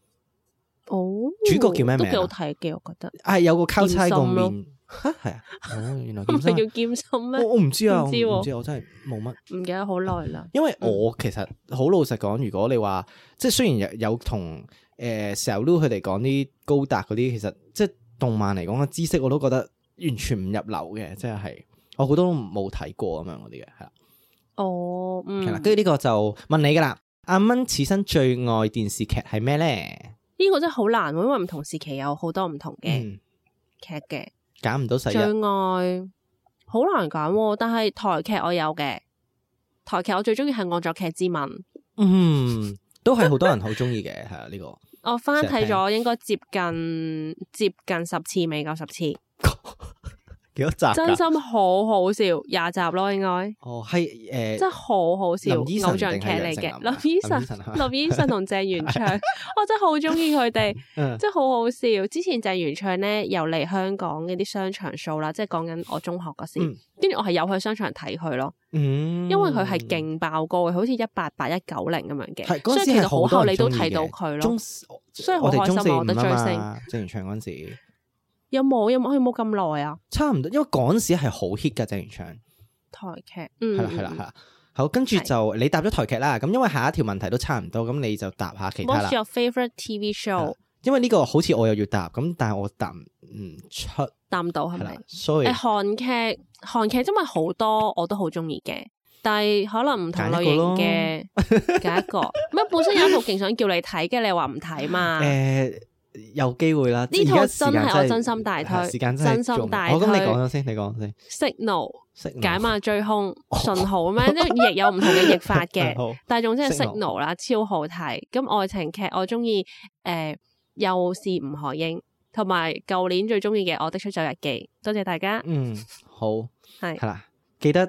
Speaker 2: 哦，
Speaker 1: 主角叫咩名啊
Speaker 2: 都幾好睇嘅，我覺得。
Speaker 1: 啊，有個交叉個
Speaker 2: 劍心咯
Speaker 1: 面，嚇係啊，哦，原來
Speaker 2: 唔
Speaker 1: 劍
Speaker 2: 係
Speaker 1: 心
Speaker 2: 叫劍心
Speaker 1: 啊，
Speaker 2: 咩
Speaker 1: 我？我唔知啊，我
Speaker 2: 唔知
Speaker 1: 唔
Speaker 2: 喎
Speaker 1: 知，我真係冇乜。
Speaker 2: 唔記得好耐啦。
Speaker 1: 因為我其實好老實講，如果你話即係雖然有有同呃誒 s a l u 佢哋講啲高達嗰啲，其實即係動漫嚟講嘅知識我都覺得完全唔入流嘅，即係我好多都冇睇過咁樣嗰啲嘅，係啦，
Speaker 2: 哦，嗯，
Speaker 1: 係啦。
Speaker 2: 呢
Speaker 1: 跟住呢個就問你噶啦，阿蚊此生最愛電視劇係咩咧？
Speaker 2: 個真係好難喎，因為唔同時期有好多唔同嘅
Speaker 1: 嗯，
Speaker 2: 劇嘅。
Speaker 1: 揀唔到細
Speaker 2: 最
Speaker 1: 一，
Speaker 2: 愛好難揀喎，但係台劇我有嘅。台劇我最中意係《惡作劇之吻》，
Speaker 1: 嗯，都係好多人好中意嘅，係啊呢個。
Speaker 2: 我翻睇
Speaker 1: 成
Speaker 2: 咗應該接近接近十次，未夠十次，
Speaker 1: 幾多集㗎？
Speaker 2: 真心好好笑，廿集咯應該，
Speaker 1: 哦，係
Speaker 2: 真
Speaker 1: 誒，
Speaker 2: 係好好笑，
Speaker 1: 林依晨
Speaker 2: 偶像劇
Speaker 1: 定係楊丞
Speaker 2: 嚟
Speaker 1: 琳啊
Speaker 2: 嘅。林依晨
Speaker 1: 林依晨啊、
Speaker 2: 林依晨同鄭 元暢，我真係好中意佢哋。
Speaker 1: 嗯
Speaker 2: 真係好好笑。之前鄭元暢咧又嚟香港嗰啲商場 show 啦，即係講緊我中學嗰時
Speaker 1: 嗯，
Speaker 2: 跟住、我係有去商場睇佢咯，
Speaker 1: 嗯，
Speaker 2: 因為佢係勁爆高嘅，好似一八八一九零咁樣嘅，
Speaker 1: 係嗰
Speaker 2: 所
Speaker 1: 陣
Speaker 2: 以
Speaker 1: 時
Speaker 2: 其
Speaker 1: 係
Speaker 2: 實
Speaker 1: 好
Speaker 2: 好
Speaker 1: 多
Speaker 2: 後
Speaker 1: 人
Speaker 2: 你都
Speaker 1: 鍾意
Speaker 2: 睇到
Speaker 1: 嘅
Speaker 2: 佢咯
Speaker 1: 中。四
Speaker 2: 所以好
Speaker 1: 我哋
Speaker 2: 開
Speaker 1: 中
Speaker 2: 心
Speaker 1: 四
Speaker 2: 啊
Speaker 1: 五
Speaker 2: 我覺得
Speaker 1: 啊
Speaker 2: 追星
Speaker 1: 嘛，正元唱嗰陣時
Speaker 2: 有冇有冇？佢冇咁耐啊，
Speaker 1: 差唔多，因為嗰陣時係好 hit 㗎鄭元暢，
Speaker 2: 台劇。嗯，
Speaker 1: 係啦係啦係啦。好，跟住就你答咗台劇啦，咁因為下一條問題都差唔多，咁你就答下其
Speaker 2: 嗯。
Speaker 1: 他啦
Speaker 2: What's。your favorite TV
Speaker 1: 係啦
Speaker 2: show？
Speaker 1: 因為呢個好似我又要答，咁但係我答唔出，
Speaker 2: 答唔到係
Speaker 1: 係啦
Speaker 2: 咪？哎
Speaker 1: ，sorry，
Speaker 2: 誒，韓劇韓劇真係好多我都好中意嘅，但係可能唔同類型嘅揀 一個。咩本身有一套勁想叫你睇嘅，你話唔睇嘛？
Speaker 1: 誒呃有機會啦。
Speaker 2: 呢套
Speaker 1: 而家時間
Speaker 2: 真係我
Speaker 1: 係
Speaker 2: 真心大推
Speaker 1: 係時間真係
Speaker 2: 真心
Speaker 1: 用
Speaker 2: 大
Speaker 1: 好咁你
Speaker 2: 推
Speaker 1: 講咗先，你講咗先。嗯哦
Speaker 2: signal
Speaker 1: 識。
Speaker 2: 解碼追兇信號咩？即係亦有唔同嘅譯法 嘅
Speaker 1: 好
Speaker 2: 但係總之係
Speaker 1: 哦 Signal
Speaker 2: signal 啦，超好睇。咁愛情劇我中意誒，又是吳海英，同埋舊年最中意嘅《我的出走日記》。多謝大家。
Speaker 1: 嗯，好
Speaker 2: 係
Speaker 1: 係啦，記得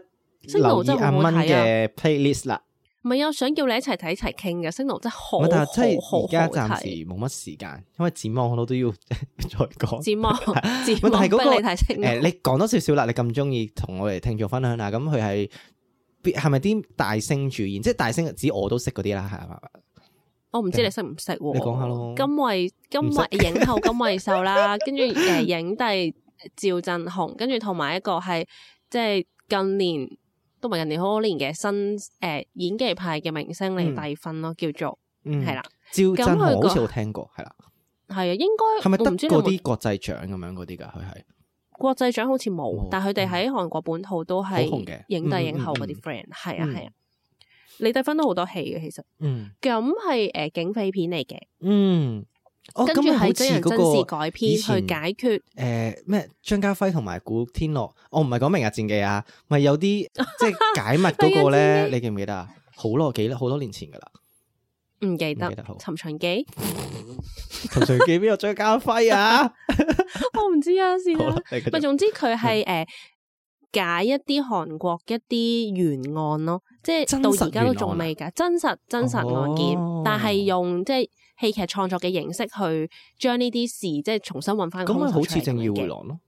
Speaker 1: 留
Speaker 2: Signal
Speaker 1: 意
Speaker 2: 真係
Speaker 1: 阿
Speaker 2: 好好
Speaker 1: 蚊
Speaker 2: 睇啊！
Speaker 1: 嘅 playlist 啦。
Speaker 2: 唔係啊，想叫你一齊睇一齊傾嘅 signal 真係好
Speaker 1: 咁但係真
Speaker 2: 好
Speaker 1: 係
Speaker 2: 好
Speaker 1: 而家
Speaker 2: 好
Speaker 1: 暫時
Speaker 2: 睇。
Speaker 1: 冇乜時間，因為展望好多都要 再講。
Speaker 2: 展望
Speaker 1: 喂
Speaker 2: 展
Speaker 1: 但
Speaker 2: 望
Speaker 1: 係嗰個
Speaker 2: 逼你睇
Speaker 1: 誒、
Speaker 2: signal。
Speaker 1: 你講多少少啦，你咁中意同我哋聽眾分享啦，咁佢係必係咪啲大星主演？即係大星指我都識嗰啲啦，係嘛？
Speaker 2: 我哦唔知你識唔識喎？
Speaker 1: 你講下咯
Speaker 2: 金惠金惠影后金惠 秀啦，跟住誒影帝趙振雄，跟住同埋一個係即係近年都唔係近年好多年嘅新誒、呃演技派嘅明
Speaker 1: 嗯
Speaker 2: 星嚟遞分咯，叫做
Speaker 1: 嗯，
Speaker 2: 係啦，，
Speaker 1: 趙振
Speaker 2: 咁佢
Speaker 1: 豪好
Speaker 2: 個
Speaker 1: 似我聽過，係啦，
Speaker 2: 係啊，應
Speaker 1: 係
Speaker 2: 該
Speaker 1: 咪
Speaker 2: 我
Speaker 1: 得
Speaker 2: 唔知你有
Speaker 1: 嗰
Speaker 2: 冇
Speaker 1: 啲國際獎咁樣嗰啲㗎？佢係
Speaker 2: 國際獎好似
Speaker 1: 冇
Speaker 2: 冇，但係佢哋喺韓國本土都係
Speaker 1: 哦好紅嘅
Speaker 2: 影帝影
Speaker 1: 嗯
Speaker 2: 后
Speaker 1: 嗯
Speaker 2: 嗰
Speaker 1: 嗯
Speaker 2: 啲 friend，係啊
Speaker 1: 嗯
Speaker 2: 係啊，李帝芬都好多戲嘅其實，
Speaker 1: 嗯
Speaker 2: 咁係誒警匪片嚟嘅，
Speaker 1: 嗯，哦，咁
Speaker 2: 跟住
Speaker 1: 咪好
Speaker 2: 係
Speaker 1: 似
Speaker 2: 真人真事
Speaker 1: 嗰
Speaker 2: 改
Speaker 1: 個
Speaker 2: 編
Speaker 1: 以前
Speaker 2: 去解決。
Speaker 1: 誒呃咩張家輝同埋古天樂，我唔係講明日戰記啊，咪 有啲即係解密嗰個咧，你記唔記得啊？好耐幾好多年前㗎啦，
Speaker 2: 唔記
Speaker 1: 唔
Speaker 2: 得
Speaker 1: 記得好
Speaker 2: 《尋秦記》，
Speaker 1: 同誰記邊個張家輝 啊？
Speaker 2: 我唔知啊，是
Speaker 1: 好
Speaker 2: 啦
Speaker 1: 啦。，你繼
Speaker 2: 咪
Speaker 1: 續嗯
Speaker 2: 總之佢係誒解一啲韓國一啲懸案咯，即
Speaker 1: 真
Speaker 2: 係
Speaker 1: 實
Speaker 2: 到而家都仲
Speaker 1: 懸案啊
Speaker 2: 未解真實真實案件，
Speaker 1: 哦
Speaker 2: 但係用即係戲劇創作嘅形式去將呢啲事即係重新揾翻。
Speaker 1: 咁咪好似正
Speaker 2: 正
Speaker 1: 義回，廊咯。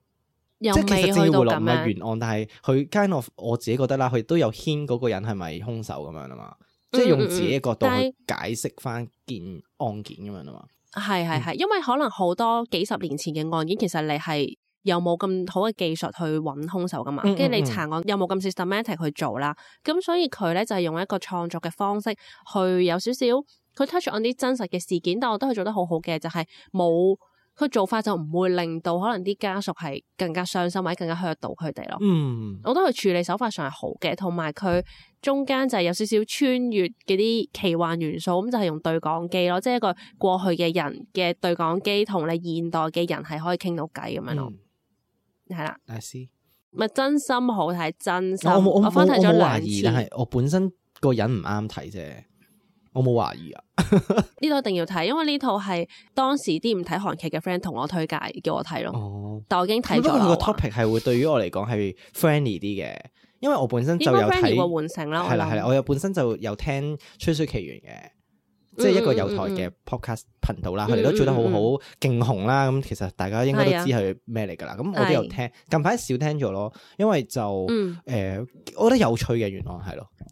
Speaker 2: 又
Speaker 1: 即係其
Speaker 2: 未
Speaker 1: 實
Speaker 2: 去
Speaker 1: 正義
Speaker 2: 到
Speaker 1: 回
Speaker 2: 咁
Speaker 1: 廊唔係
Speaker 2: 樣。
Speaker 1: 原案，但係佢 kind of 我自己覺得啦，佢都有牽嗰個人係咪兇手咁樣啊嘛，即係用自己嘅角度
Speaker 2: 嗯嗯嗯
Speaker 1: 去解釋翻件案件咁樣啊嘛。
Speaker 2: 係係係，因為可能好多幾十年前嘅案件，其實你係又冇咁好嘅技術去揾兇手噶嘛，
Speaker 1: 嗯
Speaker 2: 跟住你
Speaker 1: 嗯嗯
Speaker 2: 查案又冇咁 systematic 去做啦，咁所以佢咧就係用一個創作嘅方式去有少少佢 touch on 啲真實嘅事件，但我覺得佢做得好好嘅就係冇佢做法就唔會令到可能啲家屬係更加傷心或者更加 hurt 到佢哋咯。
Speaker 1: 嗯，
Speaker 2: 我覺得佢處理手法上係好嘅，同埋佢中間就係有少少穿越嗰啲奇幻元素，咁就係用對講機咯，即係一個過去嘅人嘅對講機同你現代嘅人係可以傾到偈咁樣
Speaker 1: 嗯
Speaker 2: 咯，係啦、
Speaker 1: 大師，
Speaker 2: 咪真心好睇，真心
Speaker 1: 我冇我冇
Speaker 2: 翻睇咗
Speaker 1: 我冇
Speaker 2: 兩
Speaker 1: 懷疑，但
Speaker 2: 次，
Speaker 1: 係我本身個人唔啱睇啫，我冇懷疑啊。
Speaker 2: 呢套一定要睇，因為呢套係當時啲唔睇韓劇嘅 friend 同我推介，叫我睇咯，
Speaker 1: 哦，
Speaker 2: 但我已經睇
Speaker 1: 不過
Speaker 2: 咗啦
Speaker 1: 佢個
Speaker 2: 我話。
Speaker 1: topic 係會對於我嚟講係 friendly 啲嘅，因為我本身就
Speaker 2: 應該
Speaker 1: 有
Speaker 2: friend 過
Speaker 1: 睇。
Speaker 2: 換成啦，我
Speaker 1: 係啦係啦，
Speaker 2: 諗
Speaker 1: 我有本身就有聽《吹水奇緣》嘅，即係一個有台
Speaker 2: 嗯
Speaker 1: 嘅 podcast 頻道啦，佢哋都做得好好，勁紅啦。咁其實大家應該都
Speaker 2: 啊
Speaker 1: 知係咩嚟㗎啦。咁我都有聽，近排少聽咗咯，因為就誒，
Speaker 2: 嗯
Speaker 1: 我覺得有趣嘅原來係咯。係啦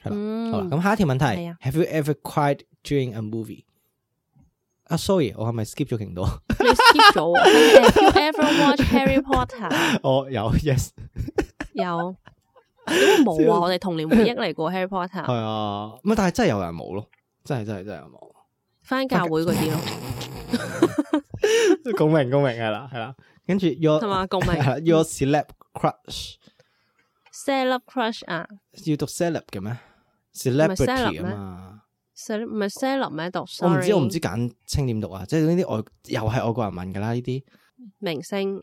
Speaker 1: 好啦，
Speaker 2: 嗯，
Speaker 1: 咁下一條問題
Speaker 2: 係啊
Speaker 1: ，Have you ever cried during a movie？啊，sorry，我係咪 skip 咗勁多？
Speaker 2: 你 skip 咗喎 Have you ever watch Harry Potter？
Speaker 1: 我哦有 yes，
Speaker 2: 有，因為冇啊，我哋童年回憶嚟過 Harry
Speaker 1: 係
Speaker 2: Potter，
Speaker 1: 啊，唔係，但係真係有人冇咯，真係真係真係有人冇。
Speaker 2: 翻教會嗰啲咯，
Speaker 1: 共鳴共鳴係啦係啦，跟住 your
Speaker 2: 同埋嗯共
Speaker 1: 係
Speaker 2: 鳴
Speaker 1: 啦，your celeb crush
Speaker 2: celeb crush 啊
Speaker 1: 要讀 celeb 嘅咩
Speaker 2: 係
Speaker 1: ？celebrity
Speaker 2: celeb
Speaker 1: 啊
Speaker 2: 咩
Speaker 1: 嘛，
Speaker 2: ，celeb 唔係 celeb 咩讀
Speaker 1: 我唔
Speaker 2: ？sorry，
Speaker 1: 知我唔知簡稱點讀啊，即係呢啲外又係外國人問噶啦呢啲，
Speaker 2: 明星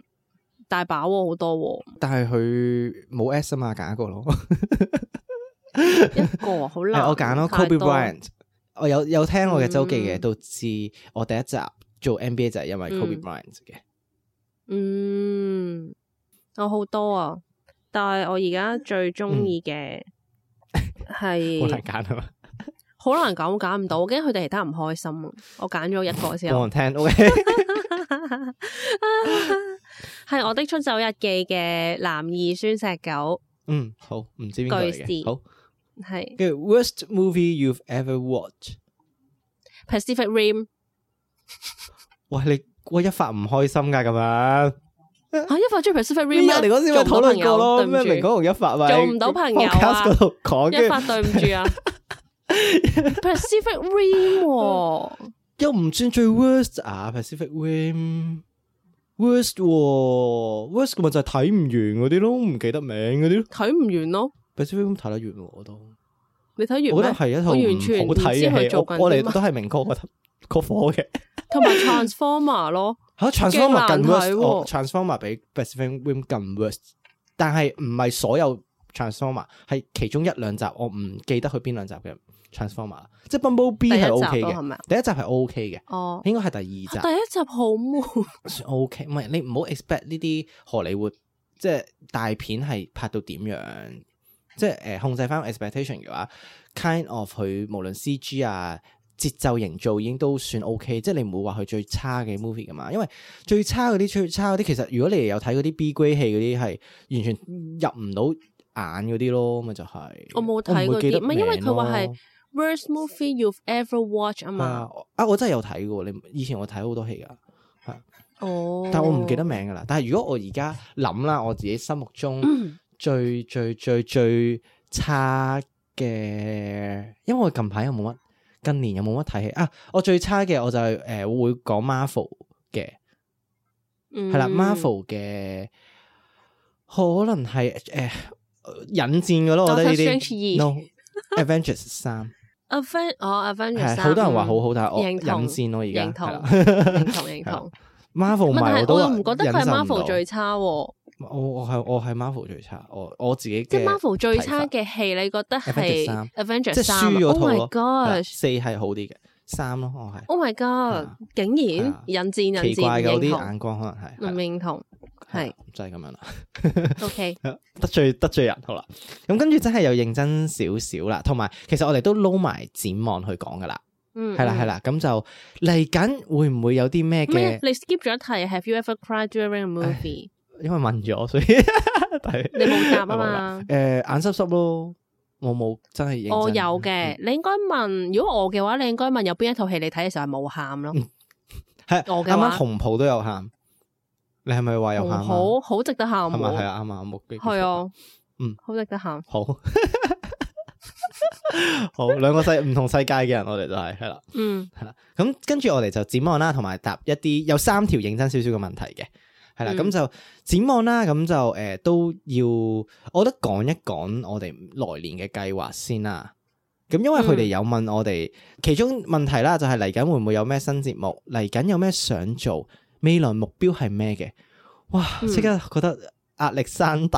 Speaker 2: 大把喎，好多喎，
Speaker 1: 但係佢冇 S 啊嘛，揀一個咯，
Speaker 2: 一個啊好難，
Speaker 1: 係我揀咯
Speaker 2: 太
Speaker 1: ，Kobe
Speaker 2: 多
Speaker 1: Bryant，我有有聽我嘅周記嘅，
Speaker 2: 嗯
Speaker 1: 都知我第一集做 NBA 就係因為 Kobe
Speaker 2: 嗯
Speaker 1: Bryant 嘅，
Speaker 2: 嗯，我好多啊，但係我而家最
Speaker 1: 嗯
Speaker 2: 中意嘅
Speaker 1: 好難
Speaker 2: 係
Speaker 1: 揀啊嘛，
Speaker 2: 好難揀，我揀唔到，我驚佢哋其他唔開心啊，我揀咗一個先啊
Speaker 1: 冇。人 聽，OK，
Speaker 2: 係我的出走日記嘅男二孫石狗，
Speaker 1: 嗯，好，唔知邊個嚟
Speaker 2: 巨
Speaker 1: 嘅，
Speaker 2: 士
Speaker 1: 好，
Speaker 2: 係
Speaker 1: 跟住 worst movie you've ever watched。
Speaker 2: Pacific Rim，
Speaker 1: 喂，你喂一發唔開心噶咁樣。
Speaker 2: 吓一塊追 Pacific
Speaker 1: 呢
Speaker 2: Rim 啊
Speaker 1: 我哋啊嗰時咪討論過咯，咩
Speaker 2: 明
Speaker 1: 明嗰同一發咪
Speaker 2: 做唔到朋友啊
Speaker 1: podcast 嗰度講，
Speaker 2: 一
Speaker 1: 跟
Speaker 2: 發
Speaker 1: 住
Speaker 2: 對唔 住啊，Pacific Rim 喎
Speaker 1: 又唔算最 worst 啊，Pacific Rim worst 喎 worst 咪就係睇唔完嗰啲咯，唔記得名嗰啲咯
Speaker 2: 睇唔完咯，
Speaker 1: ，Pacific Rim 睇得完喎我都。
Speaker 2: 你睇
Speaker 1: 我
Speaker 2: 完
Speaker 1: 覺得
Speaker 2: 咩？
Speaker 1: 係一套
Speaker 2: 我
Speaker 1: 唔
Speaker 2: 完全唔知
Speaker 1: 好睇嘅
Speaker 2: 佢
Speaker 1: 戲，
Speaker 2: 做
Speaker 1: 我
Speaker 2: 緊
Speaker 1: 我
Speaker 2: 啲
Speaker 1: 哋
Speaker 2: 乜
Speaker 1: 都係明哥嗰 嗰科嘅。
Speaker 2: 同埋 Transformer 咯，
Speaker 1: 嚇 Transformer
Speaker 2: 難
Speaker 1: 更
Speaker 2: 睇
Speaker 1: worst，
Speaker 2: 喎
Speaker 1: 哦 Transformer 比 Pacific Rim 更 worst，但係唔係所有 Transformer 係其中一兩集，我唔記得佢邊兩集嘅 Transformer，啦即係 Bumblebee
Speaker 2: 第一集
Speaker 1: 係
Speaker 2: 咯
Speaker 1: OK
Speaker 2: 係
Speaker 1: 嘅
Speaker 2: 咪啊，
Speaker 1: 第一集係 OK 嘅，
Speaker 2: 哦，
Speaker 1: 應該係第二集
Speaker 2: 第一集好悶，
Speaker 1: 算 OK，唔係你唔好 expect 呢啲荷里活即係大片係拍到點樣，即係誒、呃控制翻 expectation 嘅話，kind of 佢無論 CG 啊節奏營造已經都算 OK，即係你唔會話佢最差嘅 movie 噶嘛，因為最差嗰啲最差嗰啲其實如果你哋有睇嗰啲 B grade 戲嗰啲係完全入唔到眼嗰啲咯，咪就係、
Speaker 2: 我冇睇
Speaker 1: 唔會
Speaker 2: 嗰
Speaker 1: 記得
Speaker 2: 啲咪因為
Speaker 1: 名
Speaker 2: 佢話
Speaker 1: 咯
Speaker 2: 係 worst movie you've ever watched
Speaker 1: 係
Speaker 2: 啊
Speaker 1: 啊
Speaker 2: 嘛，
Speaker 1: 我啊我真係有睇嘅喎，你以前我睇好多戲噶。
Speaker 2: 哦，
Speaker 1: 但我唔記得名噶啦。但係如果我而家諗啦，我自己心目中
Speaker 2: 嗯
Speaker 1: 最最最最差嘅，因為我近排又冇乜，近年又冇乜睇戲啊。我最差嘅我就係、誒、會講 Marvel 嘅，
Speaker 2: 嗯，
Speaker 1: 係啦，Marvel 嘅可能係誒、引戰嘅咯，我覺得呢
Speaker 2: Doctor
Speaker 1: 啲
Speaker 2: Strange
Speaker 1: ，no Avengers 三
Speaker 2: Aven 哦 Avengers
Speaker 1: 係
Speaker 2: 三
Speaker 1: 好多人話好好睇，但係我
Speaker 2: 認
Speaker 1: 引
Speaker 2: 同
Speaker 1: 戰咯而
Speaker 2: 認同
Speaker 1: 家
Speaker 2: 認同認同，
Speaker 1: Marvel
Speaker 2: 咁
Speaker 1: 迷
Speaker 2: 但
Speaker 1: 我
Speaker 2: 係
Speaker 1: 都
Speaker 2: 我又唔覺得
Speaker 1: 忍
Speaker 2: 佢係
Speaker 1: 受唔到
Speaker 2: Marvel 最差喎，
Speaker 1: 我我係我係 Marvel 最差，我我自己
Speaker 2: 即
Speaker 1: 嘅
Speaker 2: 係 Marvel 最差
Speaker 1: 睇法，
Speaker 2: 嘅戲，你覺得
Speaker 1: Avengers
Speaker 2: 係
Speaker 1: 三
Speaker 2: Avengers
Speaker 1: 即係
Speaker 2: 三
Speaker 1: 輸嗰
Speaker 2: ？Oh
Speaker 1: 套
Speaker 2: my
Speaker 1: 咯。係啦
Speaker 2: god！
Speaker 1: 四係好啲嘅，三咯我係
Speaker 2: Oh my god！
Speaker 1: 啊
Speaker 2: 竟
Speaker 1: 係
Speaker 2: 然
Speaker 1: 啊
Speaker 2: 引戰引
Speaker 1: 奇怪
Speaker 2: 戰，
Speaker 1: 嘅我
Speaker 2: 唔
Speaker 1: 啲
Speaker 2: 認
Speaker 1: 眼光可能係
Speaker 2: 同，唔
Speaker 1: 係啦
Speaker 2: 認同
Speaker 1: 係
Speaker 2: 係
Speaker 1: 啦就係咁樣啦，
Speaker 2: OK。
Speaker 1: 得罪得罪人好啦。咁跟住真係又認真少少啦，同埋其實我哋都撈埋展望去講噶啦，
Speaker 2: 嗯，
Speaker 1: 係啦
Speaker 2: 嗯
Speaker 1: 係。啦，咁就嚟緊會唔會有啲咩
Speaker 2: 咩
Speaker 1: 嘅？？
Speaker 2: 你 skip 咗一題，Have you ever cried during a movie？
Speaker 1: 因為問咗，所以 但係
Speaker 2: 你冇答 啊
Speaker 1: 冇
Speaker 2: 嘛
Speaker 1: 啦。誒眼濕濕咯，我冇真係認真嗯
Speaker 2: 我哦有嘅，你應該問。如果我嘅話，你應該問有邊一套戲你睇嘅時候係冇喊咯。
Speaker 1: 係
Speaker 2: 我嘅
Speaker 1: 啱啱
Speaker 2: 話
Speaker 1: 紅袍都有喊，你係咪話有喊啊？
Speaker 2: 哦好好值得喊
Speaker 1: 係咪係
Speaker 2: 喎，
Speaker 1: 啊啱啊，我目擊
Speaker 2: 係啊，
Speaker 1: 嗯，
Speaker 2: 好值得喊。
Speaker 1: 好 好兩個世唔同世界嘅人，我哋就係係啦
Speaker 2: 嗯，
Speaker 1: 係啦。咁跟住我哋就展望啦，同埋答一啲有三條認真少少嘅問題嘅。係啦，
Speaker 2: 嗯
Speaker 1: 咁就展望啦，咁就誒、呃都要，我覺得講一講我哋來年嘅計劃先啦。咁因為
Speaker 2: 嗯
Speaker 1: 佢哋有問我哋，其中問題啦就係嚟緊會唔會有咩新節目，嚟緊有咩想做，未來目標係咩嘅？哇！
Speaker 2: 嗯
Speaker 1: 即刻覺得壓力山大。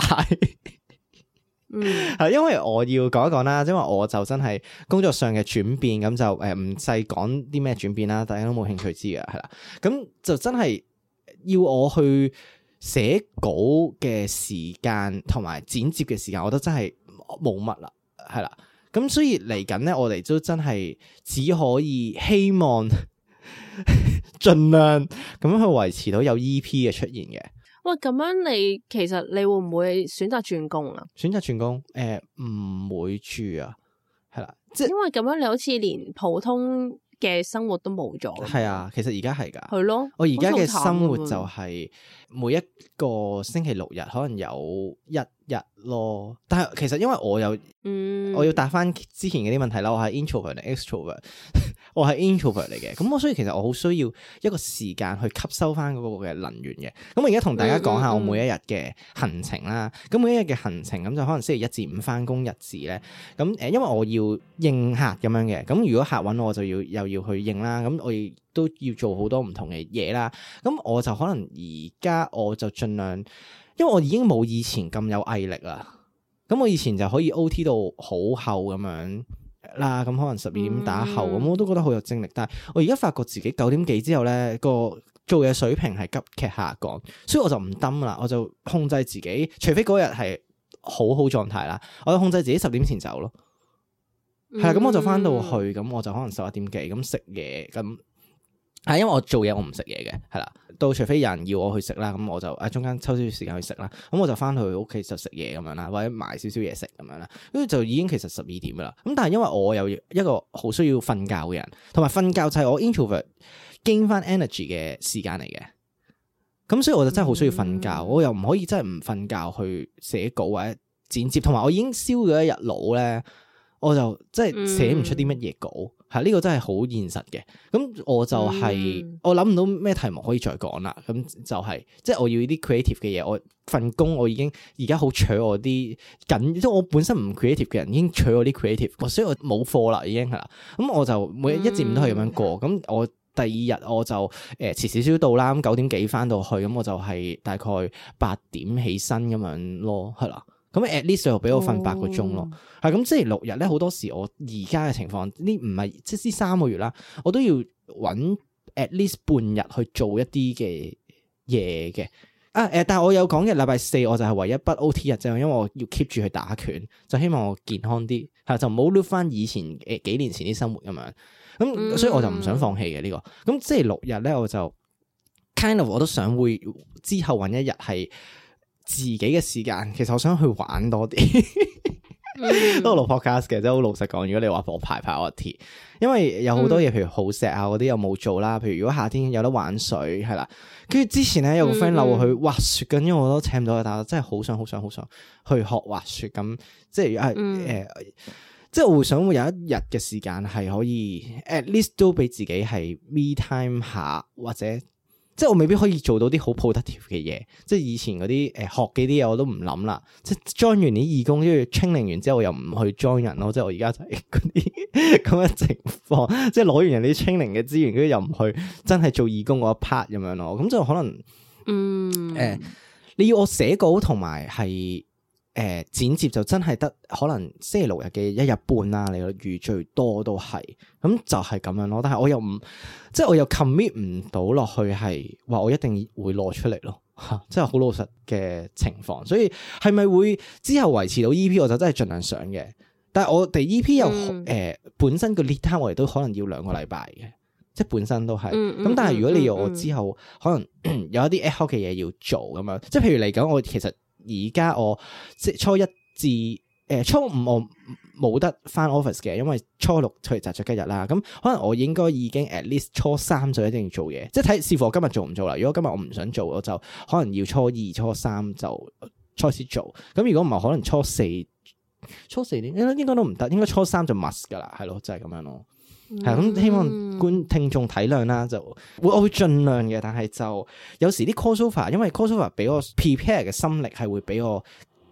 Speaker 2: 嗯，
Speaker 1: 係因為我要講一講啦，因為我就真係工作上嘅轉變，咁就誒唔細講啲咩轉變啦，大家都冇興趣知嘅，係啦。咁就真係要我去寫稿嘅時間同埋剪接嘅時間，我覺得真係冇乜啦，係啦。咁所以嚟緊咧，我哋都真係只可以希望 盡量咁樣去維持到有 EP 嘅出現嘅。
Speaker 2: 喂，咁樣你其實你會唔會選擇轉 工啊？
Speaker 1: 選擇全工，誒、唔會住啊，係啦，即
Speaker 2: 因為咁樣你好似連普通嘅生活都冇咗。
Speaker 1: 係，啊，其實而家係㗎。
Speaker 2: 係咯。
Speaker 1: 我而家嘅生活
Speaker 2: 好
Speaker 1: 就
Speaker 2: 慘啊
Speaker 1: 係每一個星期六日可能有一日咯，但係其實因為我有
Speaker 2: 嗯，
Speaker 1: 我要答翻之前嗰啲問題啦，我係 introvert 定 extrovert，我 係 introvert 嚟嘅，咁我所以其實我好需要一個時間去吸收翻嗰個嘅能源嘅。咁我而家同大家講下
Speaker 2: 嗯嗯
Speaker 1: 我每一日嘅行程啦，咁每一日嘅行程咁就可能星期一至五翻工日子咧，咁誒因為我要應客咁樣嘅，咁如果客揾我就要又要去應啦，咁我亦都要做好多唔同嘅嘢啦，咁我就可能而家我就盡量，因為我已經冇以前咁有毅力啦。咁我以前就可以 O T 到好後咁樣啦，咁可能十二點打後咁，
Speaker 2: 嗯
Speaker 1: 我都覺得好有精力。但係我而家發覺自己九點幾之後咧，個做嘢水平係急劇下降，所以我就唔抌啦，我就控制自己，除非嗰日係好好狀態啦，我就控制自己十點前走咯。係啦，咁我就翻到
Speaker 2: 嗯
Speaker 1: 去，咁我就可能十一點幾咁食嘢，咁係因為我做嘢我唔食嘢嘅，係啦，到除非有人要我去食啦，咁我就啊中間抽少少時間去食啦，咁我就翻去屋企就食嘢咁樣啦，或者買少少嘢食咁樣啦，跟住就已經其實十二點噶啦，咁但係因為我有一個好需要瞓覺嘅人，同埋瞓覺就係我 introvert gain 翻 energy 嘅時間嚟嘅。咁所以我就真係好需要瞓覺，
Speaker 2: 嗯
Speaker 1: 我又唔可以真係唔瞓覺去寫稿或者剪接，同埋我已經燒咗一日腦咧，我就真係寫唔出啲乜嘢稿，係呢、個真係好現實嘅。咁我就係、
Speaker 2: 嗯
Speaker 1: 我諗唔到咩題目可以再講啦。咁就係、即係我要啲 creative 嘅嘢，我份工我已經而家好取我啲緊，即係我本身唔 creative 嘅人已經取我啲 creative，我所以我冇課啦已經係啦。咁我就每一至五都係咁樣過，咁、我。第二日我就誒、呃、遲少少到啦，咁九點幾翻到去，咁我就係大概八點起身咁樣咯，係啦。咁 at least 又俾我瞓八個鐘咯。係咁、星期六日咧，好多時我而家嘅情況，呢唔係即係呢三個月啦，我都要揾 at least 半日去做一啲嘅嘢嘅。啊誒、呃但係我有講嘅禮拜四我就係唯一不 OT 日啫，因為我要 keep 住去打拳，就希望我健康啲，係就唔好 look 翻以前誒、呃、幾年前啲生活咁樣。咁、
Speaker 2: 嗯
Speaker 1: 所以我就唔想放棄嘅呢、個。咁星期六日咧，我就 kind of 我都想會之後揾一日係自己嘅時間，其實我想去玩多啲。
Speaker 2: 嗯
Speaker 1: 都錄 podcast 嘅，即係好老實講。如果你話我排排我 T，因為有好多
Speaker 2: 嗯
Speaker 1: 嘢，譬如好石啊嗰啲又冇做啦。譬如如果夏天有得玩水係啦，跟住之前咧有個 friend
Speaker 2: 嗯嗯
Speaker 1: 溜我去滑雪緊，因為我都請唔到佢，但我真係好想好想好想去學滑雪咁，即係誒、
Speaker 2: 嗯
Speaker 1: 誒即係我會想會有一日嘅時間係可以 at least 都俾自己係 me time 下或者。即係我未必可以做到啲好 productive 嘅嘢，即係以前嗰啲誒學嘅啲嘢我都唔諗啦。即係 join 完啲義工，跟住 training 完之後我又唔去 join 人咯。即係我而家就係嗰啲 咁嘅情況，即係攞完人哋啲 training 嘅資源，跟住又唔去真係做義工嗰一 part 咁樣咯。咁就可能
Speaker 2: 嗯，
Speaker 1: 誒、你要我寫稿同埋係誒剪接就真係得可能星期六日嘅一日半啦，你預最多都係咁就係咁樣咯。但係我又唔即係我又 commit 唔到落去係話我一定會攞出嚟咯。嚇，真係好老實嘅情況，所以係咪會之後維持到 E.P. 我就真係盡量想嘅，但係我哋 E.P. 又誒、
Speaker 2: 嗯
Speaker 1: 呃本身個 lead time 我哋都可能要兩個禮拜嘅，即係本身都係。
Speaker 2: 嗯嗯
Speaker 1: 咁但係如果你要我
Speaker 2: 嗯嗯
Speaker 1: 之後可能 有一啲 ad hoc 嘅嘢要做咁樣，即係譬如嚟緊我其實而家我即係初一至誒、呃初五我冇得翻 office 嘅，因為初六出嚟就係吉日啦。咁可能我應該已經 at least 初三就一定要做嘢，即係睇視乎我今日做唔做啦。如果今日我唔想做，我就可能要初二、初三就開始做。咁如果唔係，可能初四、初四應該應該都唔得，應該初三就 must 噶啦，係咯，就係、咁樣咯。
Speaker 2: 係
Speaker 1: 係咁，希望觀聽眾體諒啦，就會我會盡量嘅，但係就有時啲 crossover，因為 crossover 俾我 prepare 嘅心力係會俾我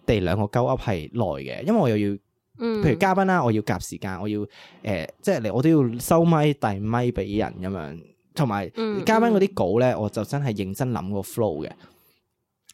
Speaker 1: 哋兩個鳩噏係耐嘅，因為我又要譬
Speaker 2: 譬
Speaker 1: 如嘉賓啦，我要夾時間，我要誒、呃即係你我都要收咪遞咪俾人咁樣，同埋
Speaker 2: 嗯
Speaker 1: 嘉賓嗰啲稿咧，我就真係認真諗個 flow 嘅。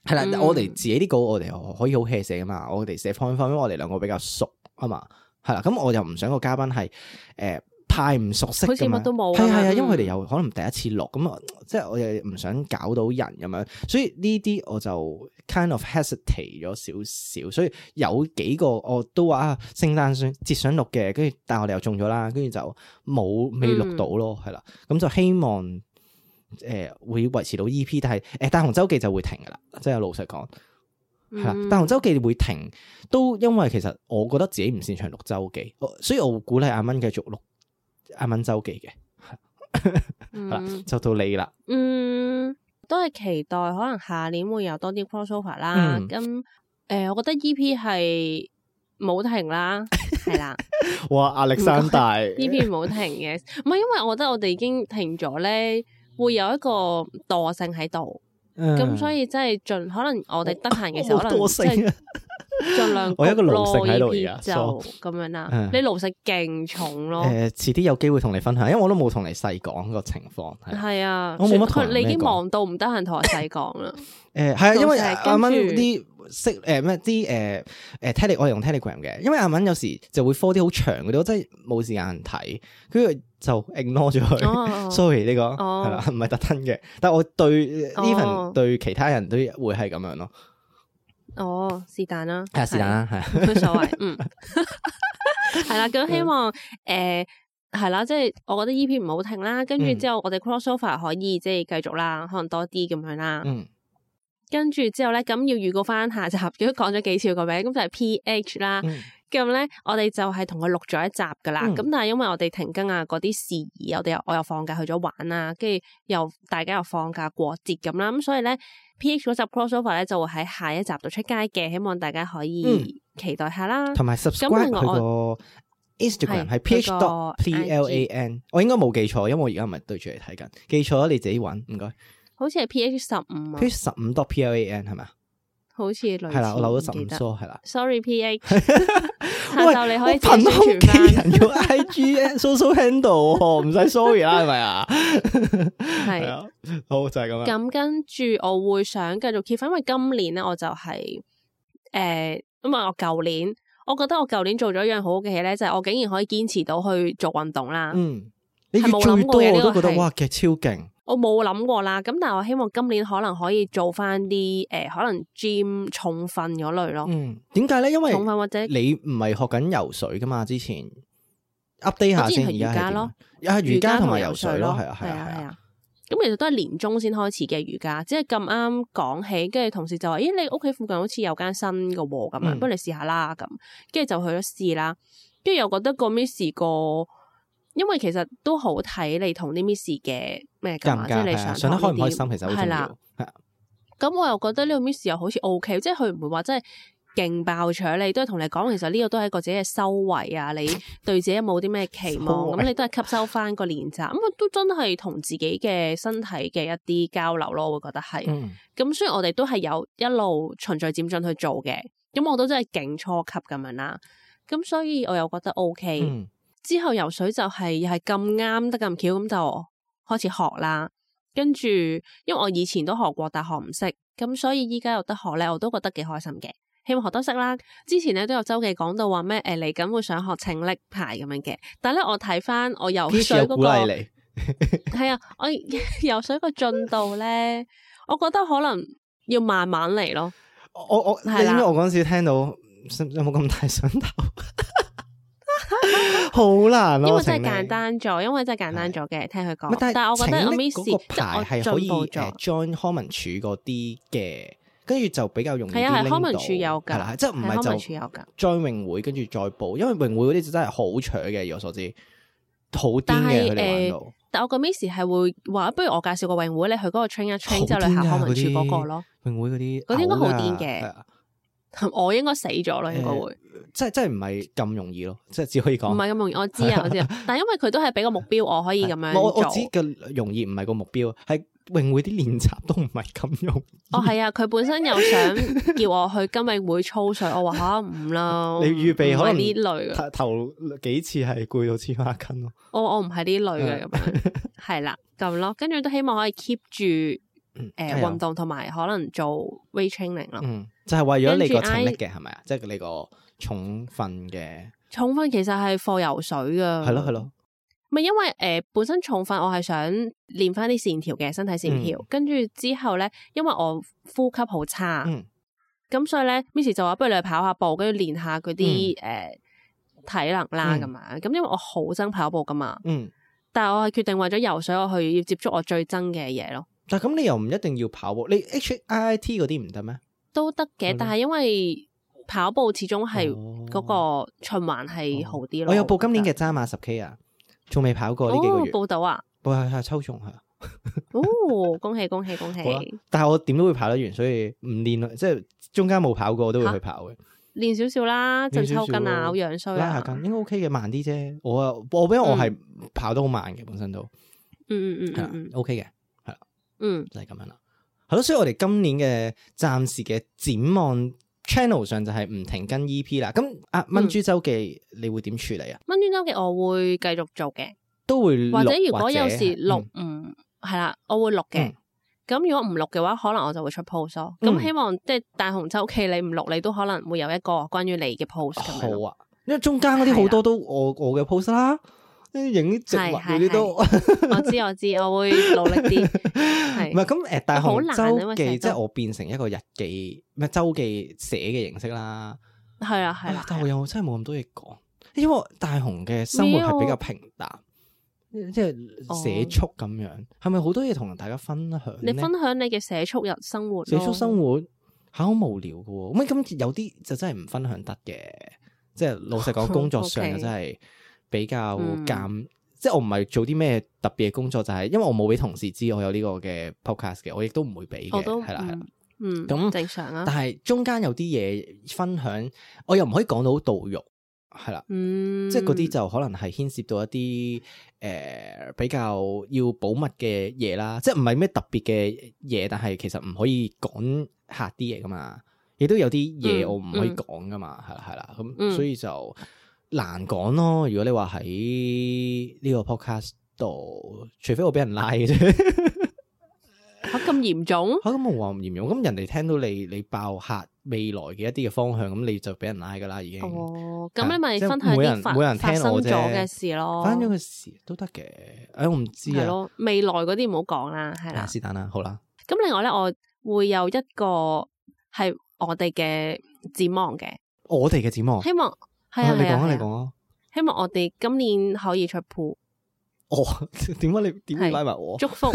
Speaker 1: 係啦，
Speaker 2: 嗯
Speaker 1: 我哋自己啲稿我哋可以好 hea 寫噶嘛，我哋寫 point form，因為我哋兩個比較熟啊嘛，係啦，咁我又唔想個嘉賓係誒太唔熟悉
Speaker 2: 好似
Speaker 1: 咁
Speaker 2: 乜
Speaker 1: 樣
Speaker 2: 都冇嗯
Speaker 1: 係
Speaker 2: 咁
Speaker 1: 啊係啊，
Speaker 2: 樣
Speaker 1: 因為佢哋又可能第一次錄，咁啊，即係我又唔想搞到人咁樣，所以呢啲我就 kind of hesitate 咗少少，所以有幾個我都話啊，聖誕節節想錄嘅，跟住但係我哋又中咗啦，跟住就冇未錄到咯，
Speaker 2: 嗯
Speaker 1: 係啦、咁就希望誒、呃、會維持到 EP，但係誒、呃大紅周記就會停噶啦，即係老實講。係
Speaker 2: 嗯
Speaker 1: 啦，但紅周記會停，都因為其實我覺得自己唔擅長錄周記，我所以我會鼓勵阿蚊繼續錄阿蚊周記嘅，係啦，
Speaker 2: 嗯
Speaker 1: 就到你啦，
Speaker 2: 嗯，都係期待可能下年會有多啲 crossover 啦。
Speaker 1: 嗯
Speaker 2: 咁誒、呃我覺得 E.P. 係冇 停啦，係啦
Speaker 1: 哇，壓力
Speaker 2: 山
Speaker 1: 大，
Speaker 2: ，E.P. 冇停嘅，唔係因為我覺得我哋已經停咗咧，會有一個惰性喺度，
Speaker 1: 嗯
Speaker 2: 咁所以真係盡可能我哋得閒嘅時候，可能
Speaker 1: 多
Speaker 2: 即係
Speaker 1: 性啊，
Speaker 2: 盡 量
Speaker 1: 我有一個
Speaker 2: 焗
Speaker 1: 奴性
Speaker 2: 咯
Speaker 1: 喺度
Speaker 2: EP
Speaker 1: 而家
Speaker 2: 就咁樣
Speaker 1: 嗯
Speaker 2: 啦。你奴性勁重咯，
Speaker 1: 誒，遲啲有機會同你分享，因為我都冇同你細講個情況，係
Speaker 2: 係啊，
Speaker 1: 我冇乜同
Speaker 2: 佢
Speaker 1: 人
Speaker 2: 你已
Speaker 1: 咩
Speaker 2: 經
Speaker 1: 講
Speaker 2: 忙到唔得閒同我細 講啦。
Speaker 1: 誒係啊，因為
Speaker 2: 老實
Speaker 1: 阿蚊
Speaker 2: 跟住
Speaker 1: 啲識誒咩啲誒誒 tele 我係用 telegram 嘅，因為阿蚊有時就會 call 啲好長嗰啲，我真係冇時間睇，跟住就 ignore 咗佢。
Speaker 2: 哦
Speaker 1: sorry 呢個
Speaker 2: 哦
Speaker 1: 係啦，唔係特登嘅，但係我對 even
Speaker 2: 哦
Speaker 1: 對其他人都會係咁樣咯，
Speaker 2: 哦，是但啦，
Speaker 1: 係啊是但啦，係啊
Speaker 2: 係，冇所 謂，嗯， 係啦，咁希望誒係啦，即係我覺得 E.P. 唔好停啦，跟住
Speaker 1: 嗯
Speaker 2: 之後我哋 crossover 可以即係繼續啦，可能多啲咁樣啦，
Speaker 1: 嗯，
Speaker 2: 跟住之後咧，咁要預告翻下集，亦都講咗幾次個名，咁就係 PH 啦。
Speaker 1: 嗯
Speaker 2: 咁咧，我哋就係同佢錄咗一集噶啦。
Speaker 1: 嗯
Speaker 2: 咁、但係因為我哋停更啊，嗰啲事宜，我哋又我又放假去咗玩啦，跟住又大家又放假過節咁啦，咁所以咧 PH 嗰集 crossover 咧就會喺下一集度出街嘅，希望大家可
Speaker 1: 嗯
Speaker 2: 以期待下啦。
Speaker 1: 同埋 subscribe
Speaker 2: 另外
Speaker 1: 佢個 Instagram 係
Speaker 2: 係
Speaker 1: ph
Speaker 2: 佢
Speaker 1: dot
Speaker 2: 個
Speaker 1: p l a n，我應該冇記錯，因為我而家唔係對住你睇緊，記錯咗你自己揾，唔該。
Speaker 2: 好似係 PH 十五啊
Speaker 1: ph，十五 dot p l a n 係咪啊？
Speaker 2: 好似類似
Speaker 1: 係啦，我留咗十
Speaker 2: 唔
Speaker 1: 五
Speaker 2: 記得
Speaker 1: số 係啦。
Speaker 2: Sorry PH，下
Speaker 1: 喂，
Speaker 2: 晝你
Speaker 1: 我
Speaker 2: 可以自
Speaker 1: 憑
Speaker 2: 己
Speaker 1: 空
Speaker 2: 宣傳
Speaker 1: 記
Speaker 2: 翻
Speaker 1: 人個 I G social handle，喎唔使 sorry 啦，係咪啊？
Speaker 2: 係
Speaker 1: 係啊，好就係咁啦。
Speaker 2: 咁跟住我會想繼續 keep 翻，因為今年咧我就係、誒、因為我舊年我覺得我舊年做咗一樣好好嘅嘢咧，就係、我竟然可以堅持到去做運動啦。
Speaker 1: 嗯，你越
Speaker 2: 啊係冇
Speaker 1: 做越多，我
Speaker 2: 諗過嘅呢個
Speaker 1: 都覺得
Speaker 2: 係
Speaker 1: 哇，嘅超勁。
Speaker 2: 我冇諗過啦，咁但係我希望今年可能可以做翻啲誒，可能 gym 重訓嗰類咯，
Speaker 1: 嗯，點解咧？因為
Speaker 2: 重訓或者
Speaker 1: 你唔係學緊游水噶嘛？之前 update 下
Speaker 2: 我之
Speaker 1: 先，
Speaker 2: 前
Speaker 1: 而
Speaker 2: 係
Speaker 1: 家係
Speaker 2: 瑜伽
Speaker 1: 點
Speaker 2: 咯
Speaker 1: 啊？啊，瑜伽同埋游水
Speaker 2: 水
Speaker 1: 咯，係啊，係
Speaker 2: 係
Speaker 1: 啊，係啊。
Speaker 2: 係啊。咁其實都係年中先開始嘅瑜伽，即係咁啱講起，跟住同事就話：咦，你屋企附近好似有間新嘅喎，咁樣，
Speaker 1: 嗯
Speaker 2: 不如你試下啦。咁，跟住就去咗試啦。跟住又覺得個 miss 個，因為其實都好睇你同啲 miss 嘅咩㗎
Speaker 1: 尷
Speaker 2: 嘛，即
Speaker 1: 尬
Speaker 2: 係你
Speaker 1: 係啊
Speaker 2: 上
Speaker 1: 上得開
Speaker 2: 堂
Speaker 1: 唔
Speaker 2: 呢啲
Speaker 1: 開心，其實好
Speaker 2: 係
Speaker 1: 重
Speaker 2: 啦
Speaker 1: 要。係啊
Speaker 2: 咁我又覺得呢個 miss 又好似 O K，即係佢唔會話真係勁爆搶你，都係同你講，其實呢個都係一個自己嘅修為啊，你對自己有冇啲咩期 望，
Speaker 1: 修為
Speaker 2: 咁你都係吸收翻個練習，咁我都真係同自己嘅身體嘅一啲交流咯，我會覺得係。
Speaker 1: 嗯，
Speaker 2: 咁雖然我哋都係有一路循序漸進去做嘅，咁我都真係勁初級咁樣啦。咁所以我又覺得 O K。
Speaker 1: 嗯
Speaker 2: 之後游水就係又係咁啱得咁巧，咁就開始學啦。跟住，因為我以前都學過，但學唔識，咁所以依家有得學咧，我都覺得幾開心嘅。希望學得識啦。之前咧都有周記講到話咩誒嚟緊會想學拯溺牌咁樣嘅，但係咧我睇翻我游
Speaker 1: ，Peach
Speaker 2: 水
Speaker 1: 又
Speaker 2: 嗰、
Speaker 1: 鼓
Speaker 2: 個
Speaker 1: 勵你。
Speaker 2: 係啊，我 游水個進度咧，我覺得可能要慢慢嚟咯。
Speaker 1: 我我你
Speaker 2: 係
Speaker 1: 知唔知
Speaker 2: 啦
Speaker 1: 我嗰陣時聽到有冇咁大想頭？ 好難咯，
Speaker 2: 因為
Speaker 1: 請
Speaker 2: 真係
Speaker 1: 你
Speaker 2: 簡。單咗，因為真係簡單咗嘅，聽
Speaker 1: 唔
Speaker 2: 佢
Speaker 1: 係
Speaker 2: 講。
Speaker 1: 但
Speaker 2: 但係我覺得我
Speaker 1: 請
Speaker 2: miss
Speaker 1: 嗰個牌
Speaker 2: 即
Speaker 1: 係
Speaker 2: 係我
Speaker 1: 可以
Speaker 2: 進步
Speaker 1: 誒
Speaker 2: 咗。
Speaker 1: join 康文署嗰啲嘅，跟住就比較容易啲
Speaker 2: 係啊，係
Speaker 1: 拎
Speaker 2: 康文
Speaker 1: 到
Speaker 2: 署有
Speaker 1: 係啦
Speaker 2: 㗎，
Speaker 1: 即係唔
Speaker 2: 係康文
Speaker 1: 係
Speaker 2: 署
Speaker 1: 就
Speaker 2: 有㗎。
Speaker 1: join 泳會跟住再報，因為泳會嗰啲就真係好搶嘅，以我所知，好癲
Speaker 2: 但
Speaker 1: 嘅
Speaker 2: 係
Speaker 1: 佢哋玩到，
Speaker 2: 但我個 miss 係會話，不如我介紹個泳會你去嗰個 train 一 train 呃之
Speaker 1: 好
Speaker 2: 後，
Speaker 1: 癲
Speaker 2: 你
Speaker 1: 㗎
Speaker 2: 行康文署
Speaker 1: 嗰啲
Speaker 2: 嗰個咯。
Speaker 1: 泳會嗰啲
Speaker 2: 嗰啲應該好
Speaker 1: 嘔㗎
Speaker 2: 癲嘅
Speaker 1: 係啊
Speaker 2: 我應該死咗啦，應該會
Speaker 1: 即係真係唔係咁容易咯，即係只可以講
Speaker 2: 唔。係咁容易。我知啊，我知啊。但因為佢都係俾個目標，我可以咁樣
Speaker 1: 唔係我我指
Speaker 2: 做。
Speaker 1: 嘅容易唔係個目標，係泳會啲練習都唔係咁容易。
Speaker 2: 哦，係啊，佢本身又想叫我去今泳會操水，我話吓唔 啦，
Speaker 1: 你預備可能
Speaker 2: 唔係呢類
Speaker 1: 頭
Speaker 2: 嘅，
Speaker 1: 頭幾次係攰到黐孖筋咯。
Speaker 2: 我我唔係呢類嘅咁樣，係啦咁咯。跟住都希望可以 keep 住誒
Speaker 1: 嗯加油
Speaker 2: 呃運動同埋可能做 weight training 咯。
Speaker 1: 嗯，就係為咗你個
Speaker 2: 跟住
Speaker 1: 情
Speaker 2: I-
Speaker 1: 力嘅係咪啊？即係你個重訓嘅
Speaker 2: 重訓其實係課游水噶，
Speaker 1: 係咯係咯，
Speaker 2: 咪因為誒、呃本身重訓我係想練翻啲線條嘅身體線
Speaker 1: 嗯
Speaker 2: 條，跟住、之後咧，因為我呼吸好差，
Speaker 1: 嗯
Speaker 2: 咁、所以咧，Miss 就話不如你去跑下步，跟住練下嗰啲誒體能啦
Speaker 1: 嗯
Speaker 2: 咁樣。咁因為我好憎跑步噶嘛，
Speaker 1: 嗯。
Speaker 2: 但係我係決定為咗游水，我去要接觸我最憎嘅嘢咯，
Speaker 1: 但係咁你又唔一定要跑步，你 H I T 嗰啲唔得咩？
Speaker 2: 都得
Speaker 1: 係
Speaker 2: 嘅
Speaker 1: 咯。
Speaker 2: 但係因為跑步始終係
Speaker 1: 嗯哦
Speaker 2: 嗰個循環係好啲咯。
Speaker 1: 我有報今年
Speaker 2: 覺
Speaker 1: 嘅渣馬十 K 啊，仲未跑過
Speaker 2: 得
Speaker 1: 呢幾個
Speaker 2: 哦
Speaker 1: 月，
Speaker 2: 報到啊，
Speaker 1: 報係係抽中係啊。
Speaker 2: 哦，恭喜恭喜恭喜！
Speaker 1: 好啊啦但係我點都會跑得完，所以唔練咯，即係中間冇跑過我都會去跑嘅。
Speaker 2: 練少少啦，
Speaker 1: 練
Speaker 2: 陣
Speaker 1: 少少
Speaker 2: 抽筋啊，好樣衰
Speaker 1: 拉下
Speaker 2: 啊。
Speaker 1: 筋應該 OK 嘅，慢啲啫。我啊，我因為我係跑得好慢嘅，本身都
Speaker 2: 嗯嗯
Speaker 1: 係
Speaker 2: 嗯
Speaker 1: 啦
Speaker 2: 嗯
Speaker 1: ，OK 嘅，
Speaker 2: 嗯，
Speaker 1: 就係咁樣啦。係咯，所以我哋今年嘅暫時嘅展望 channel 上就係唔停更 EP 啦。咁
Speaker 2: 嗯
Speaker 1: 啊，蚊珠周記你會點處理啊？
Speaker 2: 蚊專周嘅我會繼續做嘅，
Speaker 1: 都會錄
Speaker 2: 或者如果有
Speaker 1: 嗯或者
Speaker 2: 時錄
Speaker 1: 嗯
Speaker 2: 唔係啦，我會錄嘅
Speaker 1: 嗯。
Speaker 2: 咁如果唔錄嘅話，可能我就會出 post 咯。
Speaker 1: 嗯
Speaker 2: 咁希望即係大紅周期你唔錄，你都可能會有一個關於你嘅 post 咁樣咯。
Speaker 1: 好
Speaker 2: 啊
Speaker 1: 啊，因為中間嗰啲好多都我我嘅 post 啦， 跟住影啲植物嗰啲都。
Speaker 2: 我知我知，我會努力啲。
Speaker 1: 唔係
Speaker 2: 係
Speaker 1: 咁誒，大
Speaker 2: 好
Speaker 1: 紅
Speaker 2: 難啊因
Speaker 1: 周
Speaker 2: 為
Speaker 1: 記
Speaker 2: 成日
Speaker 1: 即係
Speaker 2: 都
Speaker 1: 我變成一個日記，唔係周記寫嘅形式啦。啊
Speaker 2: 係啦係啦
Speaker 1: 啊，但我又真係冇咁多嘢講，因為大雄嘅生活係比較平淡，即係
Speaker 2: 哦
Speaker 1: 寫速咁樣，係咪好多嘢同大家分享
Speaker 2: 你
Speaker 1: 咧？
Speaker 2: 分享你嘅社畜日生活咯，
Speaker 1: 社畜生活嚇好無聊嘅喎，咁咁有啲就真係唔分享得嘅，即係老 實講工作上
Speaker 2: OK
Speaker 1: 就真係比較
Speaker 2: 嗯
Speaker 1: 尷，即係我唔係做啲咩特別嘅工作，就係、因為我冇俾同事知我有呢個嘅 podcast 嘅，我亦都唔會俾
Speaker 2: 我
Speaker 1: 嘅，
Speaker 2: 都
Speaker 1: 係啦係啦。
Speaker 2: 嗯，
Speaker 1: 咁
Speaker 2: 咁正常啊
Speaker 1: 但。係中間有啲嘢分享，我又唔可以講到盜肉，係啦。
Speaker 2: 嗯，
Speaker 1: 即係嗰啲就可能係牽涉到一啲誒、呃比較要保密嘅嘢啦，即係唔係咩特別嘅嘢，但係其實唔可以講客啲嘢噶嘛，亦都有啲嘢
Speaker 2: 嗯
Speaker 1: 我唔可以
Speaker 2: 嗯
Speaker 1: 講噶嘛，係啦係啦，咁、
Speaker 2: 嗯
Speaker 1: 所以就難講咯。如果你話喺呢個 podcast 度，除非我俾人拉 嘅啫，
Speaker 2: 嚇咁嚴重，
Speaker 1: 嚇咁我話唔嚴重，咁人哋聽到你你爆客未來嘅一啲嘅方向，咁你就俾人拉噶啦已經。
Speaker 2: 哦，
Speaker 1: 係
Speaker 2: 咁你咪
Speaker 1: 即係
Speaker 2: 分享
Speaker 1: 每人
Speaker 2: 啲發
Speaker 1: 每人聽
Speaker 2: 發生
Speaker 1: 我
Speaker 2: 咗
Speaker 1: 啫
Speaker 2: 嘅事咯，
Speaker 1: 翻咗個時都得嘅，誒我唔知
Speaker 2: 係
Speaker 1: 啊。
Speaker 2: 咯，未來嗰啲唔好講啦，係啦
Speaker 1: 啊，。是但啦，好啦，
Speaker 2: 咁另外咧，我會有一個係我哋嘅展望嘅，
Speaker 1: 我哋嘅展望，
Speaker 2: 希望係
Speaker 1: 啊
Speaker 2: 啊，
Speaker 1: 你
Speaker 2: 係
Speaker 1: 講
Speaker 2: 啊
Speaker 1: 啊，你
Speaker 2: 係啊
Speaker 1: 講啊，
Speaker 2: 希望我哋今年可以出鋪，
Speaker 1: 哦， 點解你點會拉埋我？
Speaker 2: 祝福。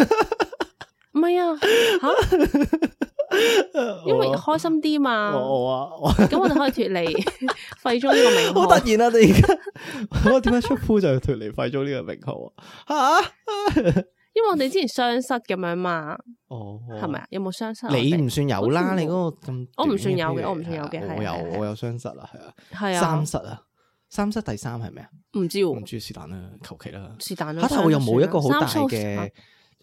Speaker 2: 唔係 啊，吓，因
Speaker 1: 哦
Speaker 2: 為開心啲嘛，
Speaker 1: 我 我啊，我
Speaker 2: 咁我哋可以脱 離廢中呢個名
Speaker 1: 好
Speaker 2: 號。
Speaker 1: 突然啊！你而家 我點解出鋪就脱離廢咗呢個名號啊？吓，
Speaker 2: 因為我哋之前雙失咁樣嘛，
Speaker 1: 哦，
Speaker 2: 係咪啊？有冇雙失啊？
Speaker 1: 你唔算有啦，
Speaker 2: 好似冇
Speaker 1: 你嗰個咁，
Speaker 2: 我唔算有嘅
Speaker 1: 嘅，
Speaker 2: 我唔算有
Speaker 1: 係啊我
Speaker 2: 嘅係啊係啊係
Speaker 1: 有
Speaker 2: 啊
Speaker 1: 我有雙失啊，係啊，
Speaker 2: 係啊
Speaker 1: 三，失啊，三失第三係咩啊？
Speaker 2: 唔知
Speaker 1: 唔
Speaker 2: 喎，
Speaker 1: 知是但啦，求其啦。
Speaker 2: 是但啦。
Speaker 1: 嚇！但我又冇一個好
Speaker 2: 三
Speaker 1: 大
Speaker 2: 失
Speaker 1: 嘅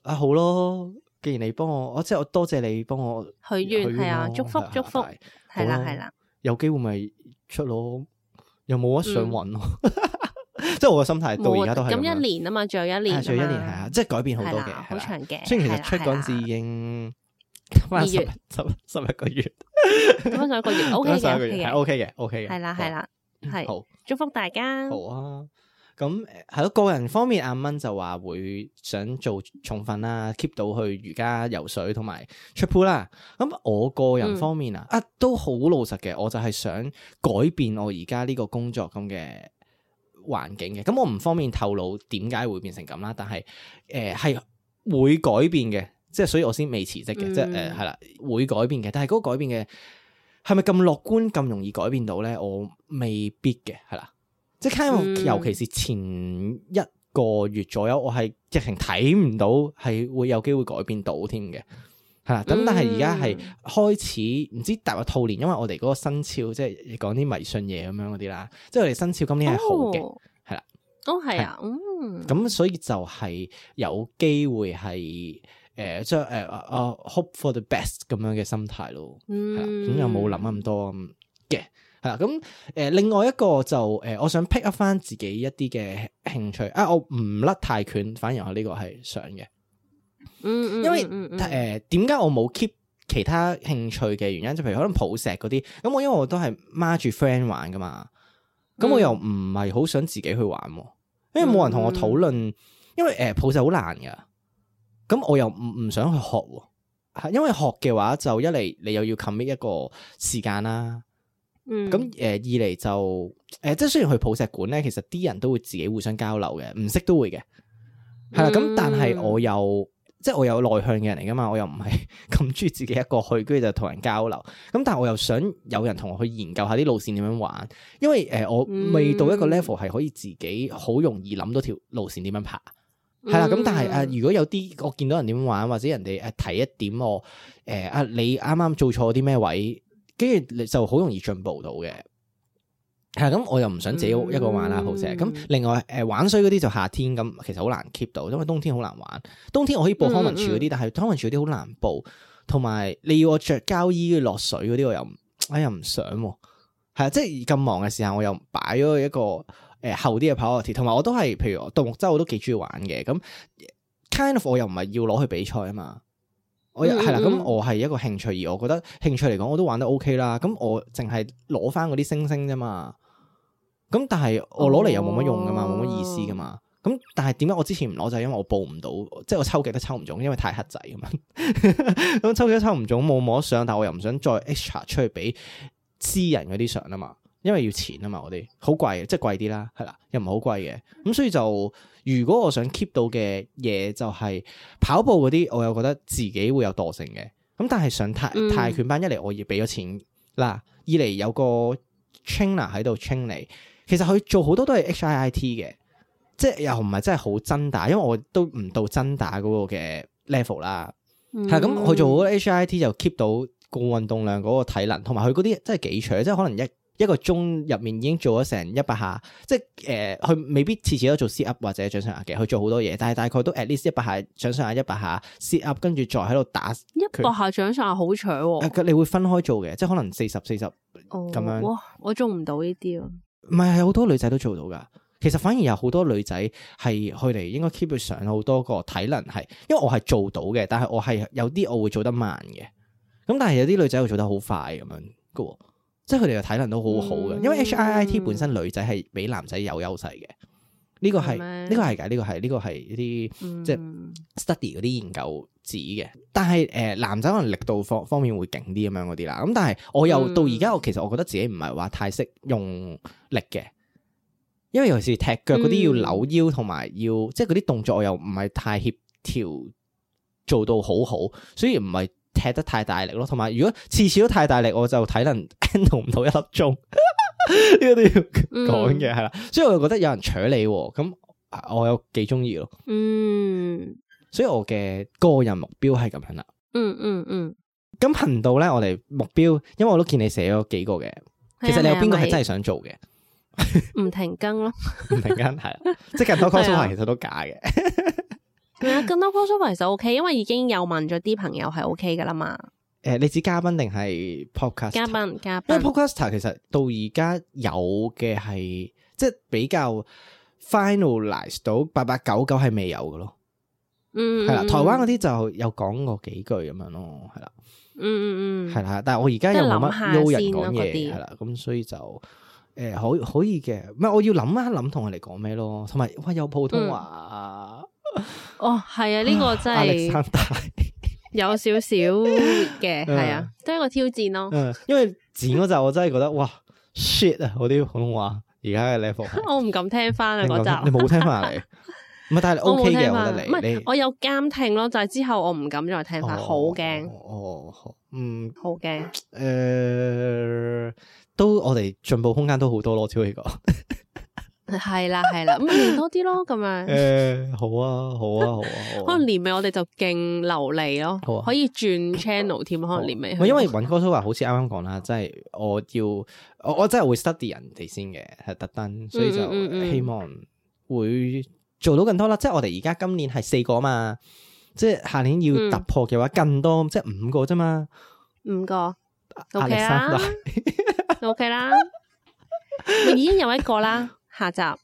Speaker 1: 啊，好咯。既然你幫我，我即係我多謝你幫我
Speaker 2: 許願係啊
Speaker 1: 咯
Speaker 2: 祝福
Speaker 1: 係啊
Speaker 2: 祝福
Speaker 1: 係啊
Speaker 2: 係啦
Speaker 1: 好啦
Speaker 2: 係啦，
Speaker 1: 有機會咪出咯，又冇得想揾咯。 即係我嘅心態到
Speaker 2: 嗯冇
Speaker 1: 而
Speaker 2: 啊
Speaker 1: 家都係
Speaker 2: 咁
Speaker 1: 樣
Speaker 2: 一年啊嘛，仲有一
Speaker 1: 係
Speaker 2: 年啊嘛，
Speaker 1: 仲有一年係啊，即係改變好多
Speaker 2: 係
Speaker 1: 嘅，
Speaker 2: 啦，好
Speaker 1: 係啦
Speaker 2: 長嘅。
Speaker 1: 雖然
Speaker 2: 係
Speaker 1: 其
Speaker 2: 啦
Speaker 1: 實出嗰陣時已經翻
Speaker 2: 二
Speaker 1: 十
Speaker 2: 月
Speaker 1: 十十一個月，
Speaker 2: 係啦咁樣上一個 月，OK
Speaker 1: 得
Speaker 2: 嘅
Speaker 1: 上一個月
Speaker 2: ，OK
Speaker 1: 係
Speaker 2: 嘅，
Speaker 1: OK 嘅，OK 嘅，
Speaker 2: 係啦係啦，
Speaker 1: 好，
Speaker 2: 係
Speaker 1: 好。
Speaker 2: 祝福大家。
Speaker 1: 好啊。咁誒係咯，個人方面，阿蚊就話會想做重訓啦，keep 到去瑜伽、游水同埋出 pool 啦。咁我個人方面啊，啊都好老實嘅，我就係想改變我而家呢個工作咁嘅環境嘅。咁我唔方便透露點解會變成咁啦，但係誒係會改變嘅，即係所以我先未辭職嘅，
Speaker 2: 嗯
Speaker 1: 即係誒係啦，會改變嘅。但係嗰個改變嘅係咪咁樂觀、咁容易改變到咧？我未必嘅，係啦。即係 kind of
Speaker 2: 嗯
Speaker 1: 尤其是前一個月左右，我係直情睇唔到係會有機會改變到添嘅，係啦。咁但係而家係
Speaker 2: 嗯
Speaker 1: 開始唔知踏入兔年，因為我哋嗰個生肖即係講啲迷信嘢咁樣嗰啲啦，即係我哋生肖今年係好嘅，
Speaker 2: 哦
Speaker 1: 係啦。
Speaker 2: 哦，係啊，嗯，
Speaker 1: 咁、所以就係有機會係誒將誒啊 hope for the best 咁樣嘅心態咯。係啦，
Speaker 2: 嗯，
Speaker 1: 咁又冇諗啊咁多嘅，係啦，咁誒、呃另外一個就誒、呃我想 pick up 翻自己一啲嘅興趣啊，我唔甩泰拳，反而我呢個係想嘅，
Speaker 2: 嗯，嗯，
Speaker 1: 因為
Speaker 2: 嗯嗯嗯
Speaker 1: 誒點解我冇 keep 其他興趣嘅原因，就譬如可能抱石嗰啲，咁我因為我都係孖住 friend 玩噶嘛，咁我
Speaker 2: 嗯
Speaker 1: 又唔係好想自己去玩喎，因為冇人同我討論，
Speaker 2: 嗯
Speaker 1: 因為誒、呃、抱石好難噶，咁我又唔唔想去學喎。係因為學嘅話，就一嚟你又要 commit 一個時間啦，
Speaker 2: 嗯
Speaker 1: 咁誒、呃二嚟就誒、呃即係雖然去抱石館咧，其實啲人都會自己互相交流嘅，唔識都會嘅，係啦。咁、
Speaker 2: 嗯
Speaker 1: 但係我又即係我有內向嘅人嚟噶嘛，我又唔係 咁中意自己一個去，跟住就同人交流。咁但係我又想有人同我去研究下啲路線點樣玩，因為誒、呃我未到一個
Speaker 2: 嗯
Speaker 1: level 係可以自己好容易諗到條路線點樣爬。係啦，咁但係誒、呃
Speaker 2: 嗯
Speaker 1: 如果有啲我見到人點玩，或者人哋誒提一點我誒、呃啊，你啱啱做錯啲咩位，跟住你就好容易進步到嘅。係啦咁我又唔想自己一個玩啦，
Speaker 2: 嗯
Speaker 1: 好正。咁另外誒、呃玩水嗰啲就夏天咁，其實好難 keep 到，因為冬天好難玩。冬天我可以報康文署
Speaker 2: 嗯
Speaker 1: 嗰啲，但係康文署嗰啲好難報，同埋你要我着膠衣落水嗰啲，我又唔，我又唔想喎。係啊，即係咁忙嘅時候，我又擺咗一個誒、呃、厚啲嘅 priority，同埋我都係譬如獨木舟我都幾中意玩嘅，咁 kind of 我又唔係要攞去比賽啊嘛，我又
Speaker 2: 嗯嗯
Speaker 1: 係啦，
Speaker 2: 嗯
Speaker 1: 咁我係一個興趣，而我覺得興趣嚟講我都玩得 OK 啦，咁我淨係攞翻嗰啲星星啫嘛，咁但係我攞嚟又冇乜用噶嘛，
Speaker 2: 哦
Speaker 1: 冇乜、意思噶嘛。咁但係點解我之前唔攞就係因為我報唔到，即係我抽極都抽唔中，因為太黑仔咁樣。 咁抽極都抽唔中，冇摸得上，但我又唔想再 extra 出去俾私人嗰啲相啊嘛。因為要錢啊嘛，我哋好貴嘅，即係貴啲啦，係啦，又唔係好貴嘅。咁所以就如果我想 keep 到嘅嘢就係跑步嗰啲，我又覺得自己會有惰性嘅。咁但係上泰
Speaker 2: 嗯
Speaker 1: 泰拳班，一嚟我要俾咗錢啦，二嚟有個 trainer 喺度 train 你。其實佢做好多都係 HIIT 嘅，即係又唔係真係好真打，因為我都唔到真打嗰個嘅 level 啦。
Speaker 2: 嗯
Speaker 1: 係咁，佢做好 HIT 就 keep 到個運動量嗰個體能，同埋佢嗰啲真係幾長，即係可能一一個鐘入面已經做咗成一百下，即係誒，佢、未必次次都做 sit up 或者掌上壓嘅，佢做好多嘢，但係大概都 at least 一百下掌上壓一百下 sit up，跟住再喺度打，
Speaker 2: 一百下掌上下好搶
Speaker 1: 誒
Speaker 2: 喎，
Speaker 1: 佢你會分開做嘅，即係可能四十四十，
Speaker 2: 哦
Speaker 1: 咁樣
Speaker 2: 哇！我做唔到呢啲啊，
Speaker 1: 唔係係好多女仔都做到噶。其實反而有好多女仔係佢哋應該 keep 上好多個體能係，因為我係做到嘅，但係我係有啲我會做得慢嘅，咁但係有啲女仔會做得好快咁樣嘅喎，即係佢哋嘅體能都好好嘅，因為
Speaker 2: 嗯
Speaker 1: HIIT 本身女仔係比男仔有優勢嘅，呢個係
Speaker 2: 係咩
Speaker 1: 呢個係㗎，呢個係呢個係一啲。
Speaker 2: 嗯
Speaker 1: 即係 study 嗰啲研究指嘅，但係誒、呃男仔可能力度方方面會勁啲咁樣嗰啲啦。咁但係我又、
Speaker 2: 嗯
Speaker 1: 到而家，我其實我覺得自己唔係話太識用力嘅，因為尤其是踢腳嗰啲
Speaker 2: 嗯
Speaker 1: 要扭腰同埋要即係嗰啲動作，我又唔係太協調做到好好，所以唔係踢得太大力咯。同埋如果次次都太大力，我就體能 handle 唔到一粒鐘，呢個都要講嘅係啦。所以我又覺得有人扯你喎，咁啊我又幾中意咯。
Speaker 2: 嗯
Speaker 1: 所以我嘅個人目標係咁樣啦。
Speaker 2: 嗯嗯嗯，
Speaker 1: 咁頻道咧，我哋目標，因為我都見你寫咗幾個
Speaker 2: 啊
Speaker 1: 嘅，其實你有邊個係真係想做嘅？
Speaker 2: 係唔停更咯？
Speaker 1: 唔突然間係 啦，即係更多 c o s p
Speaker 2: 係
Speaker 1: l
Speaker 2: 啊
Speaker 1: a 其實都假嘅，
Speaker 2: 係啊，更多 crossover 其實 OK，因為已經有問咗啲朋友係 OK 噶啦嘛。
Speaker 1: 誒，你指嘉賓定啊係 podcast？
Speaker 2: 嘉，賓嘉
Speaker 1: 因為
Speaker 2: 賓，
Speaker 1: podcaster 其實到而家有嘅係即係比較 finalize 到八八九九係未有嘅咯，
Speaker 2: 嗯，
Speaker 1: 係啦。台灣嗰啲
Speaker 2: 啲，
Speaker 1: 就有講過幾句咁樣咯，係啦。
Speaker 2: 嗯嗯嗯，
Speaker 1: 係啦，但係我而家又冇乜
Speaker 2: 即係諗
Speaker 1: 撈
Speaker 2: 下
Speaker 1: 人
Speaker 2: 先咯
Speaker 1: 講
Speaker 2: 嗰
Speaker 1: 嘢，
Speaker 2: 啲
Speaker 1: 係啦，咁所以就誒可可以嘅，唔係我要諗一諗同佢哋講咩咯，同埋喂有普通話啊，
Speaker 2: 哦，係啊，呢個真
Speaker 1: 壓力
Speaker 2: 係
Speaker 1: 山大，
Speaker 2: 有少少 嘅，係啊，都係一個挑戰咯。
Speaker 1: 嗯，因為剪嗰陣我真係覺得哇 shit 啊，我啲普通話而家嘅 level 係
Speaker 2: 我唔敢聽翻啊
Speaker 1: 嗯你
Speaker 2: 嗰
Speaker 1: 講
Speaker 2: 集
Speaker 1: 你。冇聽翻嚟，唔 係但係你
Speaker 2: 我冇
Speaker 1: OK 嘅，
Speaker 2: 聽
Speaker 1: 我
Speaker 2: 翻，
Speaker 1: 覺
Speaker 2: 唔
Speaker 1: 得你
Speaker 2: 係
Speaker 1: 你
Speaker 2: 我有監聽咯，就係之後我唔敢再聽翻，好驚，
Speaker 1: 哦哦，好嗯
Speaker 2: 好驚。
Speaker 1: 誒，都我哋進步空間都好多咯，超氣 講。
Speaker 2: 係啦係啦，咁練多啲咯，咁樣
Speaker 1: 誒，好啊，好啊，好啊，好
Speaker 2: 可
Speaker 1: 啊
Speaker 2: 能。年尾我哋就勁流利
Speaker 1: 好
Speaker 2: 咯，
Speaker 1: 啊
Speaker 2: 可以轉 channel 添，可能年哦尾
Speaker 1: 唔
Speaker 2: 去。
Speaker 1: 係因為揾 c o s 好似啱啱講啦，即係我要我我真係會 study 人哋先嘅，係特登，所以就
Speaker 2: 嗯嗯嗯
Speaker 1: 希望會做到更多啦。即係我哋而家今年係四個啊嘛，即係下年要
Speaker 2: 嗯
Speaker 1: 突破嘅話，更多即係五個啫嘛。
Speaker 2: 五個
Speaker 1: 壓
Speaker 2: OK 啊
Speaker 1: 力山
Speaker 2: 啦
Speaker 1: 大，
Speaker 2: ，OK 啦，咪已經有一個啦，下集係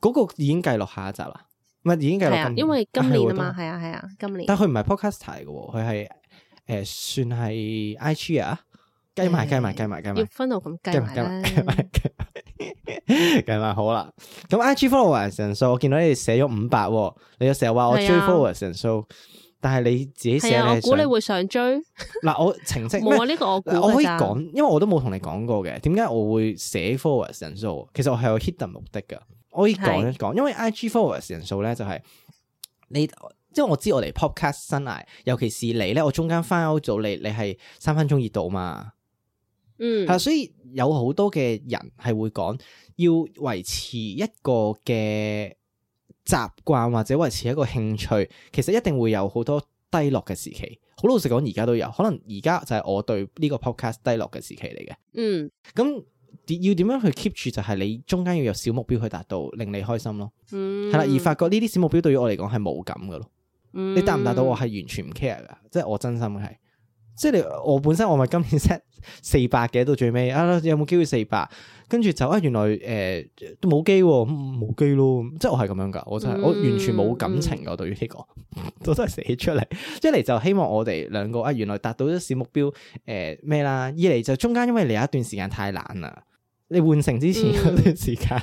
Speaker 1: 嗰個已經計落下一集啦，唔係已經計落
Speaker 2: 啊
Speaker 1: 今，
Speaker 2: 因為今
Speaker 1: 係
Speaker 2: 年
Speaker 1: 喎
Speaker 2: 啊嘛，
Speaker 1: 都
Speaker 2: 係啊係啊，今年
Speaker 1: 但佢唔係 podcast 嚟嘅喎，佢係誒算係 IG 啊，計埋計埋計埋計埋
Speaker 2: 要。分到咁計
Speaker 1: 計埋
Speaker 2: 埋
Speaker 1: 啊計
Speaker 2: 啦啊
Speaker 1: 埋，計埋計埋 計埋好啦。咁 I G followers 人數，我見到你哋寫咗五百，你又成日話我追
Speaker 2: 係啊
Speaker 1: followers 人數，但係你自己
Speaker 2: 係
Speaker 1: 寫
Speaker 2: 啊，
Speaker 1: 你
Speaker 2: 我估你
Speaker 1: 係
Speaker 2: 會想追，
Speaker 1: 想嗱，我澄清
Speaker 2: 冇啊
Speaker 1: 咩？
Speaker 2: 呢個我估
Speaker 1: 我可以
Speaker 2: 㗎咋
Speaker 1: 講，因為我都冇同你講過嘅。點解我會寫 followers 人數？其實我係有 hidden 目的噶。我可以講一講，因為 I G followers 人數咧就係、你，即係我知我哋 podcast 生涯，尤其是你咧，我中間翻 out 咗你，你係三分鐘熱度嘛。
Speaker 2: 嗯
Speaker 1: 係啦，啊所以有好多嘅人係會講要維持一個嘅習慣或者維持一個興趣，其實一定會有好多低落嘅時期。好老實講，而家都有，可能而家就係我對呢個 podcast 低落嘅時期嚟嘅。
Speaker 2: 嗯
Speaker 1: 咁要點樣去 keep 住？就係你中間要有小目標去達到，令你開心咯。
Speaker 2: 嗯
Speaker 1: 係啦、而發覺呢啲小目標對於我嚟講係冇感嘅咯。你
Speaker 2: 你
Speaker 1: 達唔達到我係完全唔 care 噶，即係我真心係，即係你我本身我咪今年 set 四百嘅，到最尾啊有冇機會四百？跟住就啊原來誒都冇機喎，嗯冇機咯，即係我係咁樣噶，我真係我完全冇感情噶對於呢個， 我真係寫出嚟。一嚟就希望我哋兩個啊原來達到咗小目標誒咩啦，二嚟就中間因為你有一段時間太懶啦，你換成之前嗰段時間，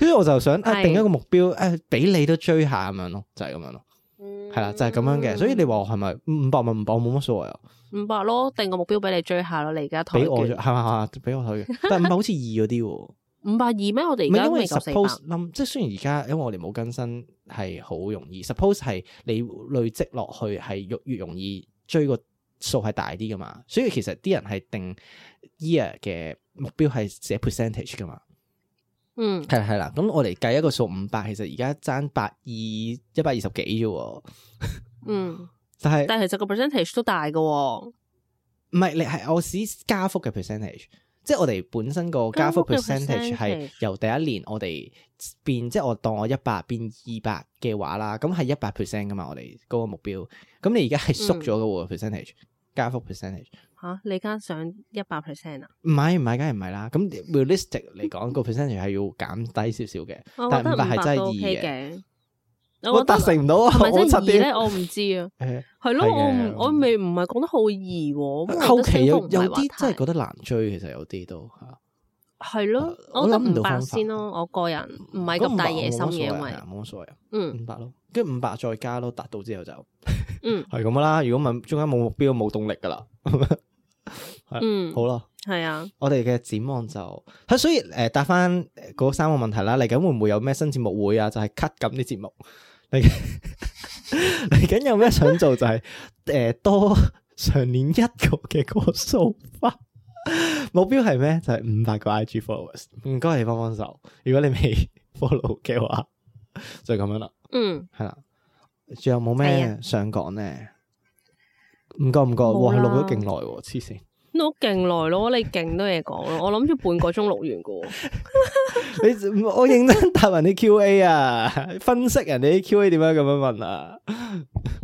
Speaker 1: 跟住我就想啊
Speaker 2: 係
Speaker 1: 定一個目標誒俾你都追
Speaker 2: 嗯
Speaker 1: 嗯下咁樣咯，就係咁樣咯。係啦，就係咁樣嘅。所以你話我係咪五五百咪五百，我冇乜所謂啊。
Speaker 2: 五百咯，定個目標俾你追下咯。你而家台
Speaker 1: 俾我
Speaker 2: 券
Speaker 1: 咗係嘛係嘛，俾我睇 嘅，但五百好似易嗰啲喎。
Speaker 2: 五百二咩？我哋
Speaker 1: 唔係
Speaker 2: 而家
Speaker 1: 因
Speaker 2: 未
Speaker 1: 為
Speaker 2: 夠四百
Speaker 1: suppose。冧，即係雖然而家因為我哋冇更新係好容易，suppose 係你累積落去係越越容易追個數係大啲噶嘛，所以其實啲人係定 year 嘅目標係寫 percentage 噶嘛，
Speaker 2: 嗯，
Speaker 1: 係啦係啦，咁我哋計一個數五百，其實而家爭百二一百二十幾啫喎，
Speaker 2: 嗯，
Speaker 1: 但係
Speaker 2: 但係其實個 percentage 都大嘅喎，
Speaker 1: 唔係你係我指加幅嘅 percentage，即係我哋本身個加幅
Speaker 2: 加幅嘅
Speaker 1: percentage 係
Speaker 2: percentage
Speaker 1: 由第一年我哋變，即係我當我一百變二百嘅話啦，咁係一百 percent 噶嘛，我哋嗰個目標。咁你而家係縮咗嘅喎 percentage，加幅 percentage。
Speaker 2: 吓你間想一百 percent 啊？
Speaker 1: 唔係唔係，梗係唔係啦。咁 realistic 嚟講， 個 percentage 係要減低少少嘅。
Speaker 2: 我覺
Speaker 1: 但
Speaker 2: 得
Speaker 1: 係五
Speaker 2: 五
Speaker 1: 百係
Speaker 2: 百
Speaker 1: 真係
Speaker 2: 都 OK
Speaker 1: 易
Speaker 2: 嘅。
Speaker 1: 我達成唔到啊！
Speaker 2: 係咪
Speaker 1: 我
Speaker 2: 真係
Speaker 1: 七
Speaker 2: 易咧？
Speaker 1: 點
Speaker 2: 我唔知啊。
Speaker 1: 誒
Speaker 2: 係咯，
Speaker 1: 係
Speaker 2: 我
Speaker 1: 嘅嗯
Speaker 2: 唔我未唔係講得好易喎。
Speaker 1: 後期有有啲真係
Speaker 2: 係
Speaker 1: 覺得難追，其實有啲都嚇。
Speaker 2: 係咯，
Speaker 1: 呃我
Speaker 2: 我覺得
Speaker 1: 諗唔
Speaker 2: 五
Speaker 1: 到
Speaker 2: 百
Speaker 1: 方法
Speaker 2: 先咯。我個人唔係
Speaker 1: 嗰
Speaker 2: 咁
Speaker 1: 500我
Speaker 2: 大
Speaker 1: 冇乜
Speaker 2: 野心
Speaker 1: 所
Speaker 2: 嘅，因
Speaker 1: 謂
Speaker 2: 為
Speaker 1: 啊冇乜所謂啊，
Speaker 2: 嗯
Speaker 1: 五百咯，跟住五百再加咯，達到之後就。
Speaker 2: 嗯
Speaker 1: 系咁啦，如果唔係中間冇目標冇動力噶啦，
Speaker 2: 嗯，
Speaker 1: 好啦，
Speaker 2: 係啊，
Speaker 1: 我哋嘅展望就，係所以诶、呃答翻嗰三個問題啦，嚟緊會唔會有咩新節目會啊？就係 cut 緊啲節目，嚟 嚟緊有咩想做就係呃多 上年一個嘅嗰個數翻。 目標係咩？就係五百個 IG followers，唔該你幫幫手。如果你未 follow 嘅話，就咁樣啦。
Speaker 2: 嗯。
Speaker 1: 系啦，仲有冇
Speaker 2: 係啊
Speaker 1: 咩想講咧？唔覺唔覺，哇！
Speaker 2: 冇啦
Speaker 1: 錄咗勁耐喎，黐線！
Speaker 2: 都勁耐咯，你勁多嘢講咯，我諗住半個鐘錄完噶喎。
Speaker 1: 你我認真答人啲 Q&A 啊， 分析人哋啲 Q&A 點樣咁樣問啊？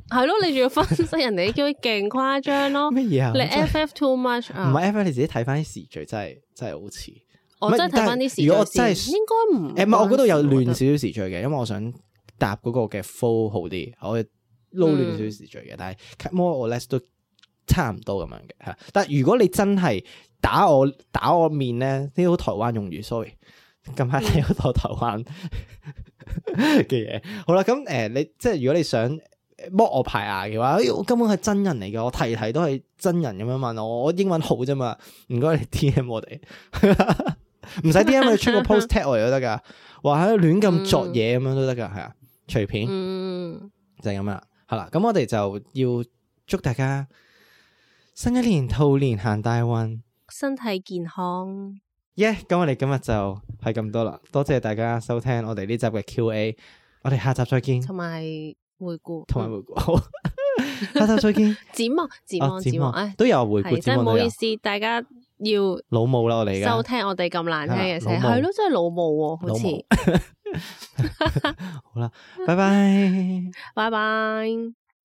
Speaker 2: 係咯，你仲要分析人哋啲勁誇張咯，
Speaker 1: 咩嘢啊？
Speaker 2: 哦你
Speaker 1: 我真係
Speaker 2: FF too much
Speaker 1: 唔
Speaker 2: 啊？
Speaker 1: 係 F 你自己睇翻啲時序，真係真係好似
Speaker 2: 我真係睇翻啲時
Speaker 1: 唔係但係如果我真
Speaker 2: 序
Speaker 1: 係
Speaker 2: 先，應該唔
Speaker 1: 誒，唔係我嗰度有亂
Speaker 2: 關
Speaker 1: 少
Speaker 2: 事
Speaker 1: 少時序嘅，因為我想答嗰個嘅 full 好啲，我撈亂少少時序嘅，但係 more or less 都差唔多咁樣嘅嚇。但係如果你真係打我打我面咧，呢好台灣用語，sorry。近排睇好多台灣嘅嘢，好啦，咁誒、呃你即係如果你想剝我排牙嘅話，哎我根本係真人嚟嘅，我題題都係真人咁樣問我，我英文好啫嘛，唔該你 D M 我哋， 唔使 D M 啊你出個 post tag 我哋都得噶，話喺度亂咁作嘢咁樣都得噶，係啊，隨便。
Speaker 2: 嗯，
Speaker 1: 就係咁啦。好啦，咁我哋就要祝大家新一年兔年行大運。
Speaker 2: 身體健康，
Speaker 1: 耶！咁我哋今日就係咁多啦，多謝大家收聽我哋呢集嘅 Q&A，我哋下集再見，
Speaker 2: 同埋回顧，嗯
Speaker 1: 同埋回顧，好 下集再見，
Speaker 2: 展望， 展
Speaker 1: 哦
Speaker 2: 望，展望，唉，
Speaker 1: 都有回顧
Speaker 2: 係真
Speaker 1: 展
Speaker 2: 係
Speaker 1: 望啊都
Speaker 2: 唔好意
Speaker 1: 有，
Speaker 2: 思，大家要
Speaker 1: 老母啦我哋
Speaker 2: 收
Speaker 1: 而家，
Speaker 2: 聽我哋咁難聽嘅聲，
Speaker 1: 係啦老母
Speaker 2: 係咯，真係老母喎，好
Speaker 1: 老母
Speaker 2: 似，
Speaker 1: 好啦，拜拜。
Speaker 2: 拜拜。